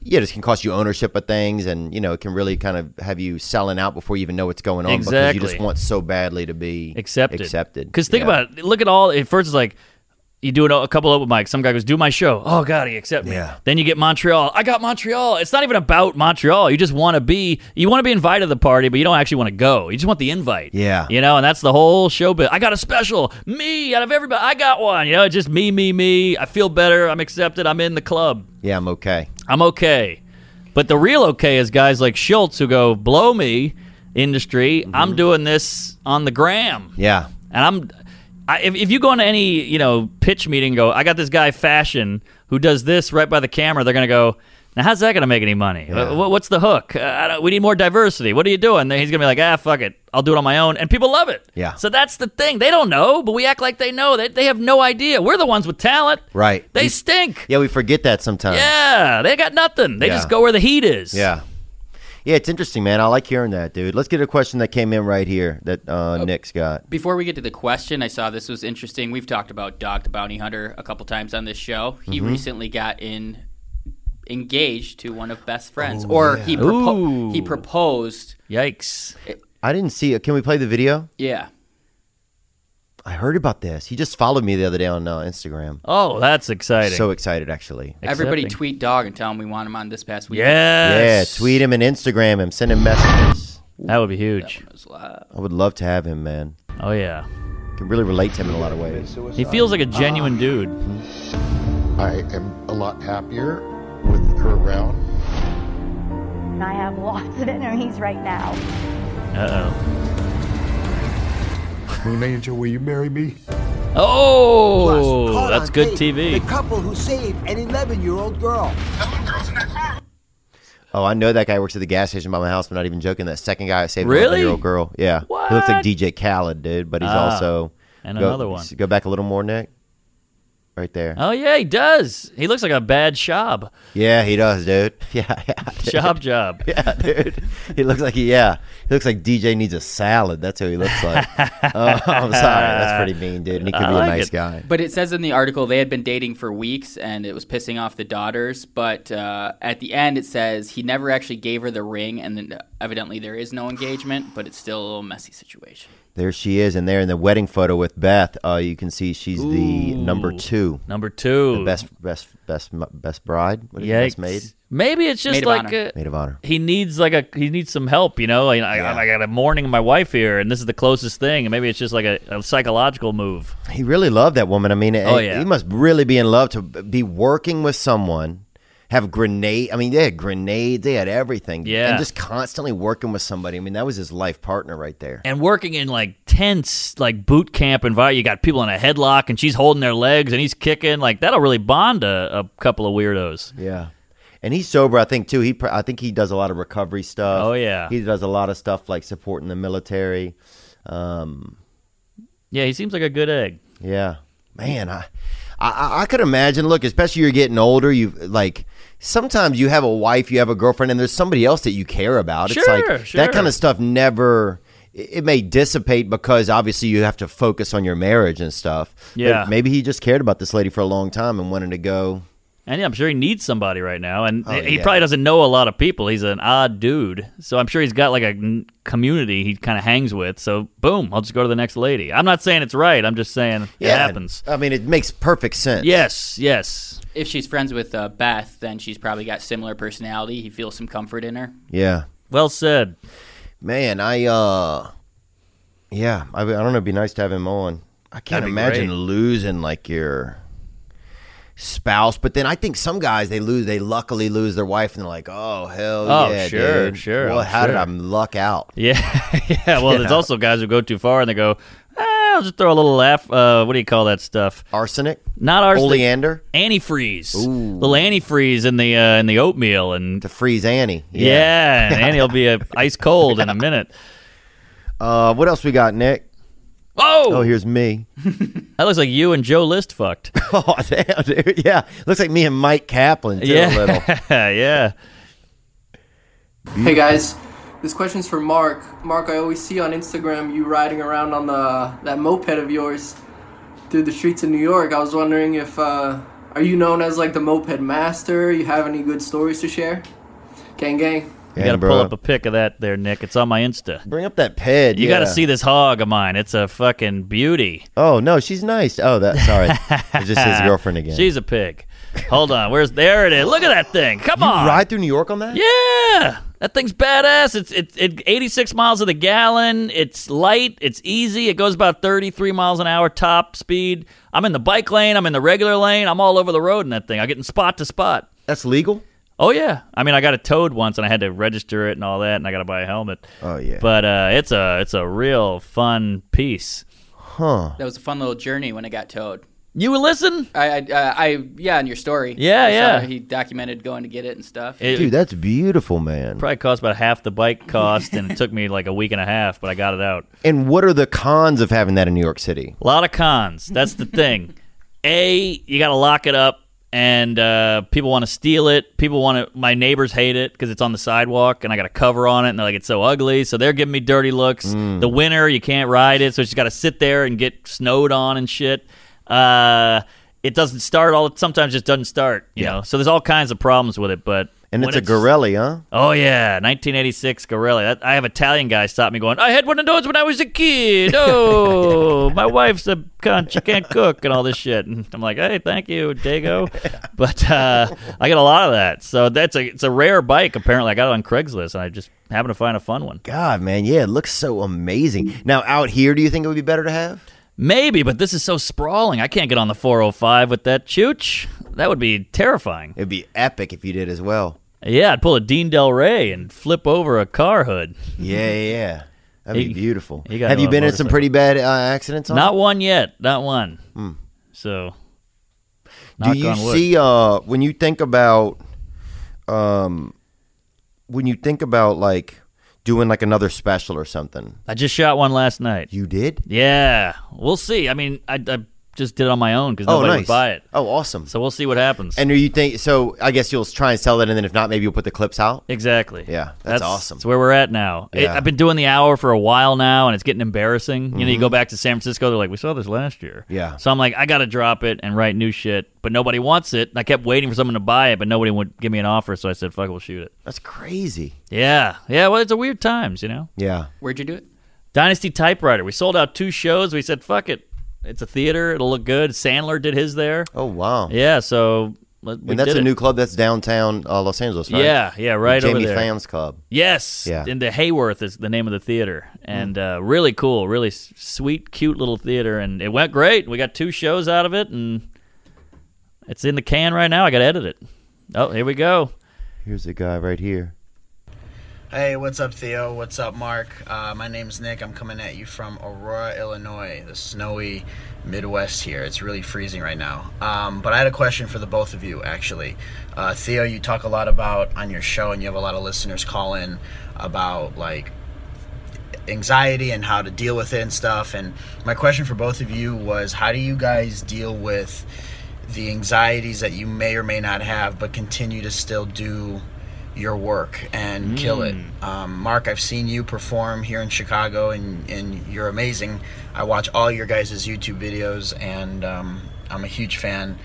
S1: yeah just can cost you ownership of things and you know it can really kind of have you selling out before you even know what's going on because you
S3: Exactly.
S1: just want so badly to be
S3: accepted.
S1: accepted
S3: Because think
S1: Yeah.
S3: about it. Look at all. At first, it's like you do an, a couple open mics. Some guy goes, "Do my show." Oh God, he accept me.
S1: Yeah.
S3: Then you get Montreal. I got Montreal. It's not even about Montreal. You just want to be. You want to be invited to the party, but you don't actually want to go. You just want the invite.
S1: Yeah.
S3: You know, and that's the whole show. But I got a special. Me out of everybody, I got one. You know, just me, me, me. I feel better. I'm accepted. I'm in the club.
S1: yeah i'm okay
S3: I'm okay. But the real okay is guys like Schultz who go, blow me, industry.
S1: Mm-hmm.
S3: I'm doing this on the gram.
S1: yeah
S3: And I'm, I, if, if you go into any, you know, pitch meeting and go, I got this guy fashion who does this right by the camera, they're going to go, now how's that going to make any money? Wh- wh- what's the hook? Uh, I don't, we need more diversity. What are you doing? Then he's going to be like, ah, fuck it. I'll do it on my own. And people love it.
S1: Yeah.
S3: So that's the thing. They don't know, but we act like they know. They, they have no idea. We're the ones with talent.
S1: Right.
S3: They
S1: You-
S3: stink.
S1: Yeah, we forget that sometimes.
S3: Yeah, they got nothing. They
S1: Yeah.
S3: just go where the heat is.
S1: Yeah. Yeah, it's interesting, man. I like hearing that, dude. Let's get a question that came in right here that uh, Nick's got.
S4: Before we get to the question, I saw this was interesting. We've talked about Dog the Bounty Hunter a couple times on this show. He
S3: Mm-hmm.
S4: recently got in engaged to one of best friends, or he propo-
S3: Oh, Ooh.
S4: he proposed.
S3: Yikes.
S1: I didn't see it. Can we play the video?
S4: Yeah,
S1: I heard about this. He just followed me the other day on uh, Instagram.
S3: Oh, that's exciting.
S1: So excited, actually.
S4: everybody
S3: Accepting.
S4: tweet Dog and tell him we want him on this past week.
S3: Yes.
S1: Yeah, tweet him and Instagram him. Send him messages.
S3: That would be huge.
S4: It was live.
S1: I would love to have him, man.
S3: Oh yeah.
S1: Can really relate to him in a lot of ways.
S3: He feels like a genuine dude.
S7: I am a lot happier with her around.
S8: and I have lots of enemies right now.
S3: Uh
S7: Moon Angel, will you marry me?
S3: oh. Oh,
S9: Caught
S3: that's
S9: on
S3: good
S9: tape,
S3: TV.
S9: The couple who saved an 11 year old girl.
S1: Oh, I know that guy works at the gas station by my house. I'm not even joking. That second guy I saved,
S3: Really?
S1: year old girl. Yeah, he looks like
S3: What?
S1: DJ Khaled, dude. But he's
S3: Ah,
S1: also
S3: and
S1: go-
S3: another one.
S1: Go back a little more, Nick. Right there.
S3: Oh yeah, he does. He looks like a bad shab.
S1: Yeah, he does, dude. [laughs] Yeah,
S3: [laughs]
S1: yeah. dude.
S3: Shab job.
S1: Yeah, dude. [laughs] He looks like he, yeah. He looks like DJ needs a salad. That's who he looks
S3: [laughs]
S1: like. oh, I'm sorry. That's pretty mean, dude. And he could
S3: I
S1: be
S3: like
S1: a nice
S3: it.
S1: guy.
S4: But it says in the article they had been dating for weeks and it was pissing off the daughters. But uh, at the end, it says he never actually gave her the ring, and then uh, evidently there is no engagement, but it's still a little messy situation.
S1: There she is, and there in the wedding photo with Beth, uh, you can see she's the number two,
S3: Number two.
S1: the best, best, best, best bride. What is it?
S3: Yikes.
S1: best maid,
S3: Maybe it's just
S4: Maid of
S3: like
S4: honor.
S3: a,
S1: maid of honor.
S3: he needs like a he needs some help you know I, I, I got a mourning my wife here and this is the closest thing and maybe it's just like a, a psychological move
S1: He really loved that woman. I mean,
S3: Oh,
S1: it-
S3: yeah.
S1: he must really be in love to b- be working with someone have grenade. I mean, they had grenades. They had everything.
S3: Yeah.
S1: and just constantly working with somebody. I mean, that was his life partner right there.
S3: and working in like tense like boot camp environment you got people in a headlock and she's holding their legs and he's kicking like that'll really bond a, a couple of weirdos
S1: Yeah. And he's sober, I think too. He, pr- I think he does a lot of recovery stuff.
S3: Oh, yeah.
S1: he does a lot of stuff like supporting the military. Um,
S3: yeah he seems like a good egg
S1: yeah, man, I, I- I, I could imagine. Look, especially you're getting older. You like sometimes you have a wife, you have a girlfriend, and there's somebody else that you care about. it's
S3: Sure,
S1: like
S3: sure.
S1: that kind of stuff never. It it may dissipate because obviously you have to focus on your marriage and stuff. But
S3: Yeah.
S1: maybe he just cared about this lady for a long time and wanted to go.
S3: and yeah, i'm sure he needs somebody right now and
S1: Oh,
S3: he
S1: yeah.
S3: probably doesn't know a lot of people he's an odd dude so i'm sure he's got like a n- community he kind of hangs with so boom i'll just go to the next lady i'm not saying it's right i'm just saying it happens
S1: I mean, it makes perfect sense.
S3: yes yes
S4: If she's friends with uh, Beth, then she's probably got similar personality. He feels some comfort in her.
S1: Yeah.
S3: well said [laughs]
S1: Man, I uh yeah, I, I don't know, it'd be nice to have him on. I can't
S3: be
S1: imagine
S3: great.
S1: losing like your spouse, but then I think some guys they lose they luckily lose their wife and they're like, "Oh, hell
S3: Oh,
S1: yeah,
S3: sure,
S1: dude.
S3: sure,
S1: Well,
S3: I'm
S1: how did
S3: sure.
S1: I luck out?"
S3: Yeah, yeah. Well, there's also guys who go too far and they go, ah, "I'll just throw a little laugh. Uh, what do you call that stuff?
S1: Arsenic?
S3: Not our
S1: Oleander
S3: antifreeze, little antifreeze in the uh, in the oatmeal, and
S1: to freeze Annie.
S3: yeah, and Annie'll be uh, ice cold in a minute.
S1: Uh, what else we got, Nick? Oh,
S3: Oh,
S1: here's me. [laughs]
S3: that looks like you and Joe List fucked.
S1: oh, damn, dude. Yeah. Looks like me and Mike Kaplan too a little.
S3: yeah, [laughs] yeah.
S10: Hey guys, this question's for Mark. Mark, I always see on Instagram you riding around on the that moped of yours through the streets of New York. I was wondering if uh, are you known as like the moped master? You have any good stories to share? Gang gang.
S3: You
S1: Yeah,
S3: got to
S1: bro.
S3: pull up a pic of that there, Nick. It's on my Insta.
S1: Bring up that ped.
S3: You got to
S1: yeah.
S3: see this hog of mine. It's a fucking beauty.
S1: Oh no, she's nice. Oh, that sorry, it's just
S3: [laughs]
S1: his girlfriend again.
S3: She's a pig. Hold on. Where's there it is? Look at that thing. Come
S1: you
S3: on.
S1: ride through New York on that?
S3: Yeah, that thing's badass. It's it, it 86 miles of the gallon. It's light. It's easy. It goes about 33 miles an hour top speed. I'm in the bike lane. I'm in the regular lane. I'm all over the road in that thing. I get in spot to spot.
S1: that's legal.
S3: Oh yeah. I mean, I got it towed once, and I had to register it and all that, and I got to buy a helmet.
S1: Oh, yeah.
S3: But uh, it's a it's a real fun piece.
S1: Huh?
S4: That was a fun little journey when it got towed.
S3: You would listen.
S4: I, I, uh, I yeah, in your story.
S3: Yeah,
S4: I saw
S3: yeah.
S4: that He documented going to get it and stuff.
S3: It
S1: Dude, that's beautiful, man.
S3: probably cost about half
S1: [laughs]
S3: the bike cost, and it took me like a week and a half, but I got it out.
S1: And what are the cons of having that in New York City?
S3: A lot of cons. That's
S1: [laughs]
S3: the thing. A, you got to lock it up, and uh, people want to steal it. People want to. My neighbors hate it because it's on the sidewalk, and I got a cover on it, and they're like, "It's so ugly." So they're giving me dirty looks.
S1: Mm.
S3: The winter, you can't ride it, so you just got to sit there and get snowed on and shit. Uh, it doesn't start all. Sometimes it just doesn't start. You know. So there's all kinds of problems with it, but.
S1: And
S3: when
S1: it's, a Gorelli, huh?
S3: Oh yeah, 1986 Gorelli. That, I have Italian guy stop me going. I had one of those when I was a kid. Oh, my wife's a cunt. She can't cook and all this shit. And I'm like, hey, thank you, Dago. But uh, I get a lot of that. So that's a it's a rare bike. Apparently, I got it on Craigslist, and I just happened to find a fun one.
S1: God, man, yeah, it looks so amazing. Now, out here, do you think it would be better to have?
S3: Maybe, but this is so sprawling. I can't get on the 405 with that chooch. That would be terrifying.
S1: It'd be epic if you did as well.
S3: Yeah, I'd pull a Dean Del Rey and flip over a car hood.
S1: Yeah, yeah, yeah. That'd be
S3: You-
S1: beautiful.
S3: you gotta
S1: have you
S3: love
S1: been in some
S3: motorcycle.
S1: pretty bad uh, accidents? On it?
S3: Not one yet. Not one. So.
S1: Hmm. Do
S3: knock
S1: you
S3: on wood.
S1: see uh, when you think about um, when you think about like doing like another special or something?
S3: I just shot one last night.
S1: You did?
S3: Yeah, we'll see. I mean, I, I just did it on my own because
S1: Oh,
S3: nobody
S1: nice.
S3: would buy it.
S1: Oh, awesome.
S3: So we'll see what happens.
S1: and are you think so? I guess you'll try and sell it, and then if not, maybe you'll put the clips out.
S3: exactly.
S1: Yeah, that's awesome.
S3: That's where we're at now. It-
S1: Yeah.
S3: I've been doing the hour for a while now, and it's getting embarrassing. You know, you go back to San Francisco, they're like, "We saw this last year."
S1: Mm-hmm. Yeah.
S3: So I'm like, I gotta drop it and write new shit, but nobody wants it. And I kept waiting for someone to buy it, but nobody would give me an offer. So I said, "Fuck, it, we'll shoot it."
S1: That's crazy.
S3: Yeah, yeah. Well, it's a weird times, you know.
S1: Yeah,
S4: Where'd you
S3: [laughs]
S4: do it?
S3: Dynasty Typewriter. We sold out two shows. We said, "Fuck it, it's a theater. It'll look good." Sandler did his there.
S1: Oh wow.
S3: Yeah, so let- we
S1: and that's
S3: did
S1: a
S3: it.
S1: new club that's downtown uh, Los Angeles, right?
S3: Yeah, yeah, right
S1: Jamie
S3: over there.
S1: Pham's club.
S3: Yes,
S1: Yeah. Mm-hmm.
S3: in the Hayworth is the name of the theater, and uh, really cool, really s- sweet, cute little theater, and it went great. We got two shows out of it, and it's in the can right now. I got to edit it. Oh, here we go.
S1: Here's a guy right here.
S11: Hey, what's up, Theo? What's up, Mark? Uh, my name's Nick. I'm coming at you from Aurora, Illinois, the snowy Midwest here. It's really freezing right now. Um, but I had a question for the both of you, actually. Uh, Theo, you talk a lot about on your show, and you have a lot of listeners call in about like anxiety and how to deal with it and stuff. And my question for both of you was how do you guys deal with the anxieties that you may or may not have, but continue to still do your work and kill it?
S10: Mm.
S11: Um, Mark, I've seen you perform here in Chicago, and, and you're amazing. I watch all your guys' YouTube videos, and um, I'm a huge fan.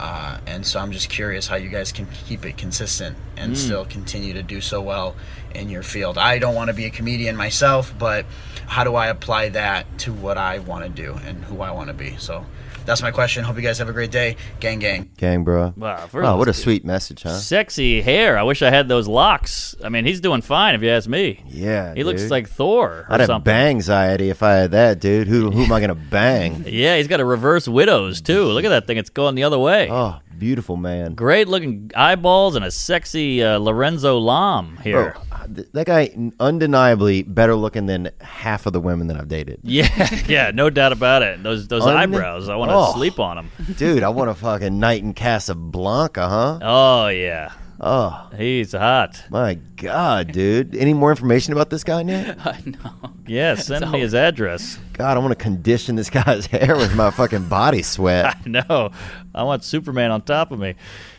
S11: Uh, and so I'm just curious how you guys can keep it consistent and
S12: Mm.
S11: still continue to do so well in your field. I don't want to be a comedian myself, but how do I apply that to what I want to do and who I want to be? So that's my question. Hope you guys have a great day. Gang, gang.
S1: Gang, bro.
S3: Wow, first
S1: wow what a
S3: let's-
S1: sweet message, huh?
S3: Sexy hair. I wish I had those locks. I mean, he's doing fine if you ask me.
S1: Yeah,
S3: he looks
S1: dude.
S3: like Thor or
S1: I'd have
S3: something.
S1: bang anxiety if I had that, dude. Who, who am
S3: [laughs]
S1: I going to bang?
S3: Yeah, he's got a reverse widows too. Look at that thing; it's going the other way.
S1: Oh, beautiful man.
S3: Great looking eyeballs and a sexy uh, Lorenzo Lam here.
S1: Bro, th- that guy undeniably better looking than half of the women that I've dated.
S3: [laughs] Yeah, yeah, no doubt about it. Those those
S1: Un-
S3: eyebrows, I want to
S1: Oh.
S3: sleep on them.
S1: Dude, I want a fucking night in Casablanca, huh?
S3: Oh yeah,
S1: Oh,
S3: he's hot.
S1: My God, dude. Any more information about this guy,
S3: [laughs]
S1: Nick?
S3: yeah. Send me his address. [laughs]
S1: God, I want to condition this guy's [laughs] hair with my fucking body
S3: [laughs]
S1: sweat.
S3: I know. I want Superman on top of me.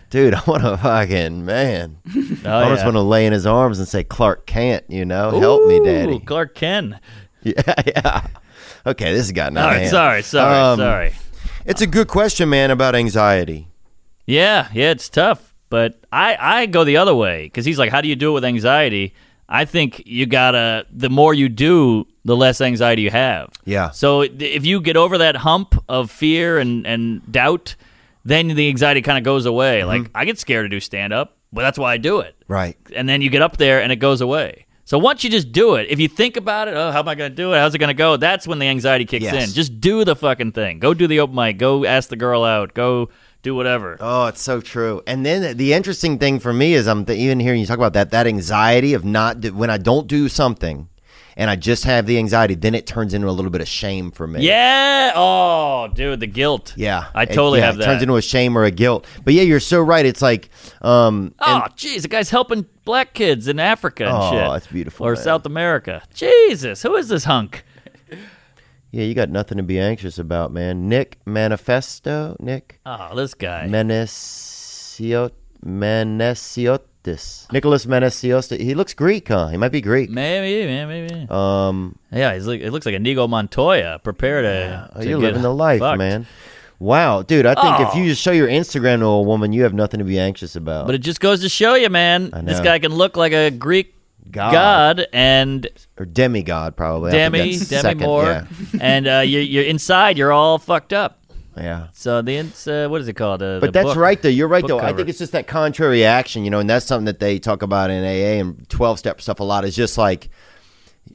S1: Dude, I want to fucking, man. I just
S3: Oh, yeah.
S1: want to lay in his arms and say, Clark Kent, you know, help me,
S3: Ooh,
S1: daddy. [laughs]
S3: Clark Ken.
S1: Yeah, yeah. Okay, this has gotten out
S3: All
S1: of
S3: right,
S1: hand.
S3: sorry, sorry,
S1: Um,
S3: sorry.
S1: It's a good question, man, about anxiety.
S3: Yeah, yeah, it's tough, but I I go the other way because he's like, how do you do it with anxiety? I think you gotta the more you do, the less anxiety you have.
S1: Yeah.
S3: So i- if you get over that hump of fear and and doubt, then the anxiety kind of goes away. Like I get scared to do stand up, but that's why I do it.
S1: Mm-hmm. Right.
S3: And then you get up there and it goes away. So once you just do it, if you think about it, oh, how am I going to do it? How's it going to go? That's when the anxiety kicks
S1: Yes.
S3: in. Just do the fucking thing. Go do the open mic. Go ask the girl out. Go do whatever.
S1: Oh, it's so true. And then the interesting thing for me is I'm th- even hearing you talk about that that anxiety of not do- when I don't do something, and I just have the anxiety, then it turns into a little bit of shame for me.
S3: Yeah. Oh, dude, the guilt.
S1: Yeah,
S3: I
S1: It-
S3: totally
S1: yeah,
S3: have
S1: It turns
S3: that.
S1: into a shame or a guilt. But yeah, you're so right. It's like, um,
S3: oh, jeez, the guy's helping black kids in Africa and
S1: Oh,
S3: Ah, shit.
S1: that's beautiful,
S3: Or
S1: man.
S3: South America. Jesus, who is this hunk?
S1: yeah, you got nothing to be anxious about, man. Nick Manifesto, Nick
S3: Oh, this guy.
S1: Menesiot Menesiotis, Nicholas Menesiotis. He looks Greek, huh? He might be Greek.
S3: Maybe, man, maybe.
S1: Um,
S3: Yeah, he's like, it looks like a Nigo Montoya. Prepare to.
S1: Oh,
S3: to
S1: you're
S3: get
S1: living the life,
S3: fucked.
S1: man. Wow, dude, I think if
S3: Oh.
S1: you just show your Instagram to a woman, you have nothing to be anxious about.
S3: But it just goes to show you, man.
S1: I
S3: This
S1: know.
S3: guy can look like a Greek
S1: God.
S3: god, and
S1: or demigod, probably. I think
S3: Demi, Demi
S1: that's second,
S3: Moore,
S1: Yeah.
S3: and uh, you're, you're inside. You're all fucked up.
S1: yeah.
S3: So the ins- uh, what is it called? Uh, the
S1: But that's
S3: book.
S1: right, though. You're right,
S3: Book
S1: though. I
S3: cover.
S1: think it's just that contrary action, you know, and that's something that they talk about in AA and 12 step stuff a lot is just like,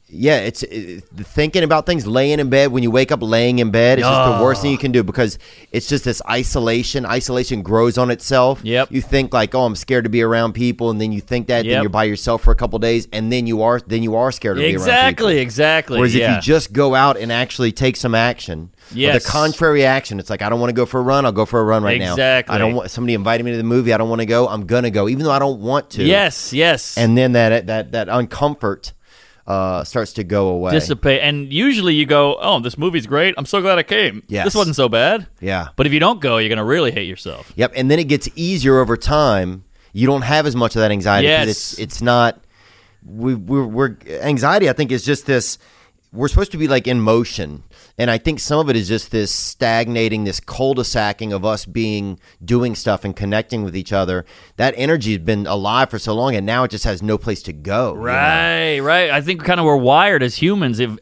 S1: yeah, it's it, thinking about things, laying in bed. When you wake up laying in bed, it's just the worst thing you can do because it's just this isolation. Isolation grows on itself.
S3: Yep.
S1: You think, like, oh, I'm scared to be around people. And then you think that, then
S3: Yep.
S1: you're by yourself for a couple days, and then you are then you are scared to be around people.
S3: Exactly, exactly.
S1: Whereas
S3: yeah.
S1: if you just go out and actually take some action, or
S3: Yes.
S1: the contrary action, it's like I don't want to go for a run. I'll go for a run right now.
S3: Exactly.
S1: I don't want somebody invited me to the movie. I don't want to go. I'm gonna go, even though I don't want to.
S3: Yes, yes.
S1: And then that that that uncomfort uh, starts to go away.
S3: dissipate. And usually you go, oh, this movie's great. I'm so glad I came.
S1: Yes.
S3: This wasn't so bad.
S1: yeah.
S3: But if you don't go, you're going to really hate yourself.
S1: Yep. And then it gets easier over time. You don't have as much of that anxiety. 'cause It's
S3: Yes.
S1: it's not. We we're, we're anxiety. I think is just this. We're supposed to be like in motion, and I think some of it is just this stagnating, this cul-de-sacking of us being doing stuff and connecting with each other. That energy has been alive for so long, and now it just has no place to go. you know?
S3: Right, right. I think kind of we're wired as humans if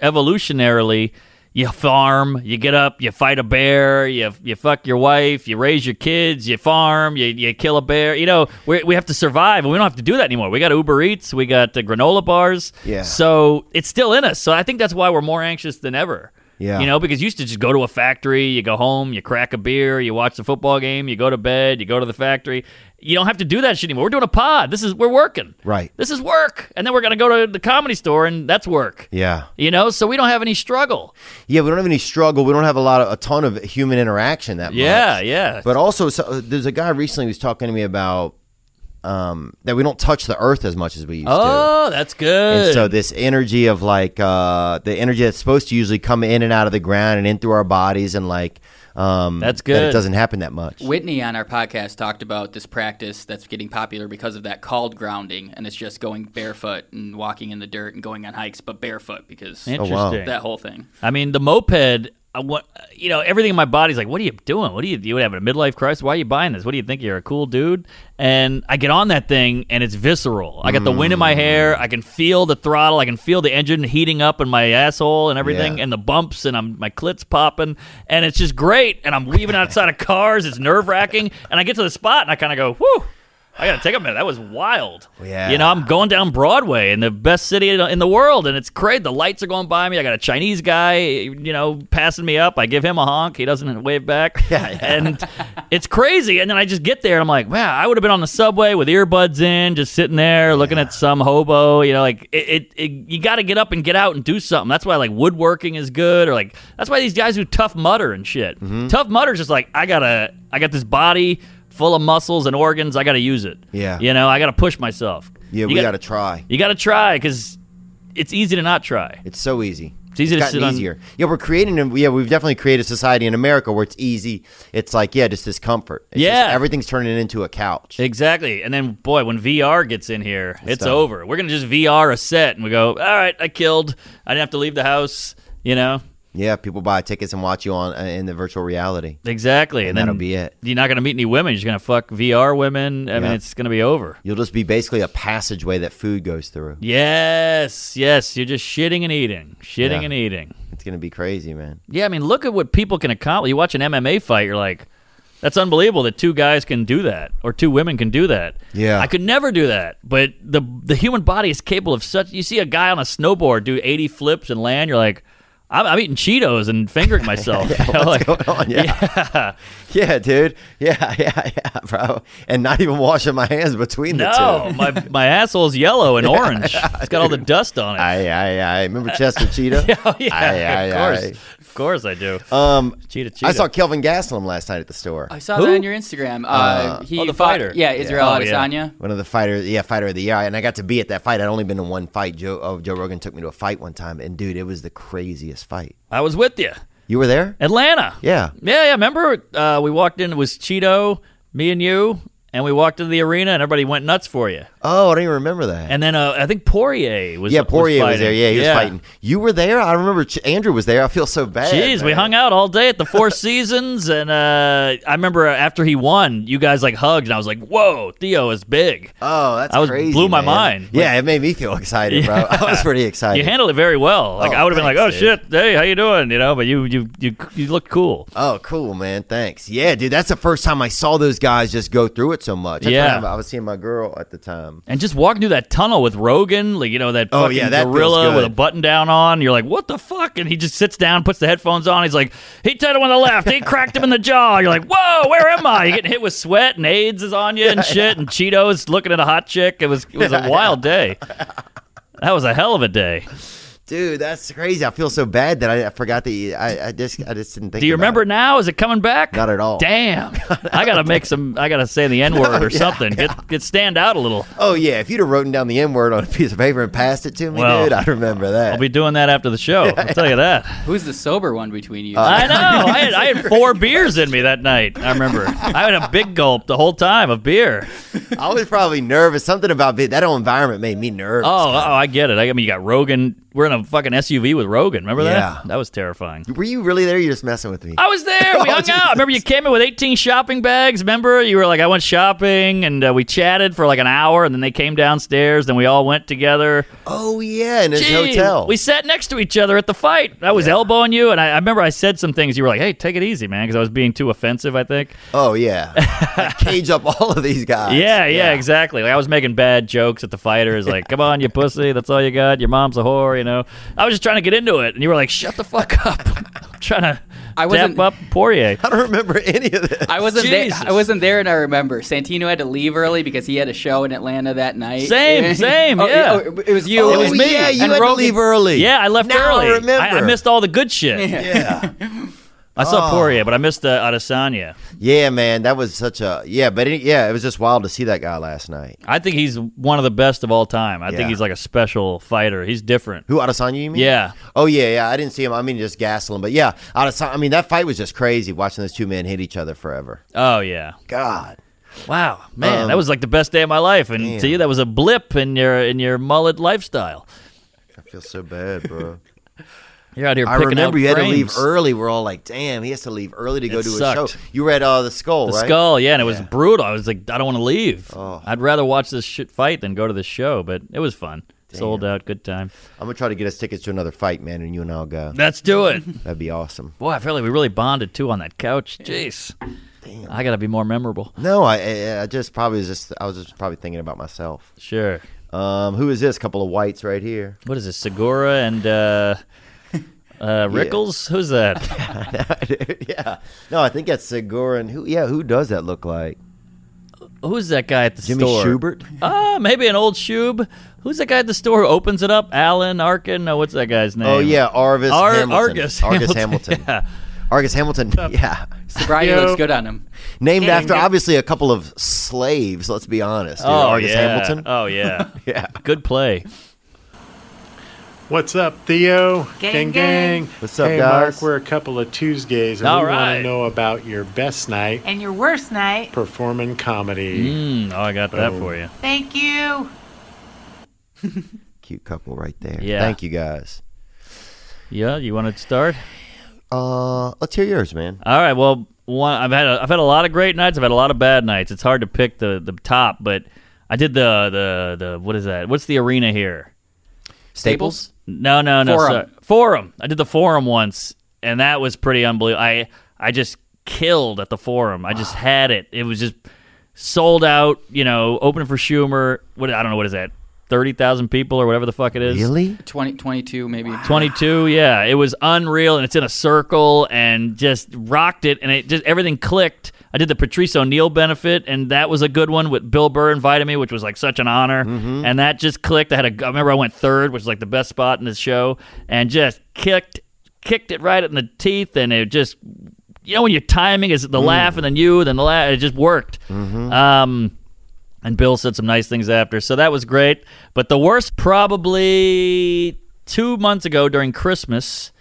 S3: evolutionarily. You farm, you get up, you fight a bear, you you fuck your wife, you raise your kids, you farm, you, you kill a bear. You know, we we have to survive, and we don't have to do that anymore. We got Uber Eats, we got the granola bars.
S1: Yeah.
S3: So it's still in us. So I think that's why we're more anxious than ever.
S1: Yeah.
S3: You know, because you used to just go to a factory, you go home, you crack a beer, you watch the football game, you go to bed, you go to the factory. You don't have to do that shit anymore. We're doing a pod. This is we're working.
S1: Right.
S3: This is work. And then we're gonna go to the comedy store and that's work.
S1: Yeah.
S3: You know, so we don't have any struggle.
S1: Yeah, we don't have any struggle. We don't have a lot of a ton of human interaction that
S3: Yeah,
S1: much.
S3: yeah.
S1: But also, so, uh, there's a guy recently who was talking to me about um, that we don't touch the earth as much as we used to.
S3: Oh, that's good.
S1: And so this energy of like uh, the energy that's supposed to usually come in and out of the ground and in through our bodies and like um,
S3: That's
S1: That it
S3: good.
S1: doesn't happen that much.
S4: [laughs] Whitney on our podcast talked about this practice that's getting popular because of that called grounding, and it's just going barefoot and walking in the dirt and going on hikes, but barefoot because
S3: Interesting. Oh, wow.
S4: that whole thing.
S3: I mean, the moped. I want, you know, everything in my body's like, what are you doing? What are you? You having a midlife crisis? Why are you buying this? What do you think? You're a cool dude. And I get on that thing, and it's visceral. I got the wind in my
S1: Mm.
S3: hair. I can feel the throttle. I can feel the engine heating up in my asshole and everything,
S1: Yeah.
S3: and the bumps, and I'm my clit's popping, and it's just great. And I'm weaving outside of cars. It's nerve wracking. And I get to the spot, and I kind of go, whew. I gotta take a minute. That was wild.
S1: Yeah.
S3: You know, I'm going down Broadway in the best city in- in the world, and it's great. The lights are going by me. I got a Chinese guy, you know, passing me up. I give him a honk. He doesn't wave back. And it's crazy. And then I just get there, and I'm like, wow, I would have been on the subway with earbuds in, just sitting there looking at some hobo. You know, like it. it, it you got to get up and get out and do something. That's why like woodworking is good, or like that's why these guys do tough mutter and shit. Tough mutter's just like I gotta. I got this body full of muscles and organs. I got to use it.
S1: Yeah.
S3: You know, I got to push myself.
S1: Yeah,
S3: You
S1: we
S3: got-
S1: got to try.
S3: You got to try because it's easy to not try.
S1: It's so easy. It's
S3: easy to
S1: gotten
S3: sit on-
S1: easier. yeah, we're creating. a- Yeah, we've definitely created a society in America where it's easy. It's like yeah, just discomfort. It's
S3: Yeah.
S1: just everything's turning into a couch.
S3: Exactly. And then, boy, when VR gets in here, it's,
S1: done.
S3: over. We're going to just VR a set and we go, all right, I killed. I didn't have to leave the house, you know?
S1: Yeah, people buy tickets and watch you on uh, in the virtual reality.
S3: Exactly. And,
S1: And
S3: then
S1: that'll be it.
S3: You're not going to meet any women. You're just going to fuck VR women. I mean,
S1: Yeah.
S3: it's going to be over.
S1: You'll just be basically a passageway that food goes through.
S3: Yes. Yes. You're just shitting and eating, shitting
S1: Yeah.
S3: and eating.
S1: It's gonna be crazy,
S3: [laughs]
S1: man.
S3: Yeah, I mean, look at what people can accomplish. You watch an MMA fight, you're like, that's unbelievable that two guys can do that or two women can do that.
S1: Yeah.
S3: I could never do that. But the the human body is capable of such. You see a guy on a snowboard do 80 flips and land, you're like, I'm, I'm eating Cheetos and
S1: [laughs]
S3: fingering myself. [laughs] You know, like,
S1: on? Yeah. Yeah, dude. Yeah, [laughs] yeah, yeah, bro. And not even washing my hands between the
S3: No,
S1: two.
S3: my, my asshole's yellow
S1: [laughs]
S3: and orange. it's got all the dust on it.
S1: I, I, I remember Chester Cheetah.
S3: [laughs] oh, yeah,
S1: Aye, aye,
S3: of course.
S1: aye.
S3: Of course I do.
S1: Um,
S3: Cheetah, cheetah.
S1: I saw Kelvin Gastelum last night at the store.
S4: I saw
S3: Who?
S4: that on your Instagram. Uh, he
S3: oh, the
S4: fought-
S3: fighter.
S4: Yeah, Israel
S3: Oh, yeah.
S4: Adesanya.
S1: one of the fighters, yeah, fighter of the year. And I got to be at that fight. I'd only been in one fight. Joe, oh, Joe Rogan took me to a fight one time, and dude, it was the craziest fight.
S3: I was with you.
S1: You were there?
S3: Atlanta.
S1: Yeah.
S3: Yeah, yeah. Remember, uh, we walked in. It was Cheeto, me and you, and we walked into the arena, and everybody went nuts for you.
S1: Oh, I don't even remember that.
S3: And then uh, I think Poirier was.
S1: yeah, Poirier was,
S3: fighting.
S1: there. Yeah, he was fighting. You were there. I remember Ch- Andrew was there. I feel so bad.
S3: Jeez, we
S1: man.
S3: hung out all day at the
S1: [laughs]
S3: Four Seasons, and uh, I remember after he won, you guys like hugged, and I was like, "Whoa, Theo is big."
S1: Oh, that's
S3: I was-
S1: crazy.
S3: blew my
S1: man.
S3: mind.
S1: Yeah, it made me feel excited, bro. [laughs] I was pretty excited.
S3: you handled it very well. Like
S1: Oh,
S3: I would have been like, "Oh
S1: thanks,
S3: shit, hey, how you doing?" You know, but you you you you looked cool.
S1: Oh, cool, man. Thanks. Yeah, dude, that's the first time I saw those guys just go through it so much. That's
S3: Yeah.
S1: when I I was seeing my girl at the time.
S3: And just walking through that tunnel with Rogan, like you know that
S1: Oh,
S3: fucking
S1: yeah, that feels
S3: gorilla
S1: good.
S3: with a button down on. You're like, what the fuck? And he just sits down, puts the headphones on. He's like, he hit him on the left, he cracked him in the jaw. You're like, whoa, where am I? You're getting hit with sweat, and AIDS is on you and shit, and Cheetos looking at a hot chick. It was it
S1: [laughs]
S3: was a wild day. That was a hell of a day.
S1: Dude, that's crazy. I feel so bad that I, I forgot that I, I just I just didn't think.
S3: Do you
S1: about
S3: remember
S1: It.
S3: now? Is it coming
S1: [laughs]
S3: back?
S1: Not at all.
S3: Damn, I gotta make some. I gotta say the
S1: [laughs]
S3: N word or something. Get get stand out a little.
S1: Oh yeah, if you'd have written down the N word on a piece of paper and passed it to me,
S3: Well,
S1: dude, I'd remember that.
S3: I'll be doing that after
S1: [laughs]
S3: the show. I'll tell you that.
S4: Who's the sober one between you?
S3: Uh, [laughs] I know. I had, I had four beers in me that night. I remember. I had a big gulp the whole time of beer.
S1: I was probably nervous. Something about it- that whole environment made me nervous.
S3: Oh, oh, I get it. I mean, you got Rogan. We're in a fucking SUV with Rogan. Remember that?
S1: Yeah.
S3: That was terrifying.
S1: Were you really there? You're just messing with me.
S3: [laughs] I was there. We hung out. Remember, you came in with 18 shopping bags. Remember, you were like, I went shopping, and uh, we chatted for like an hour, and then they came downstairs, and we all went together.
S1: Oh yeah, in his
S3: Gee,
S1: hotel.
S3: We sat next to each other at the fight. I was elbowing you, and I, I remember I said some things. You were like, "Hey, take it easy, man," because I was being too offensive. I think.
S1: oh yeah,
S3: [laughs]
S1: I cage up all of these guys.
S3: Yeah, yeah, exactly. Like I was making bad jokes at the fighters, like, "Come on, you pussy, that's all you got. Your mom's a whore." You you know, I was just trying to get into it, and you were like, "Shut the fuck up." [laughs] I'm trying to
S4: I wasn't-
S3: dap up Poirier.
S1: I don't remember any of this.
S4: I wasn't there.
S3: Jesus.
S4: I wasn't there, and I remember Santino had to leave early because he had a show in Atlanta that night.
S3: Same, same,
S4: [laughs] Oh,
S3: yeah.
S4: oh, it was you.
S1: Oh,
S4: it was me.
S1: Yeah, you
S4: and
S1: had
S4: Rogan.
S1: to leave early.
S3: Yeah, I left
S1: Now I
S3: early.
S1: remember.
S3: I missed all the good shit.
S1: Yeah. Oh.
S3: I saw Poirier, but I missed uh, Adesanya.
S1: yeah, man, that was such a yeah, but it, yeah, it was just wild to see that guy last night.
S3: I think he's one of the best of all time. I
S1: Yeah.
S3: think he's like a special fighter. He's different.
S1: Who Adesanya? You mean?
S3: Yeah.
S1: Oh yeah, yeah. I didn't see him. I mean, just Gasoline, but yeah, Adesanya. I mean, that fight was just crazy. Watching those two men hit each other forever.
S3: Oh yeah.
S1: God.
S3: Wow, man,
S1: Um,
S3: that was like the best day of my life, and
S1: damn.
S3: to you, that was a blip in your in your mullet lifestyle.
S1: I feel so bad, bro.
S3: You're out here.
S1: I
S3: picking
S1: remember
S3: out
S1: you had to leave
S3: frames.
S1: early. We're all like, "Damn, he has to leave early to go
S3: It
S1: to a
S3: sucked.
S1: show." You read uh, the skull,
S3: The
S1: right?
S3: skull, yeah, and it was brutal. I was like, I don't want to leave.
S1: Oh.
S3: I'd rather watch this shit fight than go to this show, but it was fun. Sold out, good time.
S1: I'm gonna try to get us tickets to another fight, man, and you and I'll go.
S3: Let's
S1: [laughs]
S3: do it.
S1: That'd be awesome.
S3: Boy, I feel like we really bonded too on that couch. Jeez, I gotta be more memorable.
S1: No, I, I, I just probably was just I was just probably thinking about myself.
S3: Sure.
S1: Um, who is this? Couple of whites right here. [laughs]
S3: What is this? Segura and uh, uh, Rickles. Who's that?
S1: [laughs] yeah. No, I think that's Segura and who? Yeah, who does that look like?
S3: Who's that guy at the
S1: Jimmy
S3: store?
S1: Schubert.
S3: Ah, maybe an old shoob. Who's that guy at the store who opens it up? Alan Arkin? No, what's that guy's name?
S1: Oh yeah, Arvis
S3: Ar-
S1: Hamilton.
S3: Argus.
S1: Argus Hamilton.
S3: [laughs] Yeah.
S1: Argus Hamilton. Yeah.
S4: Sobriety
S3: Yo.
S4: looks good on him.
S1: Named after obviously a couple of slaves. Let's be honest. you know,
S3: Oh,
S1: Argus
S3: yeah.
S1: Hamilton.
S3: [laughs]
S1: [laughs]
S3: Oh yeah.
S1: Yeah.
S3: Good play.
S12: What's up, Theo?
S13: Gang, gang.
S1: What's up,
S12: hey,
S1: guys?
S12: Mark, we're a couple of Tuesdays, and
S3: All
S12: we want
S3: right.
S12: to know about your best night
S13: And your worst night.
S12: performing comedy.
S3: Mm, oh, I got that for you.
S13: Thank you.
S1: Cute couple right there.
S3: Yeah.
S1: Thank you guys.
S3: Yeah, you want to start?
S1: Uh, let's hear yours, man.
S3: All right. Well, one, I've had a, I've had a lot of great nights. I've had a lot of bad nights. It's hard to pick the the top, but I did the the the what is that? What's the arena here?
S1: Staples.
S3: No, no, no.
S4: Forum.
S3: sorry. Forum. I did the forum once, and that was pretty unbelievable. I I just killed at the forum. I just had it. It was just sold out. You know, open for Schumer. What I don't know what is that? Thirty thousand people or whatever the fuck it is.
S1: Really?
S4: 20, 22 maybe.
S3: 22 yeah it was unreal and it's in a circle and just rocked it and it just everything clicked i did the patrice o'neill benefit and that was a good one with bill burr invited me which was like such an honor and that just clicked i had a i remember i went third which was like the best spot in the show and just kicked kicked it right in the teeth and it just you know when your timing is the laugh and then you then the laugh it just worked um and Bill said some nice things after. So that was great. But the worst, probably two months ago during Christmas,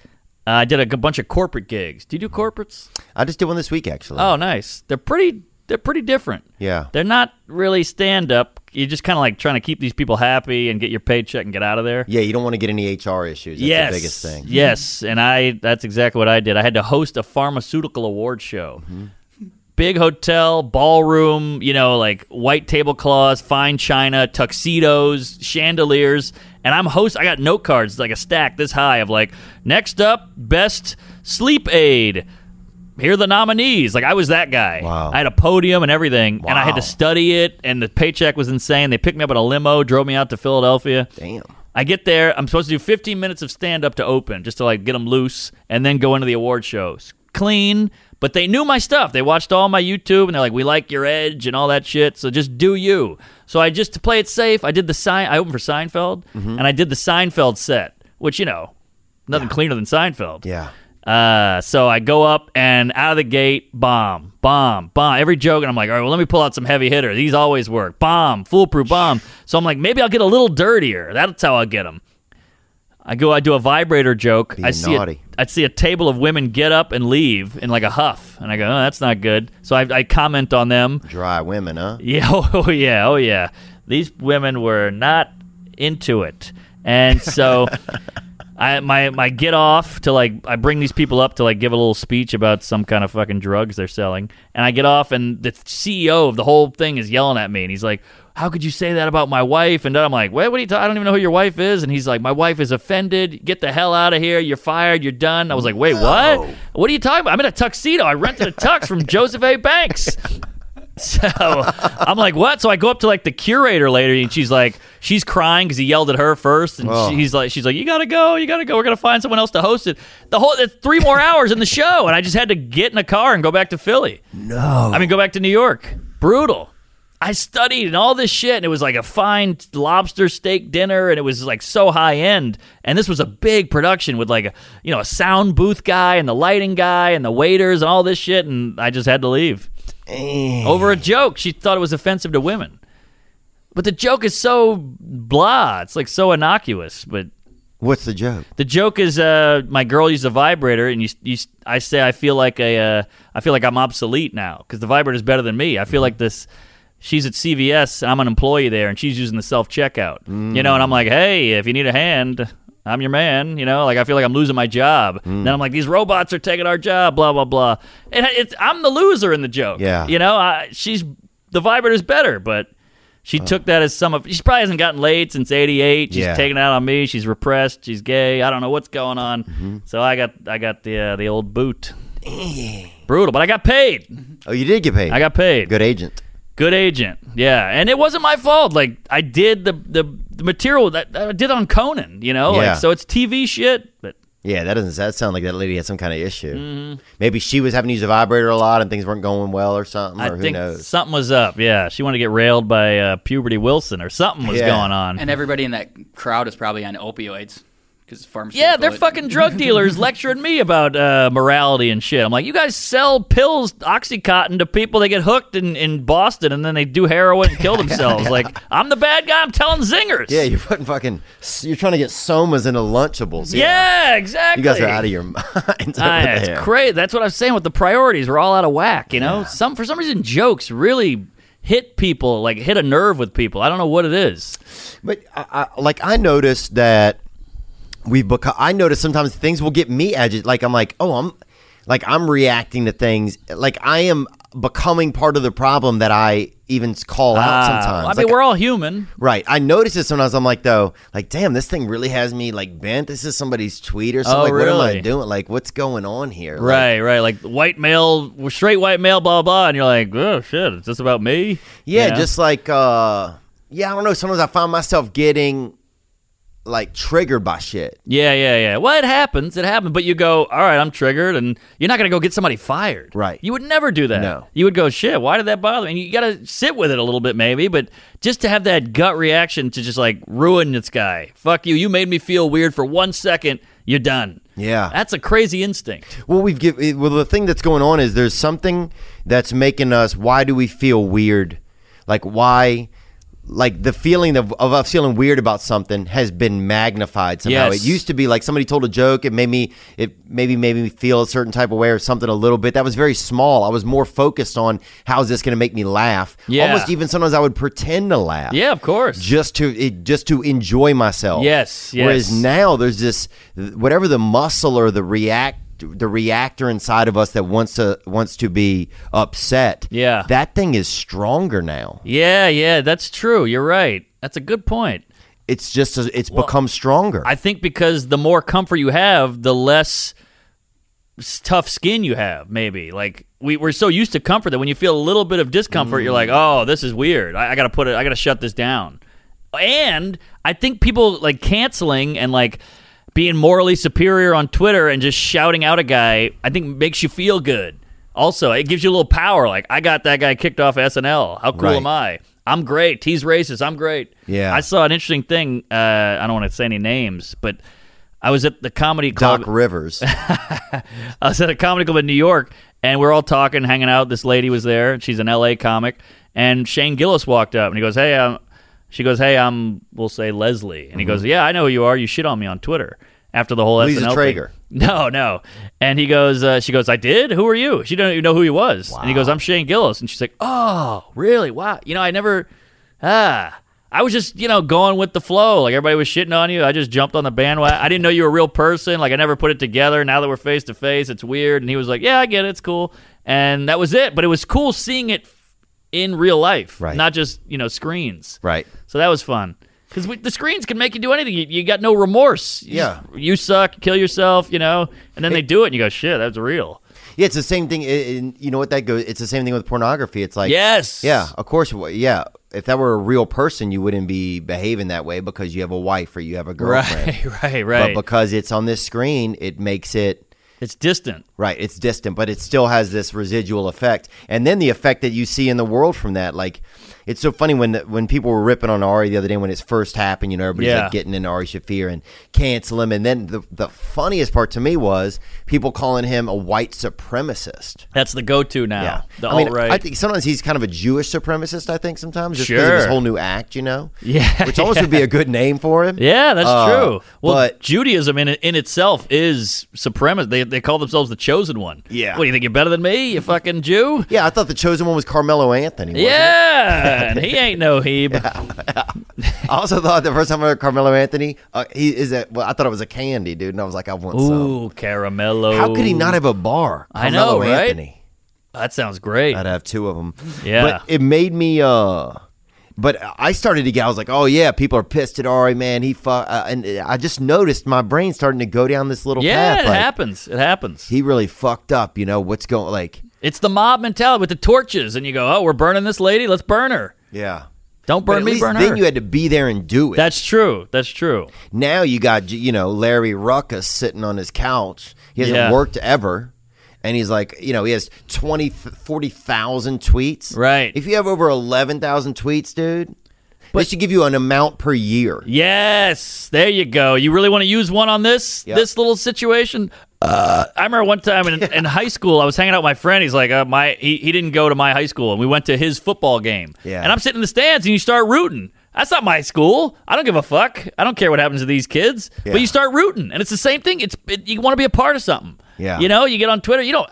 S3: uh, I did a g- bunch of corporate gigs. Do you do corporates?
S1: I just did one this week, actually.
S3: Oh, nice. They're pretty. They're pretty different.
S1: Yeah.
S3: They're not really stand up. You're just kind of like trying to keep these people happy and get your paycheck and get out of there.
S1: Yeah, you don't want to get any HR issues. That's
S3: yes.
S1: the biggest thing.
S3: Yes, and I. That's exactly what I did. I had to host a pharmaceutical award show
S1: Mm-hmm.
S3: big hotel, ballroom, you know, like white tablecloths, fine china, tuxedos, chandeliers. And I'm host. I got note cards, like a stack this high of like, next up, best sleep aid. Here are the nominees. Like I was that guy.
S1: Wow.
S3: I had a podium and everything, and I had
S1: Wow.
S3: to study it. And the paycheck was insane. They picked me up in a limo, drove me out to Philadelphia.
S1: Damn.
S3: I get there. I'm supposed to do 15 minutes of stand up to open, just to like get them loose, and then go into the award shows. Clean, but they knew my stuff. They watched all my YouTube, and they're like, "We like your edge and all that shit." So just do you. So I just to play it safe. I did the sign. I opened for Seinfeld, and I did the Seinfeld set, which you know, nothing cleaner than Seinfeld.
S1: Yeah.
S3: Uh, so I go up and out of the gate, bomb, bomb, bomb. Every joke, and I'm like, all right, well, let me pull out some heavy hitter. These always work. Bomb, foolproof bomb. So I'm like, maybe I'll get a little dirtier. That's how I'll get them. I go, I do a vibrator joke.
S1: Being
S3: I see, a,
S1: naughty.
S3: I see a table of women get up and leave in like a huff, and I go, oh, that's not good. So I, I comment on them.
S1: Dry women, huh?
S3: [laughs] Yeah, oh yeah, oh yeah. These women were not into it, and so I my my get off to like I bring these people up to like give a little speech about some kind of fucking drugs they're selling, and I get off, and the CEO of the whole thing is yelling at me, and he's like. How could you say that about my wife? And I'm like, what? What are you? Ta- I don't even know who your wife is. And he's like, my wife is offended. Get the hell out of here. You're fired. You're done. I was like, wait, what? What are you talking about? I'm in a tuxedo. I rented a tux from Joseph A. Banks. So I'm like, what? So I go up to like the curator later, and she's like, she's crying because he yelled at her first, and
S1: Oh.
S3: she's like, she's like, you gotta go, you gotta go. We're gonna find someone else to host it. The whole it's three more hours in the show, and I just had to get in a car and go back to Philly.
S1: No.
S3: I mean, go back to New York. Brutal. I studied and all this shit, and it was like a fine lobster steak dinner, and it was like so high end. And this was a big production with like a you know a sound booth guy and the lighting guy and the waiters and all this shit, and I just had to leave over a joke. She thought it was offensive to women, but the joke is so blah. It's like so innocuous, but
S1: What's the joke?
S3: the joke is uh, my girl used a vibrator, and you, you, I say I feel like a, uh, I feel like I'm obsolete now because the vibrator's better than me. I feel like this. She's at CVS, and I'm an employee there, and she's using the self checkout. You know, and I'm like, hey, if you need a hand, I'm your man. You know, like I feel like I'm losing my job. Then I'm like, these robots are taking our job. Blah blah blah. And it's I'm the loser in the joke.
S1: Yeah.
S3: you know, I, she's the vibrator's better, but. She took that as some of. She probably hasn't gotten laid since '88. She's
S1: Yeah.
S3: taken out on me. She's repressed. She's gay. I don't know what's going on.
S1: Mm-hmm.
S3: So I got I got the uh, the old boot. Brutal, but I got paid.
S1: Oh, you did get paid.
S3: I got paid.
S1: Eh. Good agent.
S3: Good agent. Yeah, and it wasn't my fault. Like I did the the, the material that, that I did on Conan. You know,
S1: Yeah.
S3: like so it's TV shit. But
S1: Yeah, that doesn't that sound like that lady had some kind of issue.
S3: Mm-hmm.
S1: Maybe she was having to use a vibrator a lot and things weren't going well or something.
S3: I
S1: or who
S3: think
S1: knows?
S3: something was up. Yeah, she wanted to get railed by uh, puberty Wilson or something was
S1: Yeah.
S3: going on.
S4: And everybody in that crowd is probably on opioids because
S3: Yeah, they're
S1: [laughs]
S3: fucking drug dealers lecturing me about uh, morality and shit. I'm like, you guys sell pills, Oxycontin, to people that get hooked in, in Boston and then they do heroin
S1: [laughs]
S3: and kill themselves. Like, I'm the bad guy. I'm telling zingers.
S1: Yeah, you're putting fucking. You're trying to get somas into Lunchables.
S3: Yeah, exactly.
S1: You guys are out of your [laughs] minds.
S3: Ah,
S1: over
S3: it's
S1: there.
S3: crazy. That's what I was saying with the priorities. We're all out of whack, you know? Some For some reason, jokes really hit people, like hit a nerve with people. I don't know what it is.
S1: But I, I, like I noticed that we've become. I notice sometimes things will get me agitated. Like I'm like, oh, I'm like I'm reacting to things. Like I am becoming part of the problem that I even call out
S3: Ah,
S1: sometimes.
S3: I mean,
S1: Like,
S3: we're all human.
S1: Right. I notice it sometimes. I'm like, though, like, damn, this thing really has me like bent. This is somebody's tweet or something.
S3: Oh,
S1: like, What am I
S3: really?
S1: doing? Like, what's going on here? Like,
S3: Right, right. Like white male, straight white male, blah blah, and you're like, oh shit, is this about me?
S1: yeah,
S3: You know?
S1: just like, uh, yeah, I don't know. Sometimes I find myself getting like triggered by shit.
S3: Yeah, yeah, yeah. Well, it happens. It happens. But you go, all right, I'm triggered, and you're not gonna go get somebody fired.
S1: Right.
S3: You would never do that.
S1: No.
S3: You would go, shit. Why did that bother me? And you gotta sit with it a little bit, maybe. But just to have that gut reaction to just like ruin this guy. Fuck you. You made me feel weird for one second. You're done.
S1: Yeah.
S3: That's a crazy instinct.
S1: Well, we've give it- well the thing that's going on is there's something that's making us. Why do we feel weird? Like why? Like the feeling of, of us feeling weird about something has been magnified somehow.
S3: Yes.
S1: It used to be like somebody told a joke. It made me. It maybe made me feel a certain type of way or something a little bit. That was very small. I was more focused on how is this going to make me laugh.
S3: Yeah.
S1: Almost even sometimes I would pretend to laugh
S3: Yeah, of course.
S1: just to it, just to enjoy myself.
S3: Yes, yes.
S1: Whereas now there's this whatever the muscle or the react the reactor inside of us that wants to wants to be upset.
S3: Yeah.
S1: That thing is stronger now.
S3: Yeah, yeah. That's true. You're right. That's a good point.
S1: It's just it's become stronger.
S3: I think because the more comfort you have, the less s- tough skin you have. Maybe like we we're so used to comfort that when you feel a little bit of discomfort, you're
S1: Mm.
S3: like, oh, this is weird. I, I gotta put it. I gotta shut this down. And I think people like canceling and like being morally superior on Twitter and just shouting out a guy. I think makes you feel good. Also, it gives you a little power. Like I got that guy kicked off SNL. How cool
S1: Right.
S3: am I? I'm great. He's racist. I'm great.
S1: Yeah.
S3: I saw an interesting thing. Uh, I don't want to say any names, but I was at the comedy club.
S1: Doc Rivers.
S3: [laughs] I was at a comedy club in New York, and we're all talking, hanging out. This lady was there. She's an LA comic, and Shane Gillis walked up, and he goes, "Hey, I'm." She goes, "Hey, I'm." We'll say Leslie, and he goes, "Yeah, I know who you are. You shit on me on Twitter after the whole
S1: Mm-hmm. Lisa
S3: SNL thing."
S1: Traeger.
S3: [laughs] No, no. And he goes, uh, she goes, I did? Who are you? She didn't even know who he was. And he goes, I'm Shane Gillis. And she's like, oh, really? Wow. You know, I never, ah. I was just, you know, going with the flow. Like everybody was shitting on you. I just jumped on the bandwagon. I didn't know you were a real person. Like I never put it together. Now that we're face to face, it's weird. And he was like, yeah, I get it. It's cool. And that was it. But it was cool seeing it in real life,
S1: Right.
S3: not just, you know, screens.
S1: right.
S3: So that was fun. Because the screens can make you do anything. You, you got no remorse. You
S1: Yeah.
S3: just- you suck, kill yourself, you know? And then they do it, and you go, shit, that's real.
S1: Yeah, it's the same thing. i- in- you know what that goes? It's the same thing with pornography. It's like
S3: Yes.
S1: yeah, of course. it wa- Yeah, if that were a real person, you wouldn't be behaving that way because you have a wife or you have a girlfriend.
S3: [laughs] Right, right, [laughs] right.
S1: But because it's on this screen, it makes it.
S3: It's distant.
S1: Right, it's distant, but it still has this residual effect, and then the effect that you see in the world from that, like. It's so funny when when people were ripping on Ari the other day when it first happened. You know, everybody's
S3: Yeah.
S1: like getting into Ari Shafir and cancel him. And then the the funniest part to me was people calling him a white supremacist.
S3: That's the go-to now. The
S1: I mean,
S3: alt-right.
S1: I think sometimes he's kind of a Jewish supremacist. I think sometimes just because of his
S3: Sure.
S1: whole new act, you know.
S3: [laughs] Yeah,
S1: which almost
S3: yeah.
S1: would be a good name for him.
S3: Yeah, that's
S1: Uh,
S3: true. Well,
S1: but
S3: Judaism in in itself is supremacist. They, they call themselves the chosen one.
S1: Yeah.
S3: What do you think? You're better than
S1: [laughs]
S3: me, you fucking Jew?
S1: yeah, I thought the chosen one was Carmelo Anthony. wasn't it? [laughs]
S3: Yeah. and he ain't no Hebe.
S1: I also thought the first time I heard Carmelo Anthony, uh, he is a. Well, I thought it was a candy, dude, and I was like, I want some.
S3: Ooh, Caramello.
S1: How could he not have a bar?
S3: I know,
S1: Carmelo
S3: right?
S1: Anthony.
S3: That sounds great.
S1: I'd have two of them.
S3: Yeah.
S1: But it made me. uh But I started to get. I was like, oh yeah, people are pissed at Ari, man. He fuck. Uh, and I just noticed my brain starting to go down this little
S3: yeah,
S1: path.
S3: it
S1: like,
S3: happens. It happens.
S1: He really fucked up. You know what's going like.
S3: It's the mob mentality with the torches, and you go, "Oh, we're burning this lady. Let's burn her.
S1: Yeah.
S3: Don't
S1: But
S3: burn
S1: at
S3: me.
S1: least
S3: burn
S1: then
S3: her."
S1: you had to be there and do it.
S3: That's true. That's true.
S1: now you got you know Larry Ruckus sitting on his couch. He hasn't
S3: Yeah.
S1: worked ever. And he's like, you know, he has 20, 40,000 tweets.
S3: Right.
S1: If you have over 11,000 tweets, dude, they should give you an amount per year.
S3: Yes, there you go. You really want to use one on this
S1: Yeah.
S3: this little situation? Uh, I remember one time in, in high school, I was hanging out with my friend. He's like, uh, my he, he didn't go to my high school, and we went to his football game.
S1: Yeah.
S3: And I'm sitting in the stands, and you start rooting. That's not my school. I don't give a fuck. I don't care what happens to these kids.
S1: Yeah.
S3: But you start rooting, and it's the same thing. It's it, you want to be a part of something.
S1: Yeah.
S3: You know, you get on Twitter. You don't.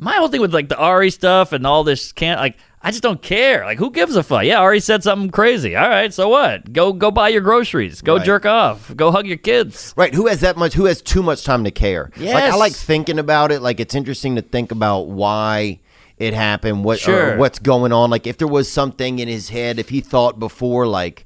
S3: My whole thing with like the Ari stuff and all this can't like I just don't care. Like who gives a fuck? Yeah, Ari said something crazy. All right, so what? Go go buy your groceries. Go
S1: Right.
S3: jerk off. Go hug your kids.
S1: Right. Who has that much? Who has too much time to care? Like I
S3: Yes.
S1: like thinking about it. Like it's interesting to think about why it happened. What or
S3: Sure.
S1: what's going on? Like if there was something in his head, if he thought before, like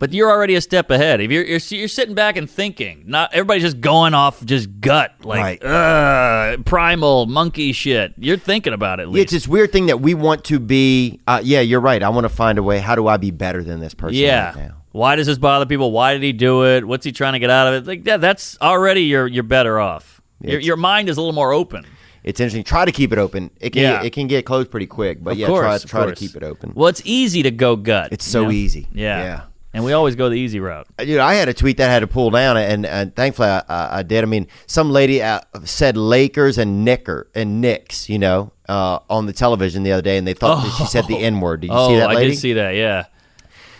S3: But you're already a step ahead. If you're you're, you're sitting back and thinking, not everybody's just going off just gut like ugh, primal monkey shit. You're thinking about it. At
S1: it's
S3: least.
S1: this weird thing that we want to be. Uh, yeah, you're right. I want to find a way. How do I be better than this person?
S3: Yeah.
S1: right now?
S3: Why does this bother people? Why did he do it? What's he trying to get out of it? Like yeah, that's already you're you're better off. Your,
S1: It's-
S3: your mind is a little more open.
S1: It's interesting. Try to keep it open. It can
S3: Yeah.
S1: it can get closed pretty quick, but
S3: Of
S1: yeah,
S3: course, of
S1: try, try to
S3: course.
S1: keep it open.
S3: Well, it's easy to go gut.
S1: It's
S3: you
S1: so
S3: know?
S1: easy.
S3: Yeah.
S1: Yeah.
S3: And we always go the easy route.
S1: Dude, I had a tweet that I had to pull down, and, and thankfully I, I, I did. I mean, some lady uh, said Lakers and Knicker and Knicks, you know, uh, on the television the other day, and they thought that she said the N word. Did you
S3: oh,
S1: see that lady?
S3: I did see that. Yeah.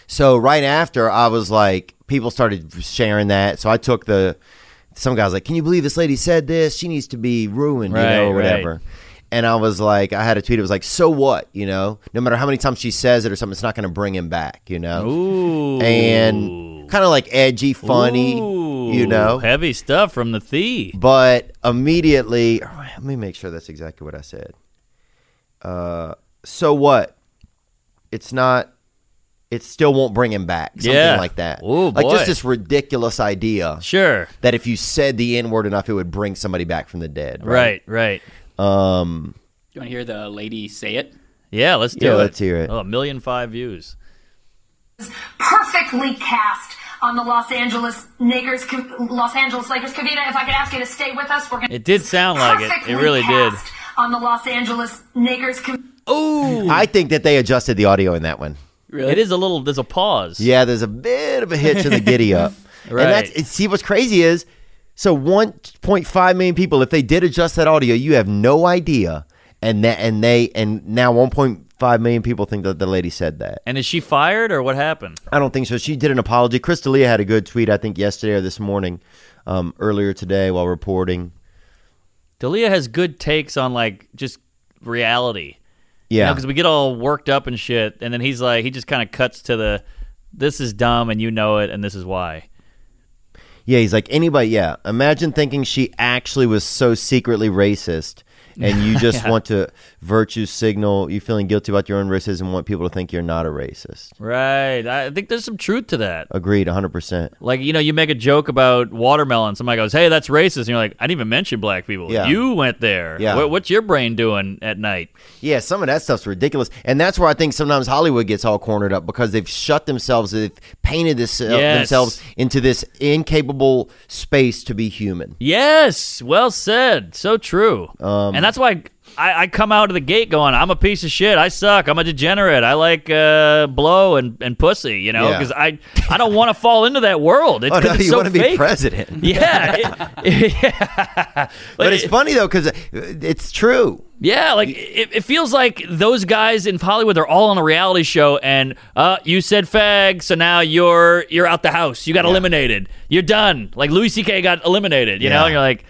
S1: So right after, I was like, people started sharing that. So I took the, some guy's like, can you believe this lady said this? She needs to be ruined, you
S3: Right,
S1: know, or
S3: right.
S1: whatever. And I was like, I had a tweet. It was like, so what, you know? No matter how many times she says it or something, it's not going to bring him back, you know?
S3: Ooh.
S1: And kind of like edgy, funny, you
S3: Ooh,
S1: know?
S3: Heavy stuff from the thief.
S1: But immediately, let me make sure that's exactly what I said. Uh, so what? It's not. It still won't bring him back. Something
S3: Yeah.
S1: like that.
S3: Ooh,
S1: like
S3: boy.
S1: just this ridiculous idea
S3: Sure.
S1: that if you said the n word enough, it would bring somebody back from the dead.
S3: Right. right,
S1: right. Um.
S4: you want to hear the lady say it?
S3: Yeah, let's do
S1: Yeah,
S3: it.
S1: let's hear it.
S3: Oh, a million five views.
S14: perfectly cast on the Los Angeles Lakers, Los Angeles Lakers. Kavita, if I could ask you to stay with us, we're going
S3: It did sound like it. It really did.
S14: on the Los Angeles Lakers.
S3: Oh,
S1: I think that they adjusted the audio in that one.
S3: [laughs] It is a little. There's a pause.
S1: Yeah, there's a bit of a hitch in the giddy up.
S3: Right.
S1: And that's, it- see, what's crazy is so 1.5 million people, if they did adjust that audio, you have no idea. And that, and they, and now 1.5 million people think that the lady said that.
S3: And is she fired or what happened?
S1: I don't think so. She did an apology. Chris D'Elia had a good tweet, I think, yesterday or this morning, um, earlier today while reporting.
S3: Dalia has good takes on like just reality.
S1: Yeah.
S3: because we get all worked up and shit, and then he's like, he just kind of cuts to the, this is dumb and you know it, and this is why.
S1: Yeah, he's like, anybody, yeah. Imagine thinking she actually was so secretly racist and
S3: [laughs]
S1: you just
S3: Yeah.
S1: want to virtue signal you feeling guilty about your own racism and want people to think you're not a racist.
S3: Right. I think there's some truth to that.
S1: Agreed, 100%.
S3: Like, you know, you make a joke about watermelon. Somebody goes, hey, that's racist. And you're like, I didn't even mention black people.
S1: Yeah.
S3: You went there.
S1: Yeah.
S3: What, what's your brain doing at night?
S1: Yeah, some of that stuff's ridiculous, and that's where I think sometimes Hollywood gets all cornered up because they've shut themselves, they've painted this, uh,
S3: Yes.
S1: themselves into this incapable space to be human.
S3: Yes. Well said. So true.
S1: Um,
S3: and that's why I, I come out of the gate going, I'm a piece of shit. I suck. I'm a degenerate. I like uh, blow and, and pussy, you know,
S1: Yeah.
S3: because I, I don't want to fall into that world. It's,
S1: [laughs] Oh,
S3: 'cause
S1: no,
S3: it's
S1: you
S3: so
S1: wanna be
S3: fake.
S1: president.
S3: Yeah. [laughs] it-
S1: But it's funny though because it's true.
S3: Yeah, like it, it feels like those guys in Hollywood are all on a reality show, and uh, you said fag, so now you're you're out the house. You got eliminated. You're done. Like Louis C.K. got eliminated. You know,
S1: Yeah.
S3: and you're like,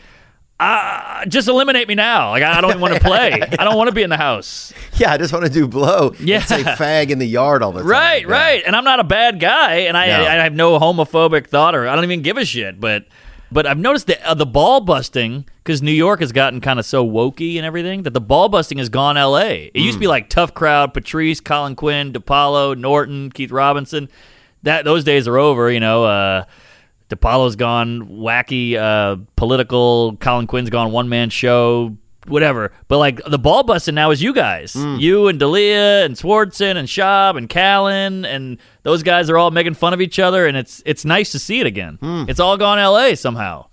S3: uh, just eliminate me now. Like I I don't want to play. I don't want to be in the house.
S1: [laughs] Yeah, I just want to do blow.
S3: Yeah.
S1: and say fag in the yard all the time.
S3: Right,
S1: Yeah.
S3: right. And I'm not a bad guy, and I,
S1: No.
S3: I, have no homophobic thought, or I don't even give a shit. But but I've noticed that uh, the ball busting because New York has gotten kind of so wokey and everything that the ball busting has gone L.A. It
S1: Mm.
S3: used to be like tough crowd, Patrice, Colin Quinn, DePaulo, Norton, Keith Robinson. That those days are over. You know. Uh, DePaulo's gone wacky, uh, political. Colin Quinn's gone one man show, whatever. But like the ball busting now is you guys, you and Dalia and Swartzen and Schaub and Callan, and those guys are all making fun of each other, and it's it's nice to see it again. It's all gone L.A. somehow.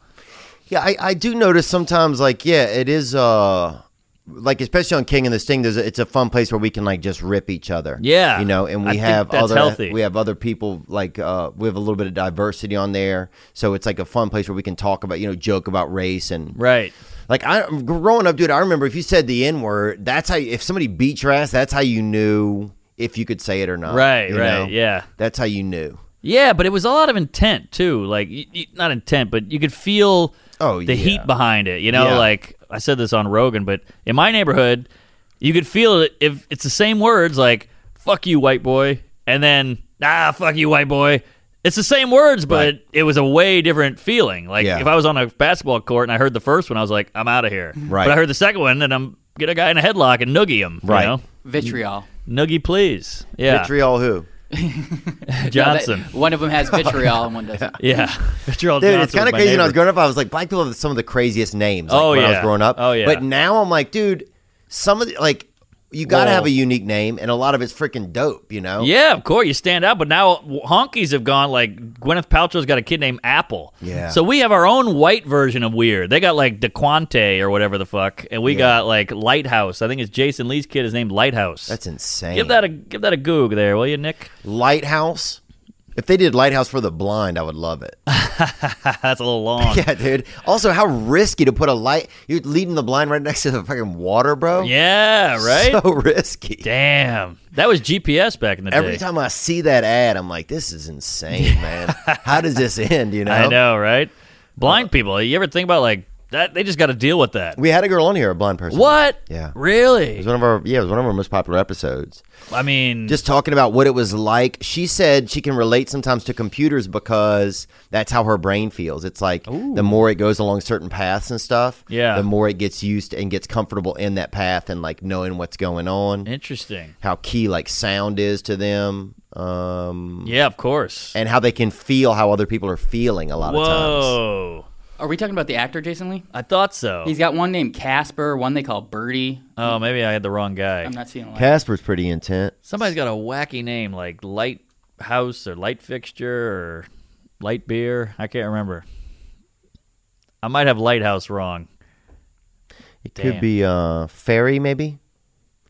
S1: Yeah, I, I do notice sometimes like yeah, it is uh like especially on King and the Sting, there's a, it's a fun place where we can like just rip each other.
S3: Yeah.
S1: you know, and
S3: I
S1: we
S3: think
S1: have
S3: that's
S1: other
S3: healthy.
S1: we have other people like uh, we have a little bit of diversity on there, so it's like a fun place where we can talk about you know joke about race and
S3: Right.
S1: Like I growing up, dude, I remember if you said the N word, that's how if somebody beat your ass, that's how you knew if you could say it or not.
S3: Right,
S1: you
S3: right, yeah.
S1: that's how you knew.
S3: Yeah, but it was a lot of intent too. Like y y not intent, but you could feel
S1: Oh,
S3: the
S1: yeah.
S3: heat behind it. You know,
S1: Yeah.
S3: like I said this on Rogan, but in my neighborhood, you could feel it if it's the same words like "fuck you, white boy," and then "ah, fuck you, white boy." It's the same words, but it was a way different feeling. Like
S1: Yeah.
S3: if I was on a basketball court and I heard the first one, I was like, "I'm out of here."
S1: Right.
S3: But I heard the second one, and I'm get a guy in a headlock and noogie him.
S1: Right.
S3: You know?
S4: Vitriol.
S3: Mm. Noogie, please. Yeah.
S1: Vitriol who?
S3: [laughs] Johnson.
S4: No, that- one of
S3: [laughs]
S4: them has vitriol and one doesn't.
S3: Yeah. [laughs] Vitriol
S1: Dude,
S3: Johnson
S1: it's kind
S3: was
S1: of
S3: my
S1: crazy. When I was
S3: neighbor.
S1: growing up, I was like, black people have some of the craziest names. Like,
S3: Oh,
S1: when I was
S3: yeah.
S1: growing up.
S3: Oh, yeah.
S1: But now I'm like, dude, some of the, like, you got to
S3: Whoa.
S1: have a unique name, and a lot of it's freaking dope, you know?
S3: Yeah, of course you stand out, but now honkies have gone like Gwyneth Paltrow's got a kid named Apple.
S1: Yeah.
S3: So we have our own white version of weird. They got like DeQuante or whatever the fuck, and we got like Lighthouse. I think it's Jason Lee's kid is named Lighthouse.
S1: That's insane.
S3: give that a give that a goog there, will you,
S1: [laughs]
S3: Nick?
S1: Lighthouse. If they did Lighthouse for the Blind, I would love it.
S3: That's a little
S1: [laughs]
S3: long.
S1: yeah, dude. Also, how risky to put a light. You're leading the blind right next to the fucking water, bro.
S3: [laughs] Yeah, right.
S1: So [laughs] risky.
S3: Damn, that was GPS back in the
S1: Every
S3: day.
S1: time I see that ad, I'm like, this is insane, man. How does this end, you know?
S3: [laughs]
S1: Uh,
S3: I know, right? Blind people. You ever think about like that? They just got to deal with that.
S1: We had a girl on here, a blind person.
S3: What?
S1: Yeah. It
S3: Really?
S1: was one of our yeah, it was one of our most popular episodes.
S3: I mean,
S1: Just talking about what it was like. She said she can relate sometimes to computers because that's how her brain feels. It's like the more it goes along certain paths and stuff,
S3: Yeah.
S1: the more it gets used and gets comfortable in that path and like knowing what's going on,
S3: interesting.
S1: how key like sound is to them, um,
S3: Yeah, of course.
S1: and how they can feel how other people are feeling a lot of times.
S3: Whoa.
S4: Are we talking about the actor Jason Lee?
S3: I thought so.
S4: He's got one named Casper, one they call Birdie.
S3: oh, maybe I had the wrong guy.
S4: I'm not seeing a lot.
S1: Casper's pretty intent.
S3: Somebody's got a wacky name like light house or light fixture or light beer. I can't remember. I might have lighthouse wrong.
S1: It
S3: Damn.
S1: could be uh, ferry maybe.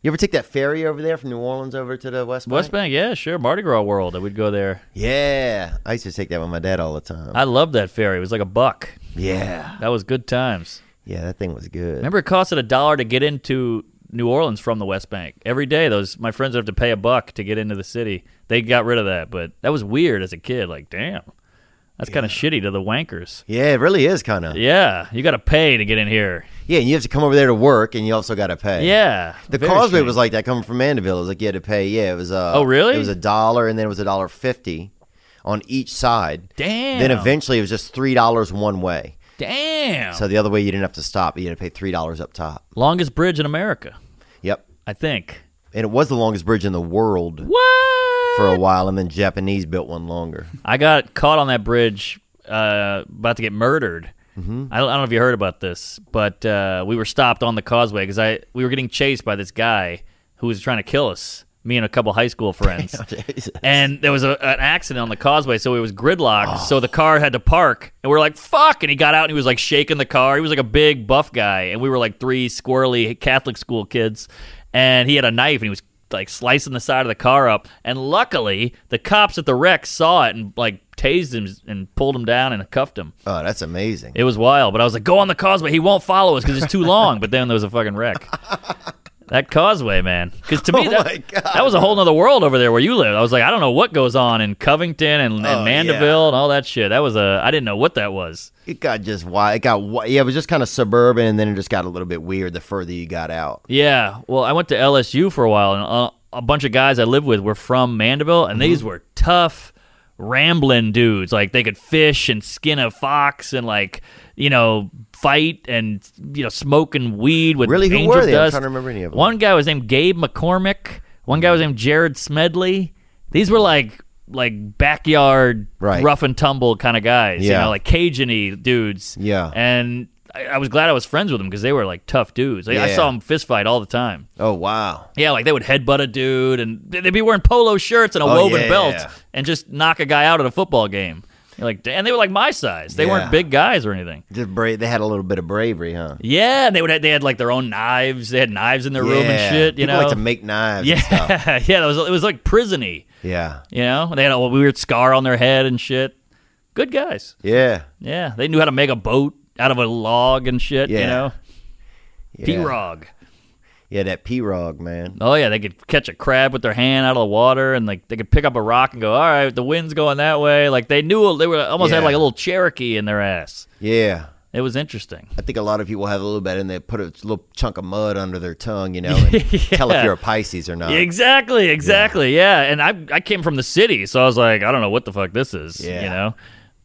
S1: You ever take that ferry over there from New Orleans over to the West Bank?
S3: West Bank, yeah, sure. Mardi Gras World. I would go there.
S1: Yeah, I used to take that with my dad all the time.
S3: I loved that ferry. It was like a buck.
S1: yeah,
S3: That was good times.
S1: yeah, that thing was good.
S3: Remember, it costed a dollar to get into New Orleans from the West Bank. Every day, those my friends would have to pay a buck to get into the city. They got rid of that, but that was weird as a kid. Like, damn, that's kind of shitty to the wankers.
S1: Yeah, it really is kind of. Yeah.
S3: Yeah, you got to pay to get in here.
S1: and you have to come over there to work, and you also got to pay.
S3: Yeah,
S1: the
S3: very
S1: Causeway
S3: shitty.
S1: was like that coming from Mandeville. It was like you had to pay. Yeah, it was. Uh,
S3: Oh, really?
S1: It was a dollar, and then it was a dollar fifty on each side.
S3: Damn.
S1: Then eventually, it was just three dollars one way.
S3: Damn.
S1: So the other way you didn't have to stop. You had to pay three dollars up top.
S3: Longest bridge in America.
S1: Yep.
S3: I think.
S1: And it was the longest bridge in the world. For a while, and then Japanese built one
S3: [laughs]
S1: longer.
S3: I got caught on that bridge, uh, about to get murdered.
S1: Mhm.
S3: I, don't, I don't know if you heard about this, but uh, we were stopped on the causeway because I we were getting chased by this guy who was trying to kill us. Me and a couple high school friends, and there was a, an accident on the causeway, so it was gridlocked. So the car had to park, and we were like, "Fuck!" And he got out, and he was like shaking the car. He was like a big buff guy, and we were like three squirrely Catholic school kids, and he had a knife, and he was like slicing the side of the car up. And luckily, the cops at the wreck saw it and like tased him and pulled him down and cuffed him.
S1: Oh, that's amazing.
S3: It was wild, but I was like, go on the causeway. He won't follow us because it's too long. But then there was a fucking
S1: [laughs]
S3: wreck. That causeway, man. Because to me,
S1: Oh my
S3: that, that was a whole nother world over there where you live. I was like, I don't know what goes on in Covington and, and
S1: Oh,
S3: Mandeville
S1: yeah.
S3: and all that shit. That was a, I didn't know what that was.
S1: It got just wild. It got wi- yeah. It was just kind of suburban, and then it just got a little bit weird the further you got out.
S3: Yeah. Well, I went to LSU for a while, and a, a bunch of guys I lived with were from Mandeville, and these
S1: Mm-hmm.
S3: were tough, rambling dudes. Like they could fish and skin a fox, and like you know fight and you know smoking weed with
S1: Really? Who
S3: angel
S1: were they? I'm
S3: dust.
S1: trying to remember any of them.
S3: One guy was named Gabe McCormick. One guy was named Jared Smedley. These were like like backyard
S1: Right.
S3: rough and tumble kind of guys. You
S1: Yeah.
S3: know, like Cajun-y dudes.
S1: Yeah.
S3: And I, I was glad I was friends with them because they were like tough dudes. Like, I
S1: Yeah.
S3: saw them fist fight all the time.
S1: Oh wow.
S3: Yeah, like they would headbutt a dude, and they'd be wearing polo shirts and a
S1: Oh,
S3: woven
S1: yeah.
S3: belt, and just knock a guy out at a football game. You're like, "Damn," and they were like my size. They
S1: Yeah.
S3: weren't big guys or anything.
S1: Just brave. They had a little bit of bravery, huh?
S3: Yeah, and they would have, they had like their own knives. They had knives in their room
S1: Yeah.
S3: and shit. You
S1: People
S3: know, [laughs]
S1: like to make knives.
S3: Yeah,
S1: And
S3: [laughs]
S1: stuff.
S3: yeah. It was it was like prisony.
S1: Yeah.
S3: You know, they had a weird scar on their head and shit. Good guys.
S1: Yeah.
S3: Yeah, they knew how to make a boat out of a log and shit. You
S1: Yeah.
S3: know,
S1: Yeah.
S3: P-Rog.
S1: Yeah, that P Rog, man.
S3: Oh yeah, they could catch a crab with their hand out of the water, and like they could pick up a rock and go, "All right, the wind's going that way." Like they knew they were almost had
S1: Yeah.
S3: like a little Cherokee in their ass.
S1: Yeah.
S3: It was interesting.
S1: I think a lot of people have a little bit and they put a little chunk of mud under their tongue, you know,
S3: [laughs]
S1: and tell if you're a Pisces or not.
S3: Exactly, exactly. Yeah, and I I came from the city, so I was like, I don't know what the fuck this is.
S1: Yeah.
S3: you know.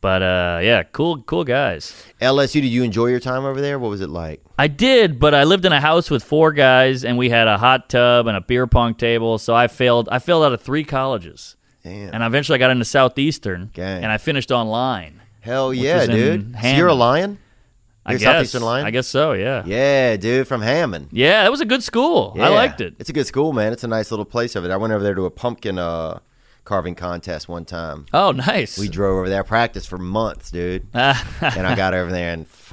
S3: But uh, yeah, cool, cool guys.
S1: LSU, did you enjoy your time over there? What was it like?
S3: I did, but I lived in a house with four guys, and we had a hot tub and a beer pong table. So I failed. I failed out of three colleges,
S1: Damn.
S3: and eventually I got into Southeastern,
S1: Gang.
S3: and I finished online.
S1: Hell
S3: which
S1: yeah,
S3: was in
S1: dude. So
S3: Hammond.
S1: you're a lion?
S3: I
S1: You're a
S3: guess.
S1: Southeastern lion?
S3: I guess so. Yeah.
S1: Yeah, dude, from Hammond.
S3: Yeah, that was a good school. I
S1: Yeah.
S3: liked it.
S1: It's a good school, man. It's a nice little place over there. I went over there to a pumpkin uh, carving contest one time.
S3: Oh, nice.
S1: We drove over there. I practiced for months, dude.
S3: [laughs]
S1: and I got over there and f-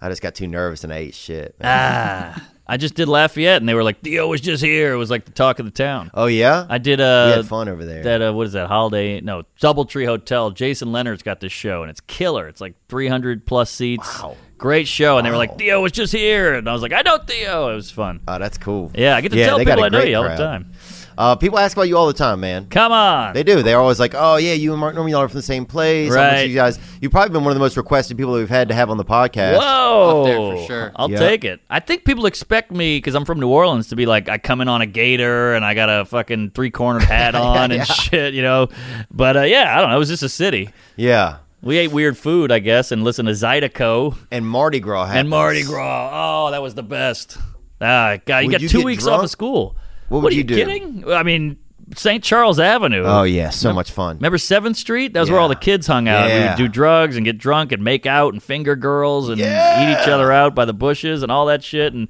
S1: I just got too nervous and I ate shit. man.
S3: ah, I just did Lafayette, and they were like, "Theo was just here." It was like the talk of the town.
S1: Oh, yeah?
S3: I did. Uh,
S1: we had fun over there.
S3: That uh, what is that? Holiday? No, DoubleTree Hotel. Jason Leonard's got this show, and it's killer. It's like 300 plus seats. Wow. Great show, and they were like, "Theo was just here," and I was like, "I know Theo." It was fun.
S1: Oh, that's cool.
S3: Yeah, I get to tell
S1: they got
S3: people
S1: a
S3: I know
S1: great
S3: you all the
S1: crowd.
S3: time.
S1: Uh, people ask about you all the time, man.
S3: Come on.
S1: They do. They're always like, "Oh yeah, you and Mark Norman y'all are from the same place." How much
S3: Right.
S1: You guys, you've probably been one of the most requested people that we've had to have on the podcast.
S3: Whoa,
S4: Up there for sure.
S3: I'll
S1: Yeah.
S3: take it. I think people expect me because I'm from New Orleans to be like I come in on a gator and I got a fucking three cornered
S1: [laughs]
S3: hat on and shit, you know. But uh, yeah, I don't know. It was just a city.
S1: Yeah.
S3: We ate weird food, I guess, and listened to Zydeco
S1: and Mardi Gras.
S3: And
S1: happens.
S3: Mardi Gras. Oh, that was the best. Ah, God, you
S1: Would
S3: got
S1: you
S3: two
S1: get
S3: weeks
S1: drunk?
S3: off of school.
S1: What would
S3: are
S1: you
S3: you,
S1: do?
S3: kidding? I mean, St. Charles Avenue.
S1: Oh yeah, so much fun.
S3: Remember Seventh Street? That was where all the kids hung out. We
S1: Yeah.
S3: would do drugs and get drunk and make out and finger girls and eat each other out by the bushes and all that shit. And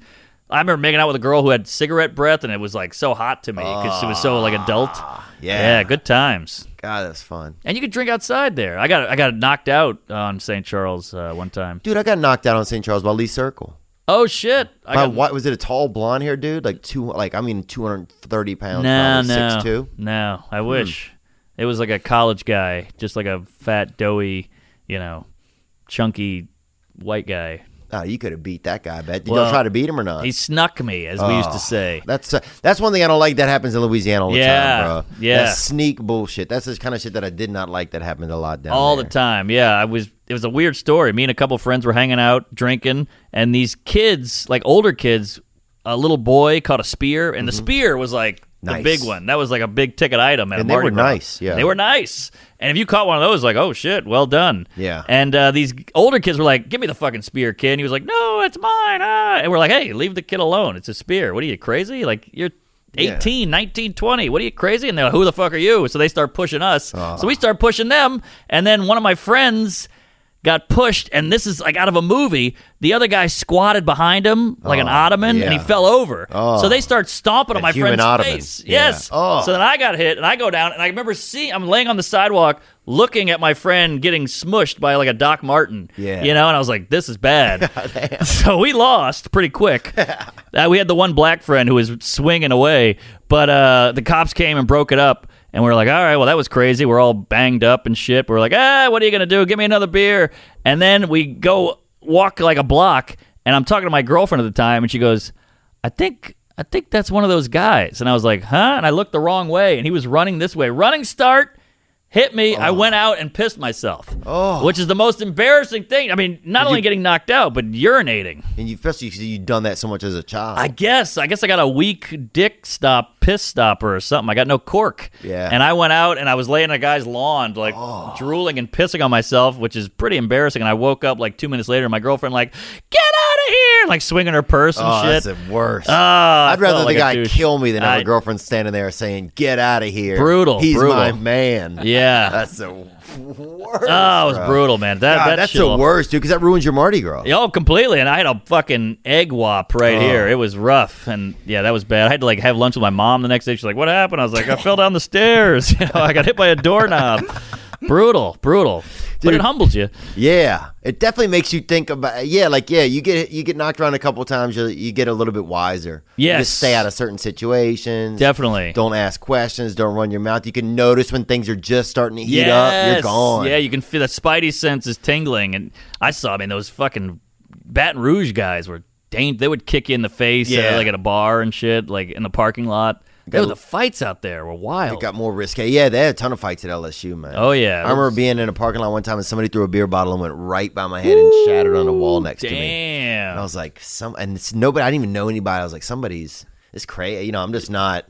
S3: I remember making out with a girl who had cigarette breath, and it was like so hot to me because she was so like adult.
S1: Ah, yeah.
S3: good times.
S1: God, that's fun.
S3: And you could drink outside there. I got I got knocked out on St. Charles uh, one time.
S1: Dude, I got knocked out on St. Charles by Lee Circle.
S3: Oh shit! I
S1: By
S3: got
S1: what was it? A tall blonde haired dude, like two, like I mean, two hundred thirty pounds,
S3: No,
S1: probably
S3: no,
S1: six two. Hmm.
S3: no. I wish it was like a college guy, just like a fat, doughy, you know, chunky white guy.
S1: Oh, you could have beat that guy. I bet. Did
S3: Well,
S1: y'all try to beat him or not?
S3: He snuck me, as we used
S1: Oh,
S3: to say.
S1: That's uh, that's one thing I don't like that happens in Louisiana all the
S3: Yeah,
S1: time, bro.
S3: yeah.
S1: that sneak bullshit. That's the kind of shit that I did not like that happened a lot down
S3: all
S1: there.
S3: the time. Yeah, I was. It was a weird story. Me and a couple friends were hanging out, drinking, and these kids, like older kids, a little boy caught a spear, and the spear was like the
S1: Mm-hmm. Nice.
S3: big one. That was like a big ticket item at a
S1: And they
S3: Mardi
S1: were
S3: Gras.
S1: nice, yeah.
S3: they were nice. And if you caught one of those, like, oh shit, well done.
S1: Yeah.
S3: And uh, these older kids were like, "Give me the fucking spear, kid." And he was like, "No, it's mine." Ah. And we're like, "Hey, leave the kid alone. It's a spear. What are you crazy? Like you're."
S1: Yeah.
S3: 18, 19, 20. What are you crazy? And they're like, who the fuck are you? So they start pushing us. So we start pushing them. And then one of my friends got pushed. And this is like out of a movie. The other guy squatted behind him like an
S1: Oh,
S3: ottoman and he
S1: yeah.
S3: fell over.
S1: Oh.
S3: So they start stomping on
S1: A
S3: my
S1: human
S3: friend's
S1: ottoman.
S3: face.
S1: Yeah.
S3: Yes.
S1: Oh.
S3: So then I got hit and I go down and I remember seeing, I'm laying on the sidewalk looking at my friend getting smushed by like a Doc Martin.
S1: Yeah.
S3: You know, and I was like, this is bad. so we lost pretty quick. uh, we had the one black friend who was swinging away, but uh, the cops came and broke it up. And we were like, all right, well, that was crazy. We're all banged up and shit. We We're like, ah, what are you going to do? Give me another beer. And then we go walk like a block. And I'm talking to my girlfriend at the time, and she goes, I think I think that's one of those guys. And I was like, huh? And I looked the wrong way, and he was running this way. Running start hit me. I went out and pissed myself. Oh. Which is the most embarrassing thing. I mean, not only getting knocked out, but urinating.
S1: And you, especially because you've done that so much as a child.
S3: I guess. I guess I got a weak dick stop, piss stopper or something. I got no cork.
S1: Yeah. Oh.
S3: And I went out and I was laying on a guy's lawn, like drooling and pissing on myself, which is pretty embarrassing. And I woke up like two minutes later, and my girlfriend like, get out of here, like swinging her purse and
S1: oh,
S3: shit.
S1: that's the worst.
S3: Ah, I
S1: I'd rather
S3: felt
S1: the
S3: like a
S1: guy
S3: douche.
S1: kill me than have
S3: I-
S1: a girlfriend standing there saying, "Get out of here."
S3: Brutal,
S1: He's
S3: brutal.
S1: my man. [laughs]
S3: Yeah.
S1: That's the worst.
S3: Oh, it was
S1: bro.
S3: brutal, man. That,
S1: God,
S3: that
S1: that's
S3: shit
S1: the
S3: will-
S1: worst, dude, because that ruins your Mardi Gras.
S3: Yeah, Oh, completely. And I had a fucking egg wop right
S1: Oh.
S3: here. It was rough. And yeah, that was bad. I had to like have lunch with my mom the next day. She's like, what happened? I was like, I fell down the stairs. [laughs] You know, I got hit by
S1: [laughs]
S3: a doorknob. brutal, brutal. But it
S1: Dude.
S3: humbles you.
S1: Yeah, it definitely makes you think about. Yeah, like yeah, you get you get knocked around a couple times, you you get a little bit wiser. You
S3: Yes.
S1: just stay out of certain situations.
S3: Definitely.
S1: don't ask questions. Don't run your mouth. You can notice when things are just starting to heat up. You're
S3: Yes.
S1: gone.
S3: Yeah, you can feel the spidey sense is tingling. And I saw, I mean, those fucking Baton Rouge guys were dang, they would kick you in the face uh,
S1: Yeah.
S3: like at a bar and shit, like in the parking lot. They were the fights out there were wild.
S1: It got more risque. Yeah, they had a ton of fights at LSU, man.
S3: Oh, yeah.
S1: I remember being in a parking lot one time and somebody threw a beer bottle and went right by my head and shattered on the wall next to me.
S3: Damn.
S1: And I was like, some, and it's nobody. I didn't even know anybody. I was like, somebody's. It's crazy. You know, I'm just not.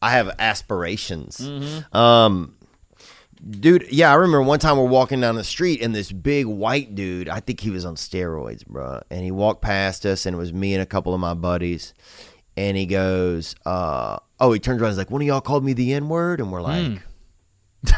S1: I have aspirations. Um, dude, yeah, I remember one time we're walking down the street and this big white dude, I think he was on steroids, bro. And he walked past us and it was me and a couple of my buddies. And he goes, uh, oh, he turns around and he's like, one of y'all called me the N word? And we're like, [laughs]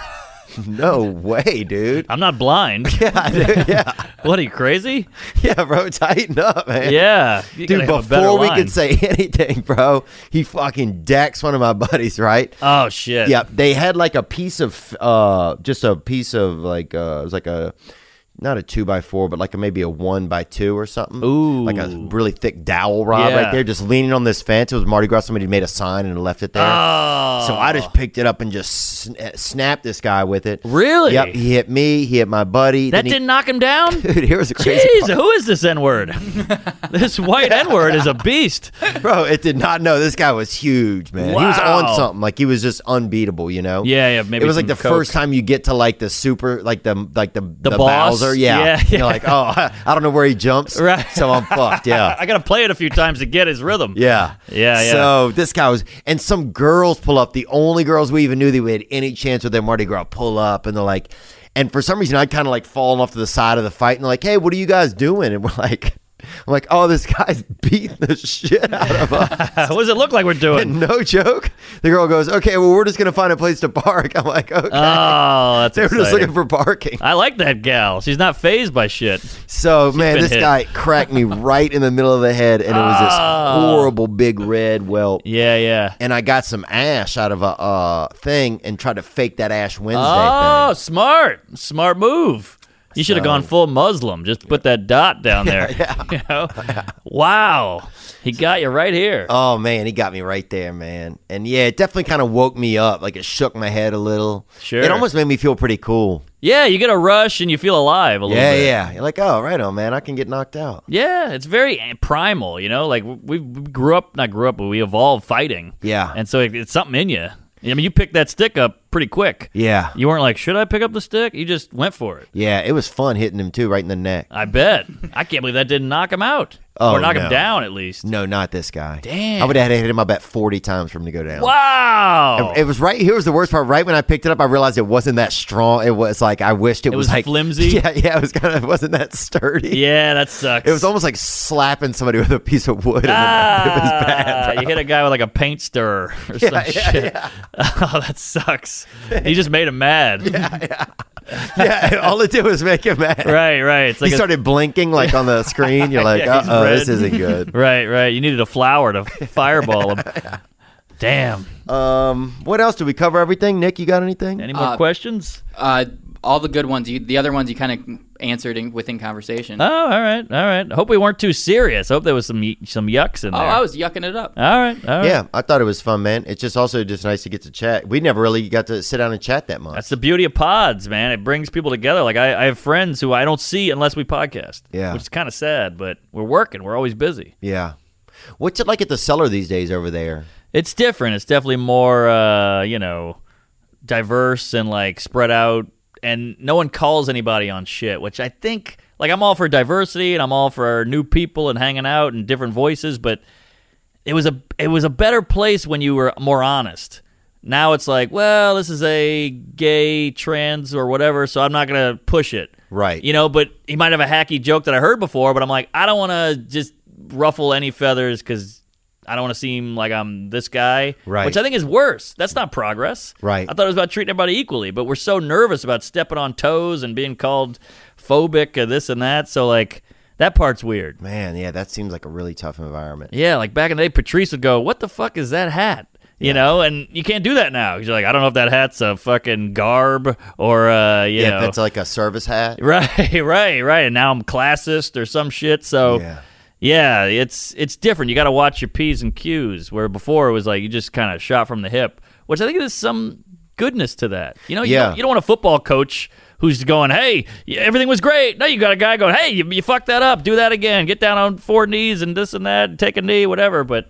S1: no way,
S3: [laughs]
S1: dude.
S3: I'm not blind.
S1: [laughs] yeah, dude,
S3: [laughs]
S1: yeah.
S3: What are you crazy?
S1: Yeah, bro, [laughs] tighten up, man.
S3: Yeah, you
S1: Dude,
S3: gotta have a better
S1: before we
S3: line.
S1: could say [laughs] anything, bro, he fucking decks one of my [laughs] buddies, right?
S3: Oh shit.
S1: Yep, they had like a piece of, uh, just a piece of like, uh, it was like a, not a two by four, but like a, maybe a one by two or something. Ooh, like a really thick dowel rod
S3: Yeah.
S1: right there, just leaning on this fence. It was Mardi Gras. Somebody made a sign and left it there.
S3: Oh.
S1: So I
S3: Ah.
S1: just picked it up and just sna- snapped this guy with it.
S3: Really?
S1: Yep. He hit me. He hit my buddy.
S3: That
S1: then he-
S3: didn't knock him down?
S1: [laughs] Dude, here was the crazy
S3: Jeez,
S1: part.
S3: who is this N word? [laughs] this white N word is a beast.
S1: Bro, it did not know. This guy was huge, man. He was
S3: Wow.
S1: on something. Like he was just unbeatable, you know?
S3: Yeah, yeah, maybe
S1: It was like
S3: some
S1: the
S3: coke.
S1: first time you get to like the super like the like the the,
S3: boss?
S1: Bowser. Yeah.
S3: Yeah, yeah.
S1: You're like, oh [laughs] I don't know where he jumps.
S3: Right.
S1: So I'm fucked. Yeah.
S3: [laughs] I gotta play it a few times to get his rhythm.
S1: Yeah.
S3: Yeah, yeah.
S1: So this guy was, and some girls pull up. The only girls we even knew that we had any chance with their Mardi Gras pull up, and they're like, and for some reason I kind of like falling off to the side of the fight, and they're like, hey, what are you guys doing? And we're like, [laughs] I'm like, oh, this guy's [laughs] beating the shit out of us.
S3: [laughs] what does it look like we're doing?
S1: And no joke. The girl goes, okay, well, we're just gonna find a place to park. [laughs] I'm like, okay.
S3: Oh,
S1: [laughs]
S3: that's
S1: they were just
S3: exciting.
S1: looking for parking.
S3: I like that gal. She's not phased by shit. [laughs]
S1: So man,
S3: been
S1: this
S3: hit.
S1: guy cracked
S3: [laughs]
S1: me right in the middle of the head, and it was this
S3: Ah.
S1: horrible big red welt.
S3: Yeah, yeah.
S1: and I got some ash out of a uh, thing and tried to fake that Ash Wednesday
S3: Oh,
S1: thing.
S3: smart. Smart move. You should have
S1: So-
S3: gone full Muslim. Just put that
S1: [laughs]
S3: dot down there. You know? Wow. He got you right here.
S1: Oh man, he got me right there, man. And yeah, it definitely kind of woke me up. Like it shook my head a little.
S3: Sure.
S1: It almost made me feel pretty cool.
S3: Yeah, you get a rush and you feel alive a little
S1: Yeah,
S3: bit.
S1: yeah. You're like, oh, right on, man. I can get knocked out.
S3: Yeah, it's very primal, you know. Like we, we grew up, not grew up, but we evolved fighting.
S1: Yeah.
S3: and so it, it's something in you. I mean, you picked that stick up pretty quick.
S1: Yeah.
S3: You weren't like, should I pick up the stick? You just went for it.
S1: Yeah, it was fun hitting him too, right in the neck. [laughs]
S3: I bet. I can't believe that didn't knock him out.
S1: Oh,
S3: or knock
S1: no.
S3: him down at least.
S1: No, not this guy.
S3: Damn.
S1: I would have had to hit him about 40 times for him to go down.
S3: Wow.
S1: It, it was right here was the worst part. Right when I picked it up, I realized it wasn't that strong. It was like I wished it,
S3: It
S1: was,
S3: was
S1: like [laughs]
S3: flimsy?
S1: Yeah, yeah, it was kind of it wasn't that sturdy.
S3: Yeah, that
S1: [laughs]
S3: sucks.
S1: It was almost like slapping somebody with a piece of wood. in the- it was bad.
S3: Ah,
S1: bro.
S3: you hit a guy with like a paint stirrer
S1: [laughs]
S3: or
S1: Yeah,
S3: some
S1: yeah,
S3: shit. [laughs] oh, that sucks. You just made
S1: [laughs]
S3: him mad.
S1: [laughs] yeah, all it did was make him mad.
S3: Right, right. It's like
S1: he
S3: a-
S1: started blinking like on the screen. You're like,
S3: [laughs] Yeah,
S1: uh
S3: he's
S1: oh,
S3: red.
S1: this isn't good.
S3: [laughs] [laughs] right, right. You needed a
S1: [laughs]
S3: flower to fireball him. Damn.
S1: Um, what else? Did we cover everything? Nick, you got anything?
S3: Any more
S4: Uh,
S3: questions?
S4: Uh, all the good ones. You, the other ones you kind of answered in, within conversation.
S3: Oh, all right, all right. I hope we weren't too serious. I hope there was some y- some yucks in
S4: oh,
S3: there.
S4: I was yucking it up.
S3: all right, all right.
S1: Yeah, I thought it was fun, man. It's just also just nice to get to chat. We never really got to sit down and chat that much.
S3: That's the beauty of pods, man. It brings people together. Like I, I have friends who I don't see unless we podcast.
S1: Yeah.
S3: Which is kind of sad, but we're working. We're always busy.
S1: Yeah. What's it like at the cellar these days over there?
S3: It's different. It's definitely more, uh, you know, diverse and like spread out, and no one calls anybody on shit. Which I think, like, I'm all for diversity and I'm all for new people and hanging out and different voices, but it was a it was a better place when you were more honest. Now it's like, well, this is a gay, trans, or whatever, so I'm not gonna push it.
S1: Right.
S3: You know, but he might have a hacky joke that I heard before, but I'm like, I don't want to just ruffle any feathers because I don't want to seem like I'm this guy.
S1: Right.
S3: Which I think is worse. That's not progress.
S1: Right.
S3: I thought it was about treating everybody equally, but we're so nervous about stepping on toes and being called phobic or this and that. So, like, that part's weird.
S1: Man, yeah, that seems like a really tough environment.
S3: Yeah, like back in the day, Patrice would go, "What the fuck is that hat?" You know, and you can't do that now. 'cause You're like, I don't know if that hat's a fucking garb or, uh, you
S1: yeah,
S3: know,
S1: if it's like a service hat.
S3: [laughs] right, right, right. And now I'm classist or some shit. So,
S1: Yeah.
S3: yeah, it's it's different. You got to watch your p's and q's. Where before it was like you just kind of shot from the hip, which I think there's some goodness to that. You know, you,
S1: Yeah.
S3: don't, you don't want a football coach. Who's going? Hey, y- everything was great. Now you got a guy going. Hey, you, you fucked that up. Do that again. Get down on four knees and this and that. And take a knee, whatever. But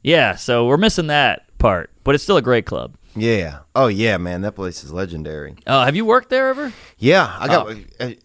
S3: yeah, so we're missing that part. But it's still a great club.
S1: Yeah. Oh yeah, man, that place is legendary.
S3: Uh, have you worked there ever?
S1: Yeah, I got uh,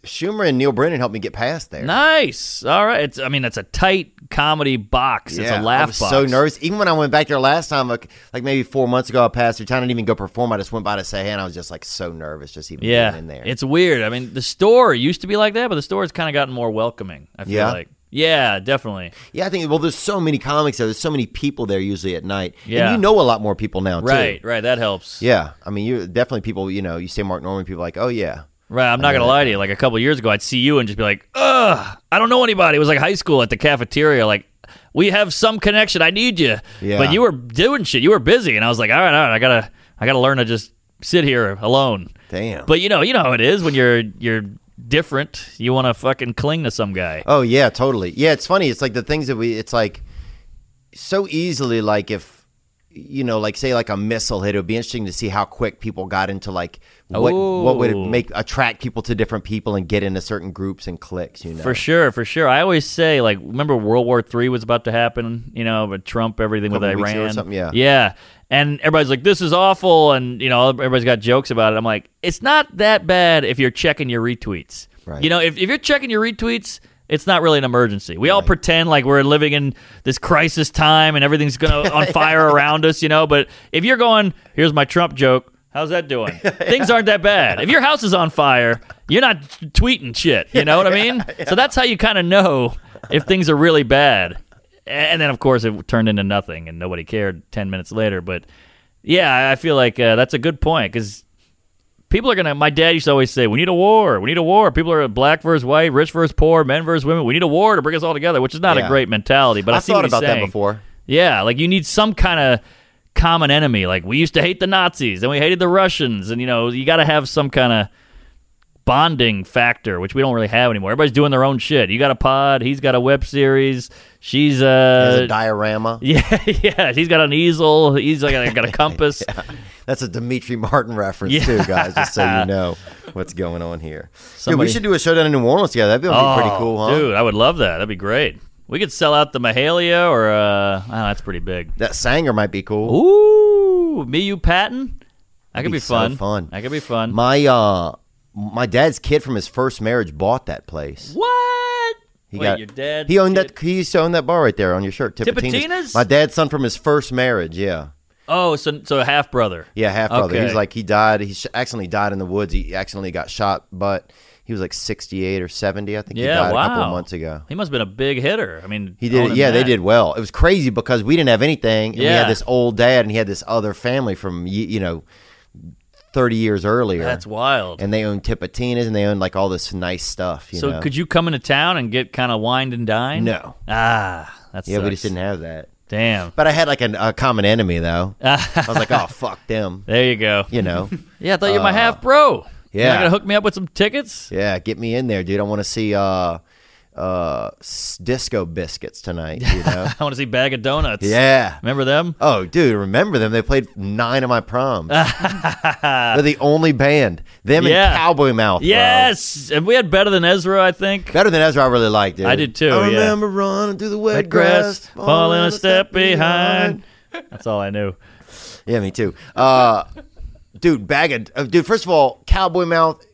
S1: Schumer and Neil Brennan helped me get past there.
S3: Oh. Nice. All right. It's, I mean, it's a tight comedy box. it's
S1: Yeah,
S3: a laugh
S1: I was
S3: box.
S1: so nervous. Even when I went back there last time, like, like maybe four months ago, I passed through town. I didn't even go perform. I just went by to say hey, and I was just like so nervous just even
S3: Yeah,
S1: being in there.
S3: it's weird. I mean, the store used to be like that, but the store's kind of gotten more welcoming. I feel
S1: Yeah?
S3: like. Yeah, definitely.
S1: yeah, I think, well, there's so many comics there. There's so many people there usually at night.
S3: Yeah.
S1: And you know a lot more people now,
S3: Right,
S1: too.
S3: right. That helps.
S1: Yeah. I mean, you definitely people, you know, you say Mark Norman, people are like, oh, yeah.
S3: Right. I'm not gonna lie to you. Like a couple years ago, I'd see you and just be like, "Ugh, I don't know anybody." It was like high school at the cafeteria. Like, we have some connection. I need you.
S1: Yeah.
S3: But you were doing shit. You were busy, and I was like, "All right, all right. I gotta, I gotta learn to just sit here alone."
S1: Damn.
S3: But you know, you know how it is when you're you're different. You want to fucking cling to some guy.
S1: Oh yeah, totally. Yeah, it's funny. It's like the things that we. It's like so easily. Like if you know, like say, like a missile hit. It would be interesting to see how quick people got into like what what would
S3: Oh.
S1: make attract people to different people and get into certain groups and cliques. You know,
S3: For sure, for sure. I always say, like, remember World War III was about to happen, you know, but Trump, everything with
S1: Couple weeks
S3: Iran.
S1: ago or something, yeah.
S3: Yeah. And everybody's like, this is awful. And, you know, everybody's got jokes about it. I'm like, it's not that bad if you're checking your retweets.
S1: Right.
S3: You know, if, if you're checking your retweets, it's not really an emergency. We all pretend like we're living in this crisis time and everything's going on fire around us, you know. But if you're going, here's my Trump joke. How's that doing? Things aren't that bad. If your house is on fire, you're not tweeting shit. You know what I mean? So that's how you kind of know if things are really bad. And then, of course, it turned into nothing and nobody cared 10 minutes later. But yeah, I feel like uh, that's a good point because people are gonna. My dad used to always say, "We need a war. We need a war. People are black versus white, rich versus poor, men versus women. We need a war to bring us all together," which is not
S1: Yeah.
S3: a great mentality. But I,
S1: I
S3: see
S1: thought
S3: what he's
S1: about that
S3: saying.
S1: before.
S3: Yeah, like you need some kind of common enemy. Like we used to hate the Nazis, then we hated the Russians, and you know you got to have some kind of bonding factor, which we don't really have anymore. Everybody's doing their own shit. You got a pod. He's got a web series. She's
S1: There's
S3: uh,
S1: a diorama.
S3: [laughs] yeah, yeah. She's got an easel. He's like
S1: [laughs]
S3: got a compass.
S1: That's a Dimitri Martin reference too, guys. Just so
S3: [laughs]
S1: you know what's going on here. Dude, we
S3: Somebody-
S1: should do a showdown in New Orleans together. That'd be, pretty
S3: Oh,
S1: cool, huh?
S3: Dude, I would love that. That'd be great. We could sell out the Mahalia or uh oh, that's pretty big.
S1: That Sanger might be cool.
S3: Ooh, me you Patton. That could be,
S1: so
S3: fun.
S1: fun.
S3: That could be fun.
S1: My uh my dad's kid from his first marriage bought that place.
S3: what?
S1: He
S3: Wait, your dad
S1: He owned that. He used to own that bar right there on your shirt. Tipitina's.
S3: Tipitina's?
S1: My dad's son from his first marriage. Yeah.
S3: Oh, so so a half brother.
S1: Yeah, half brother. He was
S3: Okay.
S1: like he died. He sh- accidentally died in the woods. He accidentally got shot, but he was like sixty-eight or seventy. I think he
S3: Yeah,
S1: died a couple
S3: wow.
S1: of months ago.
S3: He must have been a big hitter. I mean,
S1: He did.
S3: owning
S1: Yeah, they
S3: that.
S1: did well. It was crazy because we didn't have anything. And We
S3: Yeah.
S1: had this old dad, and he had this other family from y- you know thirty years earlier.
S3: That's wild.
S1: And they owned Tipitinas, and they owned like all this nice stuff. You
S3: so
S1: know?
S3: could you come into town and get kind of wined and dined?
S1: No.
S3: Ah, that's
S1: Yeah, we just didn't have that.
S3: Damn.
S1: But I had like an, a common enemy
S3: [laughs]
S1: though. I was like, oh fuck them.
S3: There you go.
S1: You know.
S3: Yeah, I thought you were my
S1: Uh,
S3: half bro. You're
S1: yeah.
S3: not gonna hook me up with some tickets?
S1: Yeah, get me in there, dude. I want to see uh, uh, s- disco biscuits tonight. You
S3: [laughs]
S1: know?
S3: I want to see Bag of Donuts.
S1: yeah.
S3: Remember them?
S1: Oh, dude, remember them? They played nine of my
S3: [laughs]
S1: proms. They're the only band. Them
S3: Yeah.
S1: and Cowboy Mouth. bro.
S3: Yes, and we had better than Ezra, I think.
S1: Better than Ezra, I really liked it.
S3: I did too.
S1: I
S3: yeah.
S1: remember running through the wet,
S3: Wet
S1: grass,
S3: grass, falling a step behind. That's all I knew.
S1: Yeah, me too. Uh, dude, bag of uh, dude. First of all, Cowboy Mouth.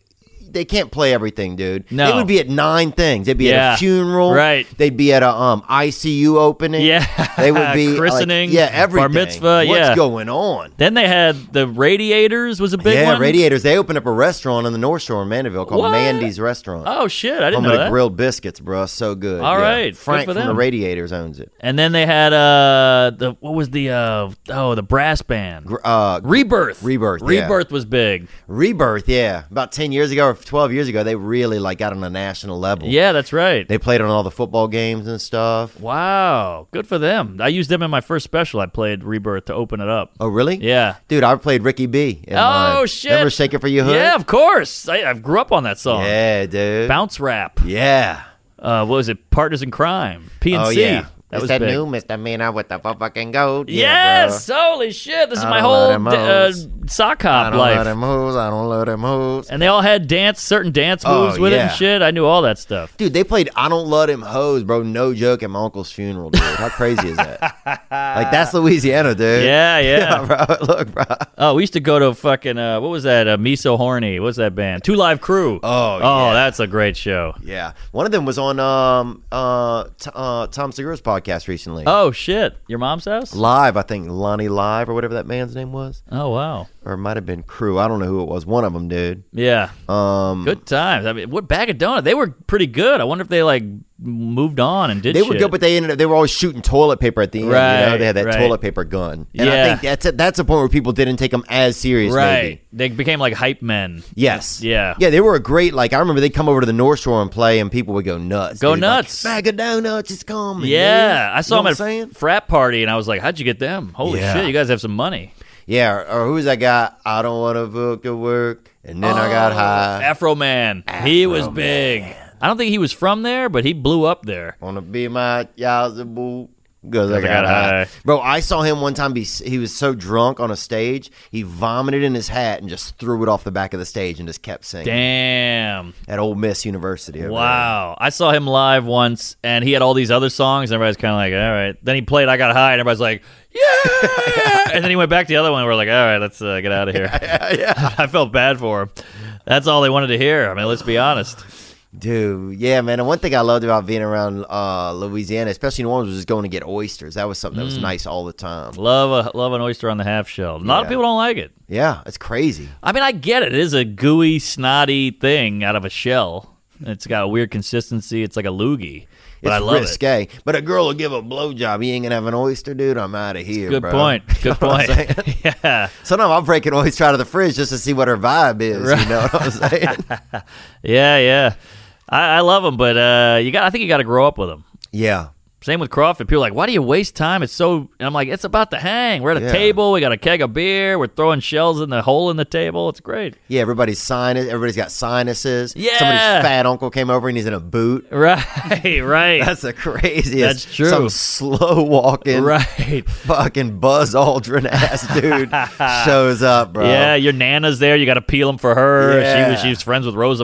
S1: They can't play everything, dude.
S3: No.
S1: they would be at nine things. They'd be at
S3: Yeah.
S1: a funeral,
S3: Right.
S1: They'd be at a um ICU opening.
S3: Yeah.
S1: they would
S3: [laughs]
S1: be like,
S3: christening.
S1: yeah, everything.
S3: Bar mitzvah.
S1: What's
S3: yeah.
S1: going on?
S3: Then they had the radiators was a big
S1: yeah,
S3: one.
S1: radiators. They opened up a restaurant on the North Shore in Mandeville called
S3: What?
S1: Mandy's Restaurant.
S3: Oh shit, I didn't
S1: Home
S3: know
S1: of the
S3: that.
S1: grilled biscuits, bro. So good.
S3: All
S1: All right,
S3: right, good
S1: Frank
S3: for
S1: from the
S3: them.
S1: Radiators owns it.
S3: and then they had uh the what was the uh oh the brass band
S1: Gr- Uh,
S3: Rebirth.
S1: Rebirth. yeah.
S3: Rebirth was big.
S1: Rebirth, yeah. About 10 years ago or 12 years ago, they really like got on a national level.
S3: Yeah, that's right.
S1: They played on all the football games and stuff.
S3: Wow, good for them. I used them in my first special. I played Rebirth to open it up.
S1: Oh, really?
S3: Yeah.
S1: Dude, I played Ricky B. in
S3: Oh
S1: mine.
S3: shit!
S1: Remember Shake It For You Hood?
S3: Yeah, of course. I, I grew up on that song.
S1: Yeah, dude.
S3: Bounce rap.
S1: Yeah.
S3: Uh, what was it? Partners in Crime. PNC.
S1: Oh, yeah.
S3: That
S1: it's
S3: was
S1: that
S3: big.
S1: new Mr. Mina with the fucking gold.
S3: Yes. Holy shit! This is
S1: I
S3: my
S1: don't know
S3: whole
S1: them
S3: d- uh,
S1: hoes.
S3: sock
S1: I
S3: hop
S1: don't love
S3: life.
S1: them moves. I don't love them moves.
S3: And they all had dance, certain dance
S1: Oh,
S3: moves with it and
S1: yeah.
S3: shit. I knew all that stuff.
S1: Dude, they played I Don't Love Them Hoes, bro. No joke at my uncle's funeral, dude. How crazy is
S3: [laughs]
S1: that? like, that's Louisiana, dude. [laughs]
S3: Yeah, yeah.
S1: bro. Look, bro.
S3: Oh, we used to go to fucking uh, what was that? Uh, Me so horny. What was that band? Two Live Crew.
S1: Oh,
S3: oh,
S1: yeah.
S3: that's a great show.
S1: Yeah. One of them was on um uh, t- uh Tom Segura's podcast recently.
S3: Oh shit! Your mom's house?
S1: Live, I think Lonnie Live or whatever that man's name was,
S3: Oh wow.
S1: or it might have been Crew. I don't know who it was. One of them, dude.
S3: Yeah.
S1: Um,
S3: Good times. I mean, what bag of donut? They were pretty good. I wonder if they like moved on and did.
S1: They were
S3: shit.
S1: good, but they ended up they were always shooting toilet paper at the end. You know?
S3: Right,
S1: They had that
S3: right.
S1: toilet paper gun, and I
S3: Yeah.
S1: think that's a, that's a point where people didn't take them as serious.
S3: right.
S1: Maybe.
S3: They became like hype men.
S1: Yes.
S3: Yeah.
S1: Yeah, they were a great like. I remember they would come over to the North Shore and play, and people would go nuts.
S3: Go
S1: They'd be like,
S3: nuts.
S1: Bag of donuts is coming.
S3: yeah. I saw
S1: him
S3: them at a frat party, and I was like, "How'd you get them? Holy
S1: Yeah.
S3: shit! You guys have some money."
S1: Yeah, or, or who's that guy? I don't want to book to work, and then I got
S3: Oh,
S1: high.
S3: Afro Man. he was big. I don't think he was from there, but he blew up there.
S1: Wanna be my Yaza boo? Because I, got, high. Bro, I saw him one time. Be he was so drunk on a stage, he vomited in his hat and just threw it off the back of the stage and just kept singing
S3: Damn.
S1: at Ole Miss University. over [laughs]
S3: Wow. I saw him live once and he had all these other songs and everybody's kind of like, all right. Then he played I Got High and everybody's like, yeah. and then he went back to the other one and we're like, all right, let's uh, get out of here. [laughs] I felt bad for him. That's all they wanted to hear. I mean, let's be honest.
S1: there. dude. Yeah, man. And one thing I loved about being around uh, Louisiana, especially New Orleans, was just going to get oysters. That was something that was
S3: Mm.
S1: nice all the time.
S3: Love a love an oyster on the half shell. A lot of
S1: Yeah.
S3: people don't like it.
S1: Yeah, it's crazy.
S3: I mean, I get it. It is a gooey, snotty thing out of a shell. It's got a weird consistency. It's like a loogie. But
S1: it's
S3: I love it.
S1: risque, but a girl will give a blowjob. He ain't gonna have an oyster, dude. I'm out of here.
S3: Good
S1: bro. [laughs]
S3: point. Good
S1: know what
S3: point.
S1: I'm
S3: [laughs] yeah.
S1: Sometimes I'll break an oyster out of the fridge just to see what her vibe is. You know what I'm saying?
S3: [laughs] Yeah, yeah. I, I love them, but uh, you got. I think you got to grow up with them.
S1: yeah.
S3: Same with Crawford. People are like, why do you waste time? It's so. And I'm like, it's about to hang. We're at a
S1: Yeah.
S3: table. We got a keg of beer. We're throwing shells in the hole in the table.
S1: [laughs]
S3: It's great.
S1: Yeah, everybody's sinus. Everybody's got sinuses. Somebody's
S3: Yeah.
S1: fat uncle came over and he's in a boot.
S3: Right,
S1: [laughs]
S3: right.
S1: That's the craziest.
S3: That's true.
S1: Some slow walking,
S3: right.
S1: fucking Buzz Aldrin ass
S3: [laughs]
S1: dude shows up, bro.
S3: Yeah, your nana's there. You got to peel them for her.
S1: Yeah.
S3: She was she was friends with Rosa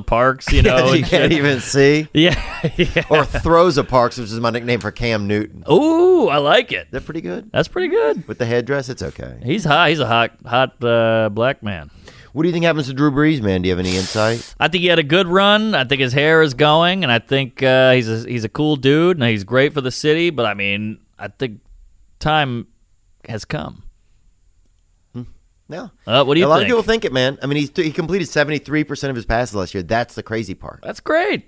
S1: [laughs]
S3: Parks. You know.
S1: you
S3: and
S1: can't
S3: shit.
S1: even see.
S3: yeah. [laughs] yeah.
S1: Or throws a parks, which is my nickname for Cam Newton.
S3: Ooh, I like it.
S1: They're pretty good
S3: That's pretty good.
S1: with the headdress. It's okay.
S3: He's hot. He's a hot, hot uh, black man.
S1: What do you think happens to Drew Brees, man? Do you have any insight?
S3: I think he had a good run. I think his hair is going, and I think uh, he's a, he's a cool dude, and he's great for the city. But I mean, I think time has come.
S1: No.
S3: Uh, what do you?
S1: a lot
S3: think?
S1: of people think it, man. I mean, he's, he completed seventy three percent of his passes last year. That's the crazy part.
S3: That's great,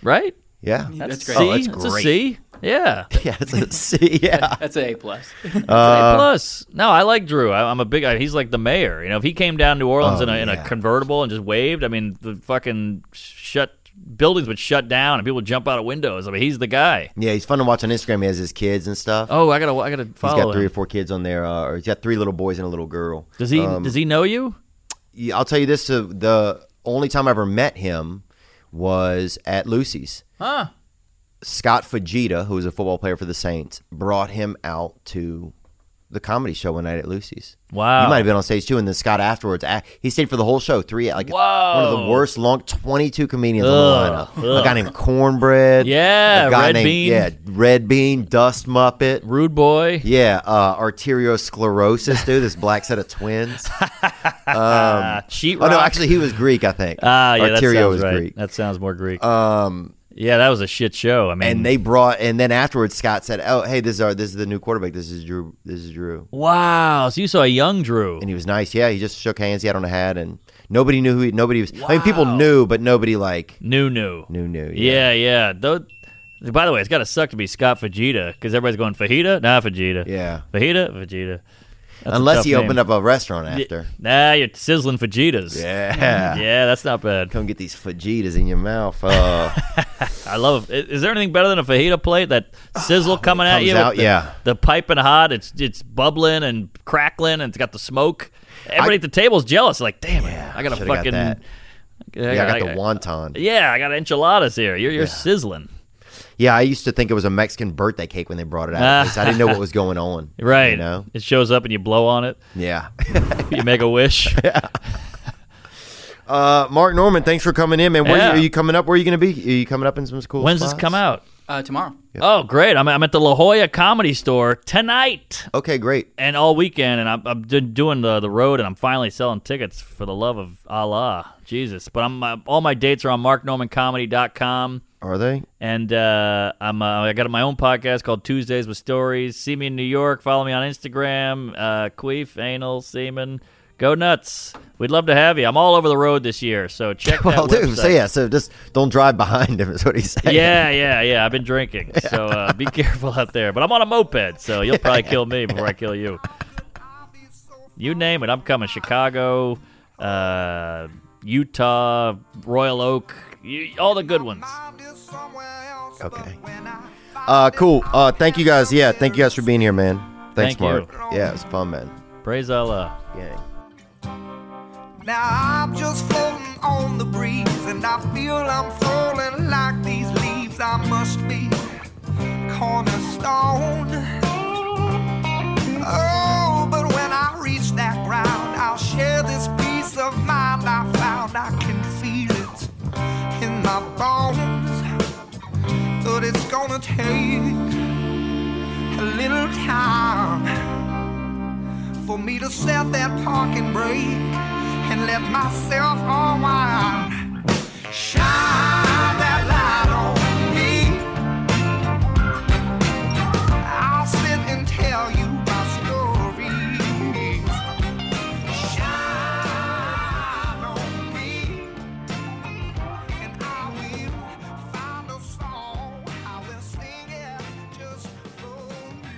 S3: right?
S1: Yeah,
S3: that's,
S1: great.
S3: great.
S1: Oh, that's
S3: It's a
S1: great.
S3: C. Yeah,
S1: [laughs] yeah, it's
S3: [laughs]
S1: a C. Yeah,
S4: That's an A plus.
S3: That's an A plus. No, I like Drew. I, I'm a big. I, he's like the mayor. You know, if he came down to New Orleans
S1: Oh,
S3: in, a, in a
S1: yeah.
S3: convertible and just waved, I mean, the fucking shut buildings would shut down and people would jump out of windows. I mean, he's the guy.
S1: Yeah, he's fun to watch on Instagram. He has his kids and stuff.
S3: Oh, I gotta, I gotta follow
S1: he's got three
S3: him.
S1: or four kids on there, uh, or he's got three little boys and a little girl.
S3: Does he?
S1: Um,
S3: does he know you?
S1: yeah, I'll tell you this: the, the only time I ever met him was at Lucy's.
S3: Huh?
S1: Scott Fujita, who was a football player for the Saints, brought him out to the comedy show one night at Lucy's.
S3: Wow.
S1: you might have been on stage too. And then Scott afterwards, a- he stayed for the whole show, three like one of
S3: Whoa.
S1: the worst long twenty-two comedians
S3: Oh. Ugh.
S1: on the lineup. A guy
S3: Ugh.
S1: named Cornbread.
S3: Yeah,
S1: a guy
S3: Red
S1: named,
S3: Bean.
S1: Yeah, Red Bean, Dust Muppet,
S3: Rude Boy.
S1: Yeah, uh, arteriosclerosis, dude. This black set of
S3: [laughs]
S1: twins. Um,
S3: Sheetrock.
S1: Oh no, actually, he was Greek, I think.
S3: Ah, yeah, that
S1: Arterio
S3: sounds
S1: was
S3: right.
S1: Greek.
S3: That sounds more Greek.
S1: Um,
S3: yeah, that was a shit show. I mean,
S1: and they brought, and then afterwards, Scott said, "Oh, hey, this is our, this is the new quarterback. This is Drew. This is Drew."
S3: Wow, so you saw a young Drew,
S1: and he was nice. Yeah, he just shook hands. He had on a hat, and nobody knew who he. Nobody was. I mean, people knew, but nobody like
S3: new new
S1: knew knew. Yeah.
S3: Yeah, yeah. Though, by the way, it's got to suck to be Scott Fajita because everybody's going Fajita, nah Fajita.
S1: Yeah.
S3: Fajita, Fajita. That's a
S1: Unless
S3: tough
S1: he
S3: name.
S1: opened up a restaurant
S3: Y- [laughs]
S1: after.
S3: Nah, you're sizzling Fajitas.
S1: Yeah.
S3: yeah, that's not bad.
S1: Come get these fajitas in your mouth.
S3: [laughs]
S1: Uh,
S3: I love. It. Is there anything better than a fajita plate? That
S1: [sighs]
S3: sizzle coming at
S1: comes
S3: you,
S1: out,
S3: with the,
S1: yeah.
S3: the piping hot. It's it's bubbling and crackling, and it's got the smoke. Everybody at the table's jealous. Like, damn it, I got to
S1: shoulda got
S3: fucking.
S1: that.
S3: Yeah,
S1: yeah, I got the wonton.
S3: Yeah, I got enchiladas here. You're you're sizzling.
S1: Yeah, I used to think it was a Mexican birthday cake when they brought it
S3: [laughs]
S1: out. At least I didn't know what was going on.
S3: Right.
S1: You know?
S3: It shows up and you blow on it.
S1: Yeah. [laughs]
S3: you make a wish.
S1: Uh, Mark Norman, thanks for coming in, man. Where
S3: Yeah.
S1: are you coming up? Where are you going to be? Are you coming up in some cool
S3: When's
S1: spots?
S3: this come out?
S4: Uh, tomorrow.
S3: Oh, great. I'm, I'm at the La Jolla Comedy Store tonight
S1: Okay, great.
S3: and all weekend. And I'm, I'm do- doing the, the road and I'm finally selling tickets for the love of Allah. Jesus. But I'm, uh, all my dates are on marknormancomedy.com.
S1: Are they?
S3: And uh, I'm uh, I got my own podcast called Tuesdays with Stories. See me in New York. Follow me on Instagram. Uh, queef, anal, semen. Go nuts. We'd love to have you. I'm all over the road this year, so
S1: [laughs]
S3: check
S1: Well,
S3: that
S1: dude,
S3: website.
S1: so yeah, so just don't drive behind him is what he's saying.
S3: Yeah, yeah, yeah. I've been drinking, so uh, be careful out there. But I'm on a moped, so you'll probably kill me before I kill you. You name it, I'm coming. Chicago, uh, Utah, Royal Oak, you, all the good ones.
S1: Okay. Uh, cool. Uh, thank you guys. Yeah, thank you guys for being here, man. Thanks,
S3: Thank
S1: Mark.
S3: you.
S1: Yeah, it was fun, man.
S3: Praise Allah.
S1: Yeah.
S2: Now I'm just floating on the breeze, and I feel I'm falling like these leaves. I must be cornerstone. Oh, but when I reach that ground, I'll share this peace of mind I found. I can feel it in my bones, but it's gonna take a little time for me to set that parking brake and let myself unwind. Shine that light on me. I'll sit and tell you my stories. Shine on me, and I will find a song. I will sing it just for you.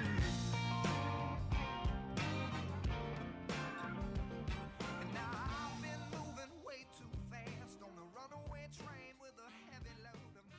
S2: And now I've been moving way too fast on a runaway train with a heavy load of my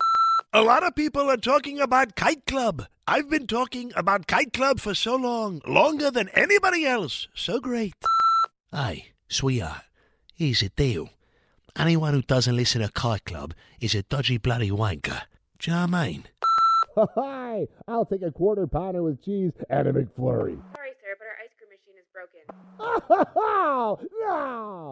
S15: A lot of people are talking about Kite Club. I've been talking about Kite Club for so long, longer than anybody else. So great. Hi, sweetheart. Here's the deal.
S16: Anyone who doesn't listen to Kite Club is a dodgy bloody wanker. Do you know what I mean?
S17: Hi, I'll take a quarter pounder with cheese and a McFlurry.
S18: Sorry, sir, but our ice cream machine is broken.
S17: no!